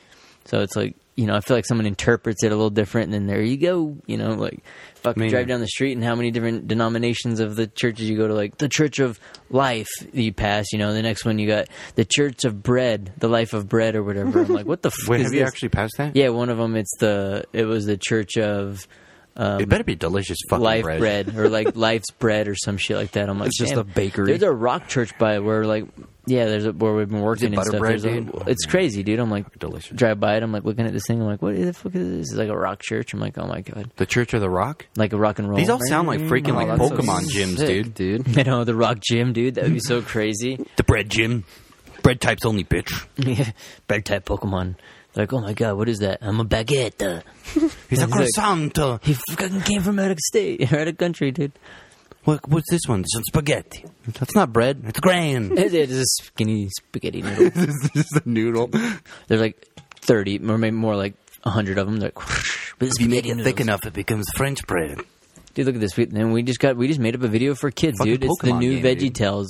[SPEAKER 5] So it's like you know, I feel like someone interprets it a little different, and then there you go. You know, like fucking
[SPEAKER 6] mean-
[SPEAKER 5] drive down the street, and how many different denominations of the churches you go to? Like the Church of Life you pass. You know, the next one you got the Church of Bread, the Life of Bread, or whatever. I'm like, what the fuck
[SPEAKER 6] Wait,
[SPEAKER 5] is
[SPEAKER 6] have you
[SPEAKER 5] this?
[SPEAKER 6] actually passed that?
[SPEAKER 5] Yeah, one of them. It's the it was the Church of um,
[SPEAKER 6] It better be delicious fucking
[SPEAKER 5] life
[SPEAKER 6] bread.
[SPEAKER 5] bread. or like life's bread or some shit like that. I'm like,
[SPEAKER 7] It's just
[SPEAKER 5] "Damn,
[SPEAKER 7] a bakery."
[SPEAKER 5] There's a rock church by where like yeah, there's a, where we've been working and
[SPEAKER 6] butter
[SPEAKER 5] stuff.
[SPEAKER 6] bread,
[SPEAKER 5] There's a-
[SPEAKER 6] dude?
[SPEAKER 5] it's crazy, dude. I'm like
[SPEAKER 6] Delicious.
[SPEAKER 5] Drive by it. I'm like looking at this thing. I'm like, what the fuck is this? It's like a rock church. I'm like, oh my god,
[SPEAKER 6] The Church of the Rock.
[SPEAKER 5] like a rock and roll. Oh,
[SPEAKER 6] These all sound like freaking like
[SPEAKER 7] that's so
[SPEAKER 6] Pokemon gyms,
[SPEAKER 7] sick,
[SPEAKER 6] dude.
[SPEAKER 7] dude.
[SPEAKER 5] you know the rock gym, dude. That would be so crazy.
[SPEAKER 6] The bread gym. Bread types only, bitch.
[SPEAKER 5] Yeah, Bad type Pokemon. They're like, oh my god, what is that? I'm a baguette.
[SPEAKER 6] He's a
[SPEAKER 5] He's like-
[SPEAKER 6] croissant. uh,
[SPEAKER 5] He fucking came from out of state, out of country, dude.
[SPEAKER 6] What, what's this one? Some spaghetti. That's not bread. It's grain.
[SPEAKER 5] It's it's a skinny spaghetti noodle.
[SPEAKER 6] this is a noodle.
[SPEAKER 5] There's like 30, or maybe more like 100 of them. They're like, but it's
[SPEAKER 6] If you make
[SPEAKER 5] spaghetti
[SPEAKER 6] it
[SPEAKER 5] noodles.
[SPEAKER 6] thick enough, it becomes French bread.
[SPEAKER 5] Dude, look at this. We, and we just got, we just made up a video for kids,
[SPEAKER 6] Fucking
[SPEAKER 5] dude. It's the
[SPEAKER 6] Pokemon
[SPEAKER 5] new
[SPEAKER 6] game,
[SPEAKER 5] Veggie
[SPEAKER 6] dude.
[SPEAKER 5] VeggieTales.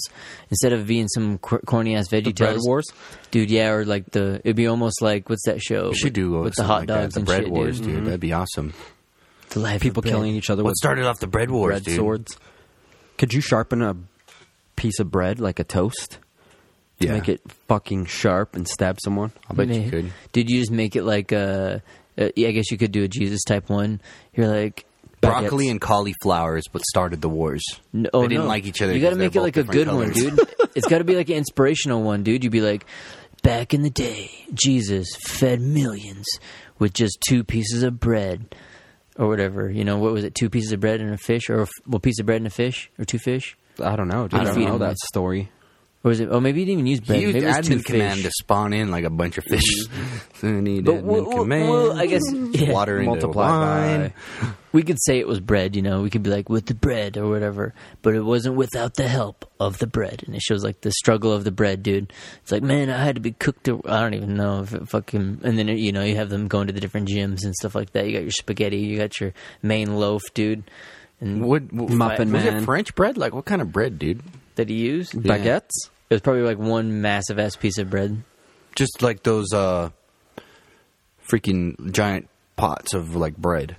[SPEAKER 5] Instead of being some qu- corny ass VeggieTales.
[SPEAKER 7] Bread Wars.
[SPEAKER 5] Dude, yeah, or like the, it'd be almost like, what's that show?
[SPEAKER 6] We should
[SPEAKER 5] with-
[SPEAKER 6] do uh,
[SPEAKER 5] with the
[SPEAKER 6] something
[SPEAKER 5] hot
[SPEAKER 6] like that.
[SPEAKER 5] dogs
[SPEAKER 6] The
[SPEAKER 5] and
[SPEAKER 6] bread
[SPEAKER 5] shit,
[SPEAKER 6] wars,
[SPEAKER 5] dude.
[SPEAKER 6] dude. That'd be awesome.
[SPEAKER 5] The life of
[SPEAKER 7] People
[SPEAKER 5] bread.
[SPEAKER 7] killing each other
[SPEAKER 6] What
[SPEAKER 7] with
[SPEAKER 6] started off the bread wars,
[SPEAKER 7] red
[SPEAKER 6] dude?
[SPEAKER 7] swords. Could you sharpen a piece of bread like a toast to
[SPEAKER 6] Yeah.
[SPEAKER 7] make it fucking sharp and stab someone?
[SPEAKER 6] I bet
[SPEAKER 5] Meh.
[SPEAKER 6] you could.
[SPEAKER 5] Did you just make it like a, uh, yeah, I guess you could do a Jesus type one. You're like,
[SPEAKER 6] Broccoli and cauliflower is what started the wars.
[SPEAKER 5] No, oh,
[SPEAKER 6] they didn't
[SPEAKER 5] no.
[SPEAKER 6] like each other.
[SPEAKER 5] You got to
[SPEAKER 6] 'cause they're
[SPEAKER 5] make it
[SPEAKER 6] both
[SPEAKER 5] like a good
[SPEAKER 6] different colors.
[SPEAKER 5] one, dude. it's got to be like an inspirational one, dude. You'd be like, back in the day, Jesus fed millions with just two pieces of bread or whatever. You know, what was it? Two pieces of bread and a fish, or a f- well, piece of bread and a fish, or two fish,
[SPEAKER 7] I don't know, dude. I
[SPEAKER 5] I'd
[SPEAKER 7] don't
[SPEAKER 5] feed
[SPEAKER 7] know
[SPEAKER 5] him
[SPEAKER 7] that
[SPEAKER 5] with-
[SPEAKER 7] story.
[SPEAKER 5] or was it? Oh, maybe you didn't even use bread.
[SPEAKER 6] He used
[SPEAKER 5] maybe it was two
[SPEAKER 6] admin command
[SPEAKER 5] fish. Mm-hmm.
[SPEAKER 6] to spawn in like a bunch of fish. so you need
[SPEAKER 5] But
[SPEAKER 6] admin
[SPEAKER 5] well, well,
[SPEAKER 6] command.
[SPEAKER 5] well, I guess yeah.
[SPEAKER 6] water into
[SPEAKER 7] Multiply
[SPEAKER 6] wine.
[SPEAKER 7] by.
[SPEAKER 5] we could say it was bread, you know, we could be like with the bread or whatever, but it wasn't without the help of the bread. And it shows like the struggle of the bread, dude. It's like, man, I had to be cooked. To, I don't even know if it fucking. And then, you know, you have them going to the different gyms and stuff like that. You got your spaghetti, you got your main loaf, dude. And
[SPEAKER 6] What, what
[SPEAKER 7] Muffin
[SPEAKER 6] was
[SPEAKER 7] Man.
[SPEAKER 6] it French bread? Like what kind of bread, dude?
[SPEAKER 5] that he used?
[SPEAKER 7] Baguettes?
[SPEAKER 5] It was probably like one massive ass piece of bread.
[SPEAKER 6] Just like those uh freaking giant pots of like bread.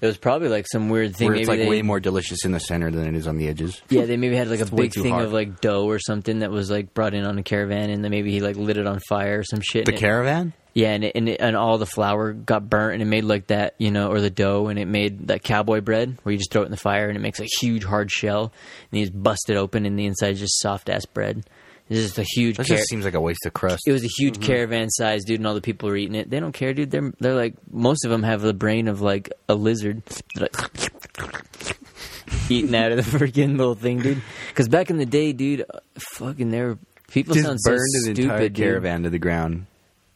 [SPEAKER 5] It was probably like some weird thing.
[SPEAKER 6] Where it's like
[SPEAKER 5] maybe they-
[SPEAKER 6] way more delicious in the center than it is on the edges.
[SPEAKER 5] Yeah, they maybe had like a
[SPEAKER 7] way
[SPEAKER 5] big
[SPEAKER 7] too
[SPEAKER 5] thing
[SPEAKER 7] hard.
[SPEAKER 5] of like dough or something that was like brought in on a caravan, and then maybe he like lit it on fire or some shit.
[SPEAKER 6] The
[SPEAKER 5] and it-
[SPEAKER 6] caravan?
[SPEAKER 5] Yeah, and it, and it, and all the flour got burnt, and it made like that, you know, or the dough, and it made that cowboy bread where you just throw it in the fire, and it makes a huge hard shell, and you just bust it open, and the inside is just soft ass bread. It's just a huge.
[SPEAKER 6] That
[SPEAKER 5] car-
[SPEAKER 6] just seems like a waste of crust.
[SPEAKER 5] it was a
[SPEAKER 6] Mm-hmm.
[SPEAKER 5] huge caravan size, dude, and all the people were eating it. They don't care, dude. They're they're like most of them have the brain of like a lizard, They're like eating out of the freaking little thing, dude. Because back in the day, dude, uh, fucking they were People
[SPEAKER 6] Just
[SPEAKER 5] sound so
[SPEAKER 6] burned an
[SPEAKER 5] stupid.
[SPEAKER 6] entire
[SPEAKER 5] dude.
[SPEAKER 6] caravan to the ground.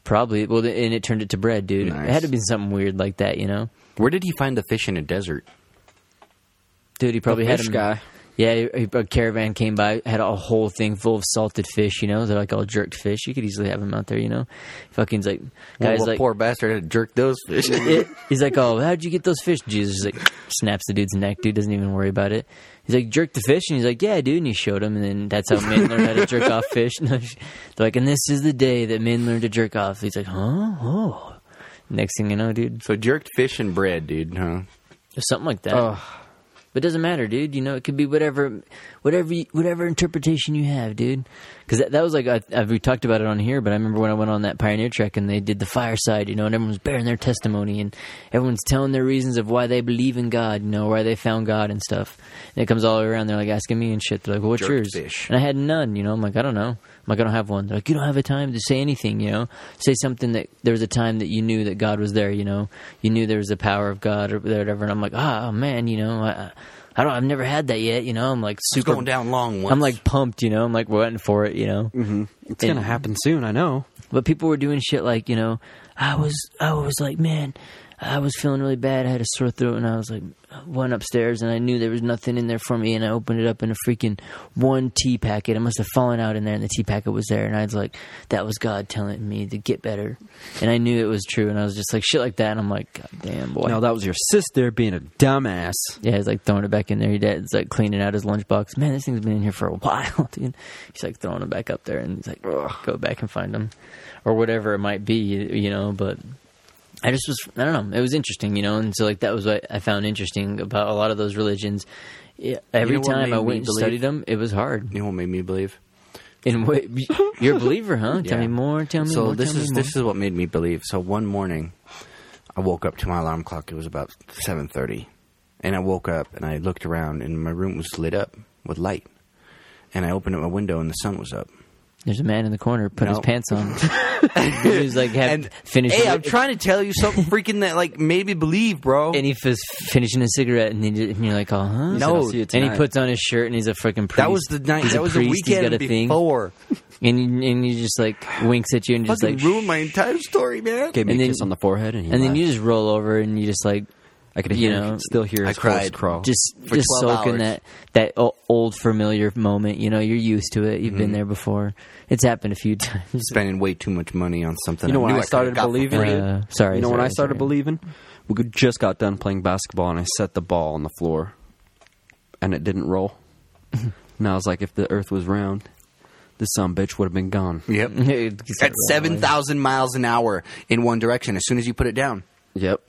[SPEAKER 5] Probably. Well, th- and it turned it to bread, dude.
[SPEAKER 6] Nice.
[SPEAKER 5] It had to be something weird like that, you know.
[SPEAKER 6] Where did he find the fish in a desert?
[SPEAKER 5] Dude, he probably had
[SPEAKER 7] fish
[SPEAKER 5] him.
[SPEAKER 7] guy.
[SPEAKER 5] Yeah, he- a caravan came by, had a whole thing full of salted fish. You know, they're like all jerked fish. You could easily have him out there. You know, fucking's like guys
[SPEAKER 6] well, the
[SPEAKER 5] like
[SPEAKER 6] poor bastard had to jerk those fish.
[SPEAKER 5] Yeah. He's like, "Oh, how'd you get those fish?" Jesus is like snaps the dude's neck. Dude doesn't even worry about it. He's like, "Jerk the fish," and he's like, "Yeah, dude." And he showed him, and then that's how men learn how to jerk off fish. And they're like, "And this is the day that men learn to jerk off." He's like, "Huh? Oh." Next thing you know, dude,
[SPEAKER 6] so jerked fish and bread, dude, huh?
[SPEAKER 5] something like that.
[SPEAKER 7] Ugh.
[SPEAKER 5] But it doesn't matter, dude. You know, it could be whatever, whatever, you- whatever interpretation you have, dude. Because that, that was like I, I, we talked about it on here. But I remember when I went on that pioneer trek and they did the fireside, you know, and everyone's bearing their testimony and everyone's telling their reasons of why they believe in God, you know, why they found God and stuff. And it comes all the way around. They're like asking me and shit. They're like, well, "What's yours?"
[SPEAKER 6] Jerked fish.
[SPEAKER 5] And I had none. You know, I'm like, I don't know. I'm like, I don't have one. They're like, you don't have a time to say anything. You know, say something that there was a time that you knew that God was there. You know, you knew there was the power of God or whatever. And I'm like, ah, oh, man, you know, I, I don't, I've never had that yet. You know, I'm like super.
[SPEAKER 6] Going down long once.
[SPEAKER 5] I'm like pumped. You know, I'm like waiting for it. You know,
[SPEAKER 7] It's gonna
[SPEAKER 5] And-
[SPEAKER 7] happen soon, I know.
[SPEAKER 5] but people were doing shit like, you know, I was I was like, man, I was feeling really bad. I had a sore throat and I was like went upstairs and I knew there was nothing in there for me and I opened it up in a freaking one tea packet. It must have fallen out in there and the tea packet was there and I was like, that was God telling me to get better. And I knew it was true and I was just like shit like that and I'm like, God damn boy.
[SPEAKER 7] No, that was your sister being a dumbass.
[SPEAKER 5] Yeah, he's like throwing it back in there. He did. He's like cleaning out his lunchbox. Man, this thing's been in here for a while, dude. He's like throwing it back up there, and he's like, "Ugh, go back and find them, or whatever it might be, you, you know. But I just was, I don't know. It was interesting, you know. And so like that was what I found interesting about a lot of those religions. Yeah, every
[SPEAKER 6] know what
[SPEAKER 5] time
[SPEAKER 6] made
[SPEAKER 5] I
[SPEAKER 6] me
[SPEAKER 5] went and
[SPEAKER 6] believe-
[SPEAKER 5] studied them, it was hard.
[SPEAKER 6] you know what made me believe?
[SPEAKER 5] And wait, you're a believer, huh? Tell me
[SPEAKER 6] Yeah.
[SPEAKER 5] more. Tell me
[SPEAKER 6] so
[SPEAKER 5] more.
[SPEAKER 6] this
[SPEAKER 5] tell me
[SPEAKER 6] is
[SPEAKER 5] more.
[SPEAKER 6] this is what made me believe. So one morning, I woke up to my alarm clock. It was about seven thirty, and I woke up and I looked around, and my room was lit up with light. And I opened up my window, and the sun was up.
[SPEAKER 5] There's a man in the corner put his
[SPEAKER 6] No.
[SPEAKER 5] pants on. he was like, have,
[SPEAKER 6] And
[SPEAKER 5] finish.
[SPEAKER 6] Hey, I'm trying to tell you something freaking that like made me believe, bro.
[SPEAKER 5] and he was finishing a cigarette, and, then you- and you're like, "Oh, huh?"
[SPEAKER 6] No.
[SPEAKER 7] I'll see you
[SPEAKER 5] and he
[SPEAKER 7] tonight.
[SPEAKER 5] puts on his shirt, and he's a freaking priest.
[SPEAKER 6] that was the night.
[SPEAKER 5] He's a
[SPEAKER 6] That was the
[SPEAKER 5] priest, he's
[SPEAKER 6] weekend
[SPEAKER 5] got a thing,
[SPEAKER 6] before.
[SPEAKER 5] and you- and he just like winks at you, and just
[SPEAKER 6] Fucking
[SPEAKER 5] like,
[SPEAKER 6] ruined my entire story, man.
[SPEAKER 7] Gave me
[SPEAKER 5] And
[SPEAKER 7] a
[SPEAKER 5] then-
[SPEAKER 7] kiss on the forehead, and, he
[SPEAKER 5] and then
[SPEAKER 7] left.
[SPEAKER 5] you just roll over, and you just like,
[SPEAKER 7] I could
[SPEAKER 5] you
[SPEAKER 7] hear,
[SPEAKER 5] know,
[SPEAKER 7] still hear
[SPEAKER 6] I
[SPEAKER 7] his voice
[SPEAKER 6] cried.
[SPEAKER 7] crawl.
[SPEAKER 5] just
[SPEAKER 6] For
[SPEAKER 5] just
[SPEAKER 6] 12
[SPEAKER 5] soak in
[SPEAKER 6] hours.
[SPEAKER 5] that that o- old familiar moment. You know, you're used to it. You've
[SPEAKER 6] Mm-hmm.
[SPEAKER 5] been there before. It's happened a few times.
[SPEAKER 6] Spending way too much money on something.
[SPEAKER 7] you know when
[SPEAKER 6] knew
[SPEAKER 7] I
[SPEAKER 6] could've
[SPEAKER 7] started
[SPEAKER 6] got for
[SPEAKER 7] believing.
[SPEAKER 6] free.
[SPEAKER 5] Uh, sorry,
[SPEAKER 7] You know when
[SPEAKER 5] sorry,
[SPEAKER 7] I started
[SPEAKER 5] sorry.
[SPEAKER 7] believing, we could- just got done playing basketball, and I set the ball on the floor, and it didn't roll. and I was like, if the Earth was round, this son bitch would have been gone.
[SPEAKER 6] Yep.
[SPEAKER 5] It's
[SPEAKER 6] at
[SPEAKER 5] like,
[SPEAKER 6] seven thousand miles an hour in one direction. As soon as you put it down,
[SPEAKER 7] Yep.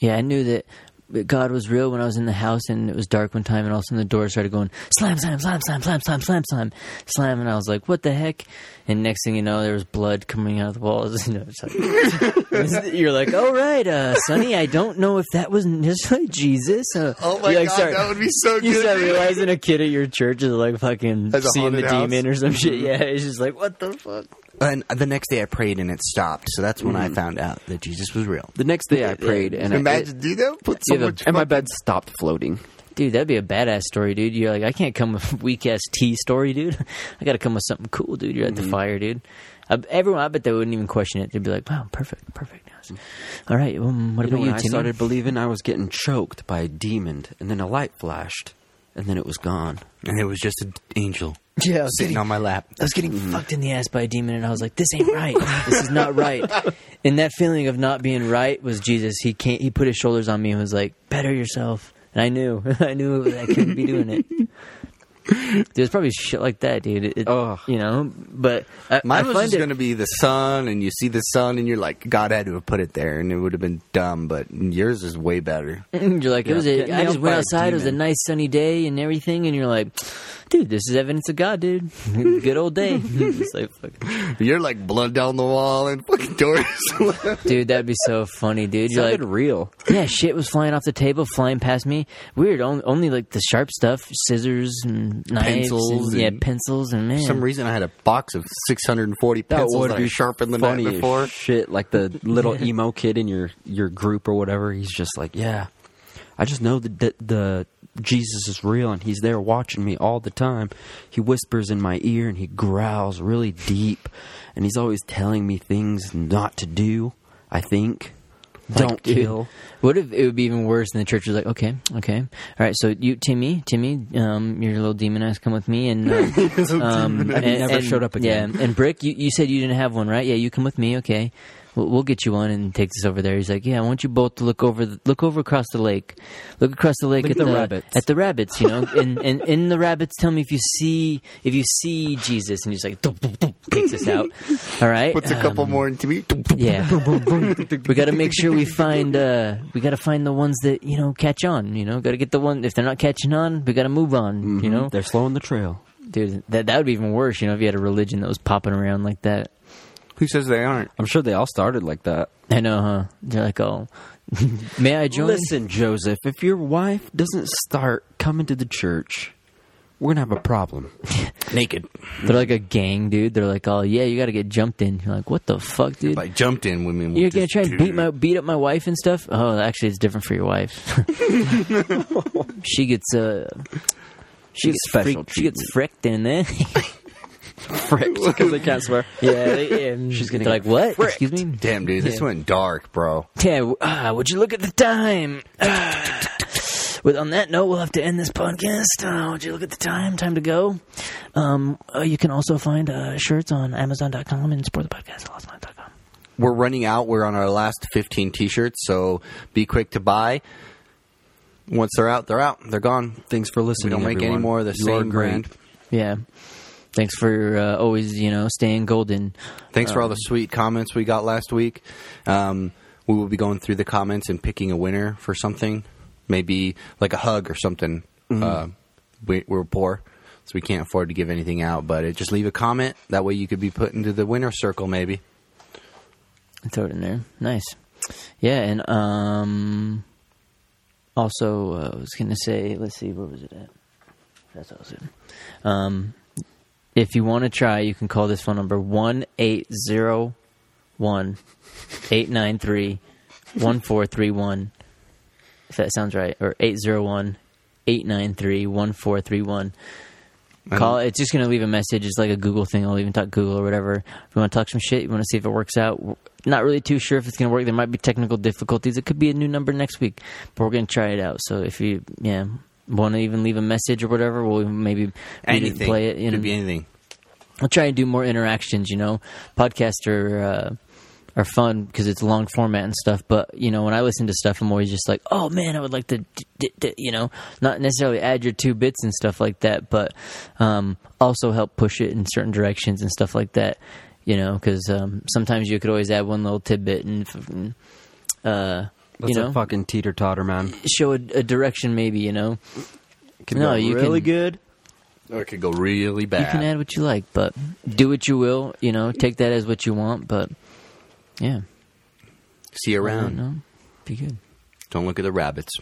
[SPEAKER 5] Yeah, I knew that that God was real when I was in the house and it was dark one time, and all of a sudden the door started going slam, slam, slam, slam, slam, slam, slam, slam, slam, and I was like, "What the heck?" And next thing you know, there was blood coming out of the walls. You know, it's like, you're like, "All right, uh, Sonny, I don't know if that was necessarily Jesus." Uh,
[SPEAKER 6] Oh my
[SPEAKER 5] you, like,
[SPEAKER 6] God,
[SPEAKER 5] start-
[SPEAKER 6] that would be so
[SPEAKER 5] You
[SPEAKER 6] good,
[SPEAKER 5] start
[SPEAKER 6] dude.
[SPEAKER 5] realizing a kid at your church is like fucking
[SPEAKER 6] Has a
[SPEAKER 5] seeing the
[SPEAKER 6] haunted house. Mm-hmm.
[SPEAKER 5] demon or some shit. Yeah, it's just like, what the fuck?
[SPEAKER 6] and the next day I prayed and it stopped. So that's when I found out that Jesus was real.
[SPEAKER 7] The next day, I prayed, and I-
[SPEAKER 6] do that. Put
[SPEAKER 7] it- yeah, the- and my bed stopped floating.
[SPEAKER 5] Dude, that'd be a badass story, dude. You're like, I can't come with weak ass tea story, dude. I got to come with something cool, dude. You're at
[SPEAKER 7] Mm-hmm.
[SPEAKER 5] the fire, dude. I, everyone, I bet they wouldn't even question it. They'd be like, wow, perfect, perfect. Nice. All right, um, what
[SPEAKER 7] You know,
[SPEAKER 5] about
[SPEAKER 7] when
[SPEAKER 5] you,
[SPEAKER 7] I
[SPEAKER 5] Timmy?
[SPEAKER 7] started believing, I was getting choked by a demon, and then a light flashed, and then it was gone.
[SPEAKER 6] and it was just an angel
[SPEAKER 5] yeah, I was
[SPEAKER 6] sitting
[SPEAKER 5] getting,
[SPEAKER 6] on my lap.
[SPEAKER 5] I was getting
[SPEAKER 7] Mm-hmm.
[SPEAKER 5] fucked in the ass by a demon, and I was like, this ain't right. this is not right. And that feeling of not being right was Jesus. He can't. He put his shoulders on me and was like, better yourself. And I knew, I knew I couldn't be doing it. There's probably shit like that, dude. It, it-
[SPEAKER 7] Ugh.
[SPEAKER 5] you know, but I,
[SPEAKER 6] Mine
[SPEAKER 5] I
[SPEAKER 6] was
[SPEAKER 5] find
[SPEAKER 6] just
[SPEAKER 5] it,
[SPEAKER 6] going to be the sun, and you see the sun, and you're like, God had to have put it there, and it would have been dumb. But yours is way better.
[SPEAKER 5] You're like, it was a,
[SPEAKER 7] Getting
[SPEAKER 5] I just
[SPEAKER 7] nailed by
[SPEAKER 5] went
[SPEAKER 7] a
[SPEAKER 5] outside. It was a
[SPEAKER 7] demon.
[SPEAKER 5] nice sunny day and everything. And you're like, dude, this is evidence of God, dude. Good old day. It's like, fuck.
[SPEAKER 6] You're like blood down the wall and fucking doors.
[SPEAKER 5] Dude, that'd be so funny, dude. You're like,
[SPEAKER 7] sounded real.
[SPEAKER 5] yeah, shit was flying off the table, flying past me. Weird. Only, only like the sharp stuff, scissors and knives,
[SPEAKER 6] Pencils
[SPEAKER 5] and, yeah,
[SPEAKER 6] and-
[SPEAKER 5] pencils and man.
[SPEAKER 6] For some reason, I had a box of 640 pencils that I sharpened the night
[SPEAKER 7] funny as
[SPEAKER 6] before.
[SPEAKER 7] Shit, like the little emo kid in your your group or whatever. He's just like, yeah, I just know the the, the Jesus is real and he's there watching me all the time. He whispers in my ear and he growls really deep and he's always telling me things not to do, I think. Don't
[SPEAKER 5] dude,
[SPEAKER 7] kill.
[SPEAKER 5] What if it would be even worse? And the church was like, "Okay, okay, all right." So you, Timmy, Timmy, um, your little demon ass, come with me, and um, um, and,
[SPEAKER 7] never
[SPEAKER 5] and-
[SPEAKER 7] showed up again.
[SPEAKER 5] Yeah, and Brick, you, you said you didn't have one, right? Yeah, you come with me. Okay, we'll, we'll get you one and take this over there. He's like, "Yeah, I want you both to look over, the, look over across the lake, look across the lake
[SPEAKER 7] Look
[SPEAKER 5] at
[SPEAKER 7] at the rabbits."
[SPEAKER 5] at the rabbits, you know, and, and and the rabbits tell me if you see if you see Jesus, and he's like, "Dum, dum, dum," takes us out. All right,
[SPEAKER 6] Puts a couple
[SPEAKER 5] Um,
[SPEAKER 6] more into me.
[SPEAKER 5] yeah. we got to make sure we find uh we got to find the ones that, you know, catch on, you know. Got to get the one if they're not catching on, we got to move on, you know.
[SPEAKER 7] Mm-hmm. They're slowing the trail.
[SPEAKER 5] Dude, that that would be even worse, you know, if you had a religion that was popping around like that.
[SPEAKER 6] Who says they aren't?
[SPEAKER 7] I'm sure they all started like that.
[SPEAKER 5] I know, huh? They're like, "Oh, may I join?"
[SPEAKER 7] Listen, Joseph, if your wife doesn't start coming to the church, we're going to have a problem.
[SPEAKER 6] Naked.
[SPEAKER 5] They're like a gang, dude. They're like, "Oh, yeah, you got to get jumped in." You're like, "What the fuck, dude?"
[SPEAKER 6] Like jumped in women.
[SPEAKER 5] You're gonna try and beat my beat up my wife and stuff. Oh, actually, it's different for your wife. she gets uh, she gets
[SPEAKER 7] special
[SPEAKER 5] freaked- she gets fricked in there.
[SPEAKER 7] Frick, because they can't swear.
[SPEAKER 5] yeah, they, and she's
[SPEAKER 7] gonna
[SPEAKER 5] gonna like what?
[SPEAKER 7] fricked.
[SPEAKER 5] Excuse me.
[SPEAKER 6] Damn, dude, this
[SPEAKER 5] Yeah.
[SPEAKER 6] went dark, bro.
[SPEAKER 5] Yeah, w- ah, would you look at the time? Ah. With on that note, we'll have to end this podcast. Uh, would you look at the time? Time to go. Um, uh, you can also find uh, shirts on Amazon.com and support the podcast at lostmine.com.
[SPEAKER 6] We're running out. We're on our last 15 t-shirts, so be quick to buy. Once they're out, they're out. They're gone.
[SPEAKER 7] Thanks for
[SPEAKER 6] We
[SPEAKER 7] listening.
[SPEAKER 6] don't make any
[SPEAKER 7] everyone.
[SPEAKER 6] more of the
[SPEAKER 7] You are
[SPEAKER 6] same
[SPEAKER 7] great.
[SPEAKER 6] brand.
[SPEAKER 5] Yeah. Thanks for uh, always, you know, staying golden.
[SPEAKER 6] Thanks for all
[SPEAKER 5] Um,
[SPEAKER 6] the sweet comments we got last week. Um, we will be going through the comments and picking a winner for something, maybe like a hug or something.
[SPEAKER 5] Mm-hmm.
[SPEAKER 6] Uh, we, we're poor, so we can't afford to give anything out. But it, just leave a comment. That way, you could be put into the winner circle, maybe.
[SPEAKER 5] Throw it in there. Nice. Yeah, and um, also uh, I was gonna say, let's see, where was it at? That's what I was at. Um, if you want to try, you can call this phone number one eight zero one eight nine three one four three one. If that sounds right, or 801 893 1431. Call. It's just going to leave a message. It's like a Google thing. I'll even talk Google or whatever. If you want to talk some shit, you want to see if it works out. We're Not really too sure if it's going to work. There might be technical difficulties. It could be a new number next week, but we're going to try it out. So if you yeah want to even leave a message or whatever, we'll maybe read it and
[SPEAKER 6] Anything.
[SPEAKER 5] play it. You know,
[SPEAKER 6] Could be anything.
[SPEAKER 5] I'll try and do more interactions. You know, podcasts are uh, are fun because it's long format and stuff. But you know, when I listen to stuff, I'm always just like, oh man, I would like to, d- d- d- you know, not necessarily add your two bits and stuff like that, but um, also help push it in certain directions and stuff like that. You know, because um, sometimes you could always add one little tidbit and. f- and, Uh,
[SPEAKER 7] That's
[SPEAKER 5] you know,
[SPEAKER 7] a fucking teeter totter, man.
[SPEAKER 5] show a, a direction, maybe you know.
[SPEAKER 7] Could
[SPEAKER 5] No,
[SPEAKER 7] go
[SPEAKER 5] you
[SPEAKER 7] really
[SPEAKER 5] can-
[SPEAKER 7] good.
[SPEAKER 6] Or it could go really bad.
[SPEAKER 5] You can add what you like, but do what you will. You know, take that as what you want. But yeah,
[SPEAKER 6] See you
[SPEAKER 5] I don't
[SPEAKER 6] around.
[SPEAKER 5] know. Be good.
[SPEAKER 6] Don't look at the rabbits.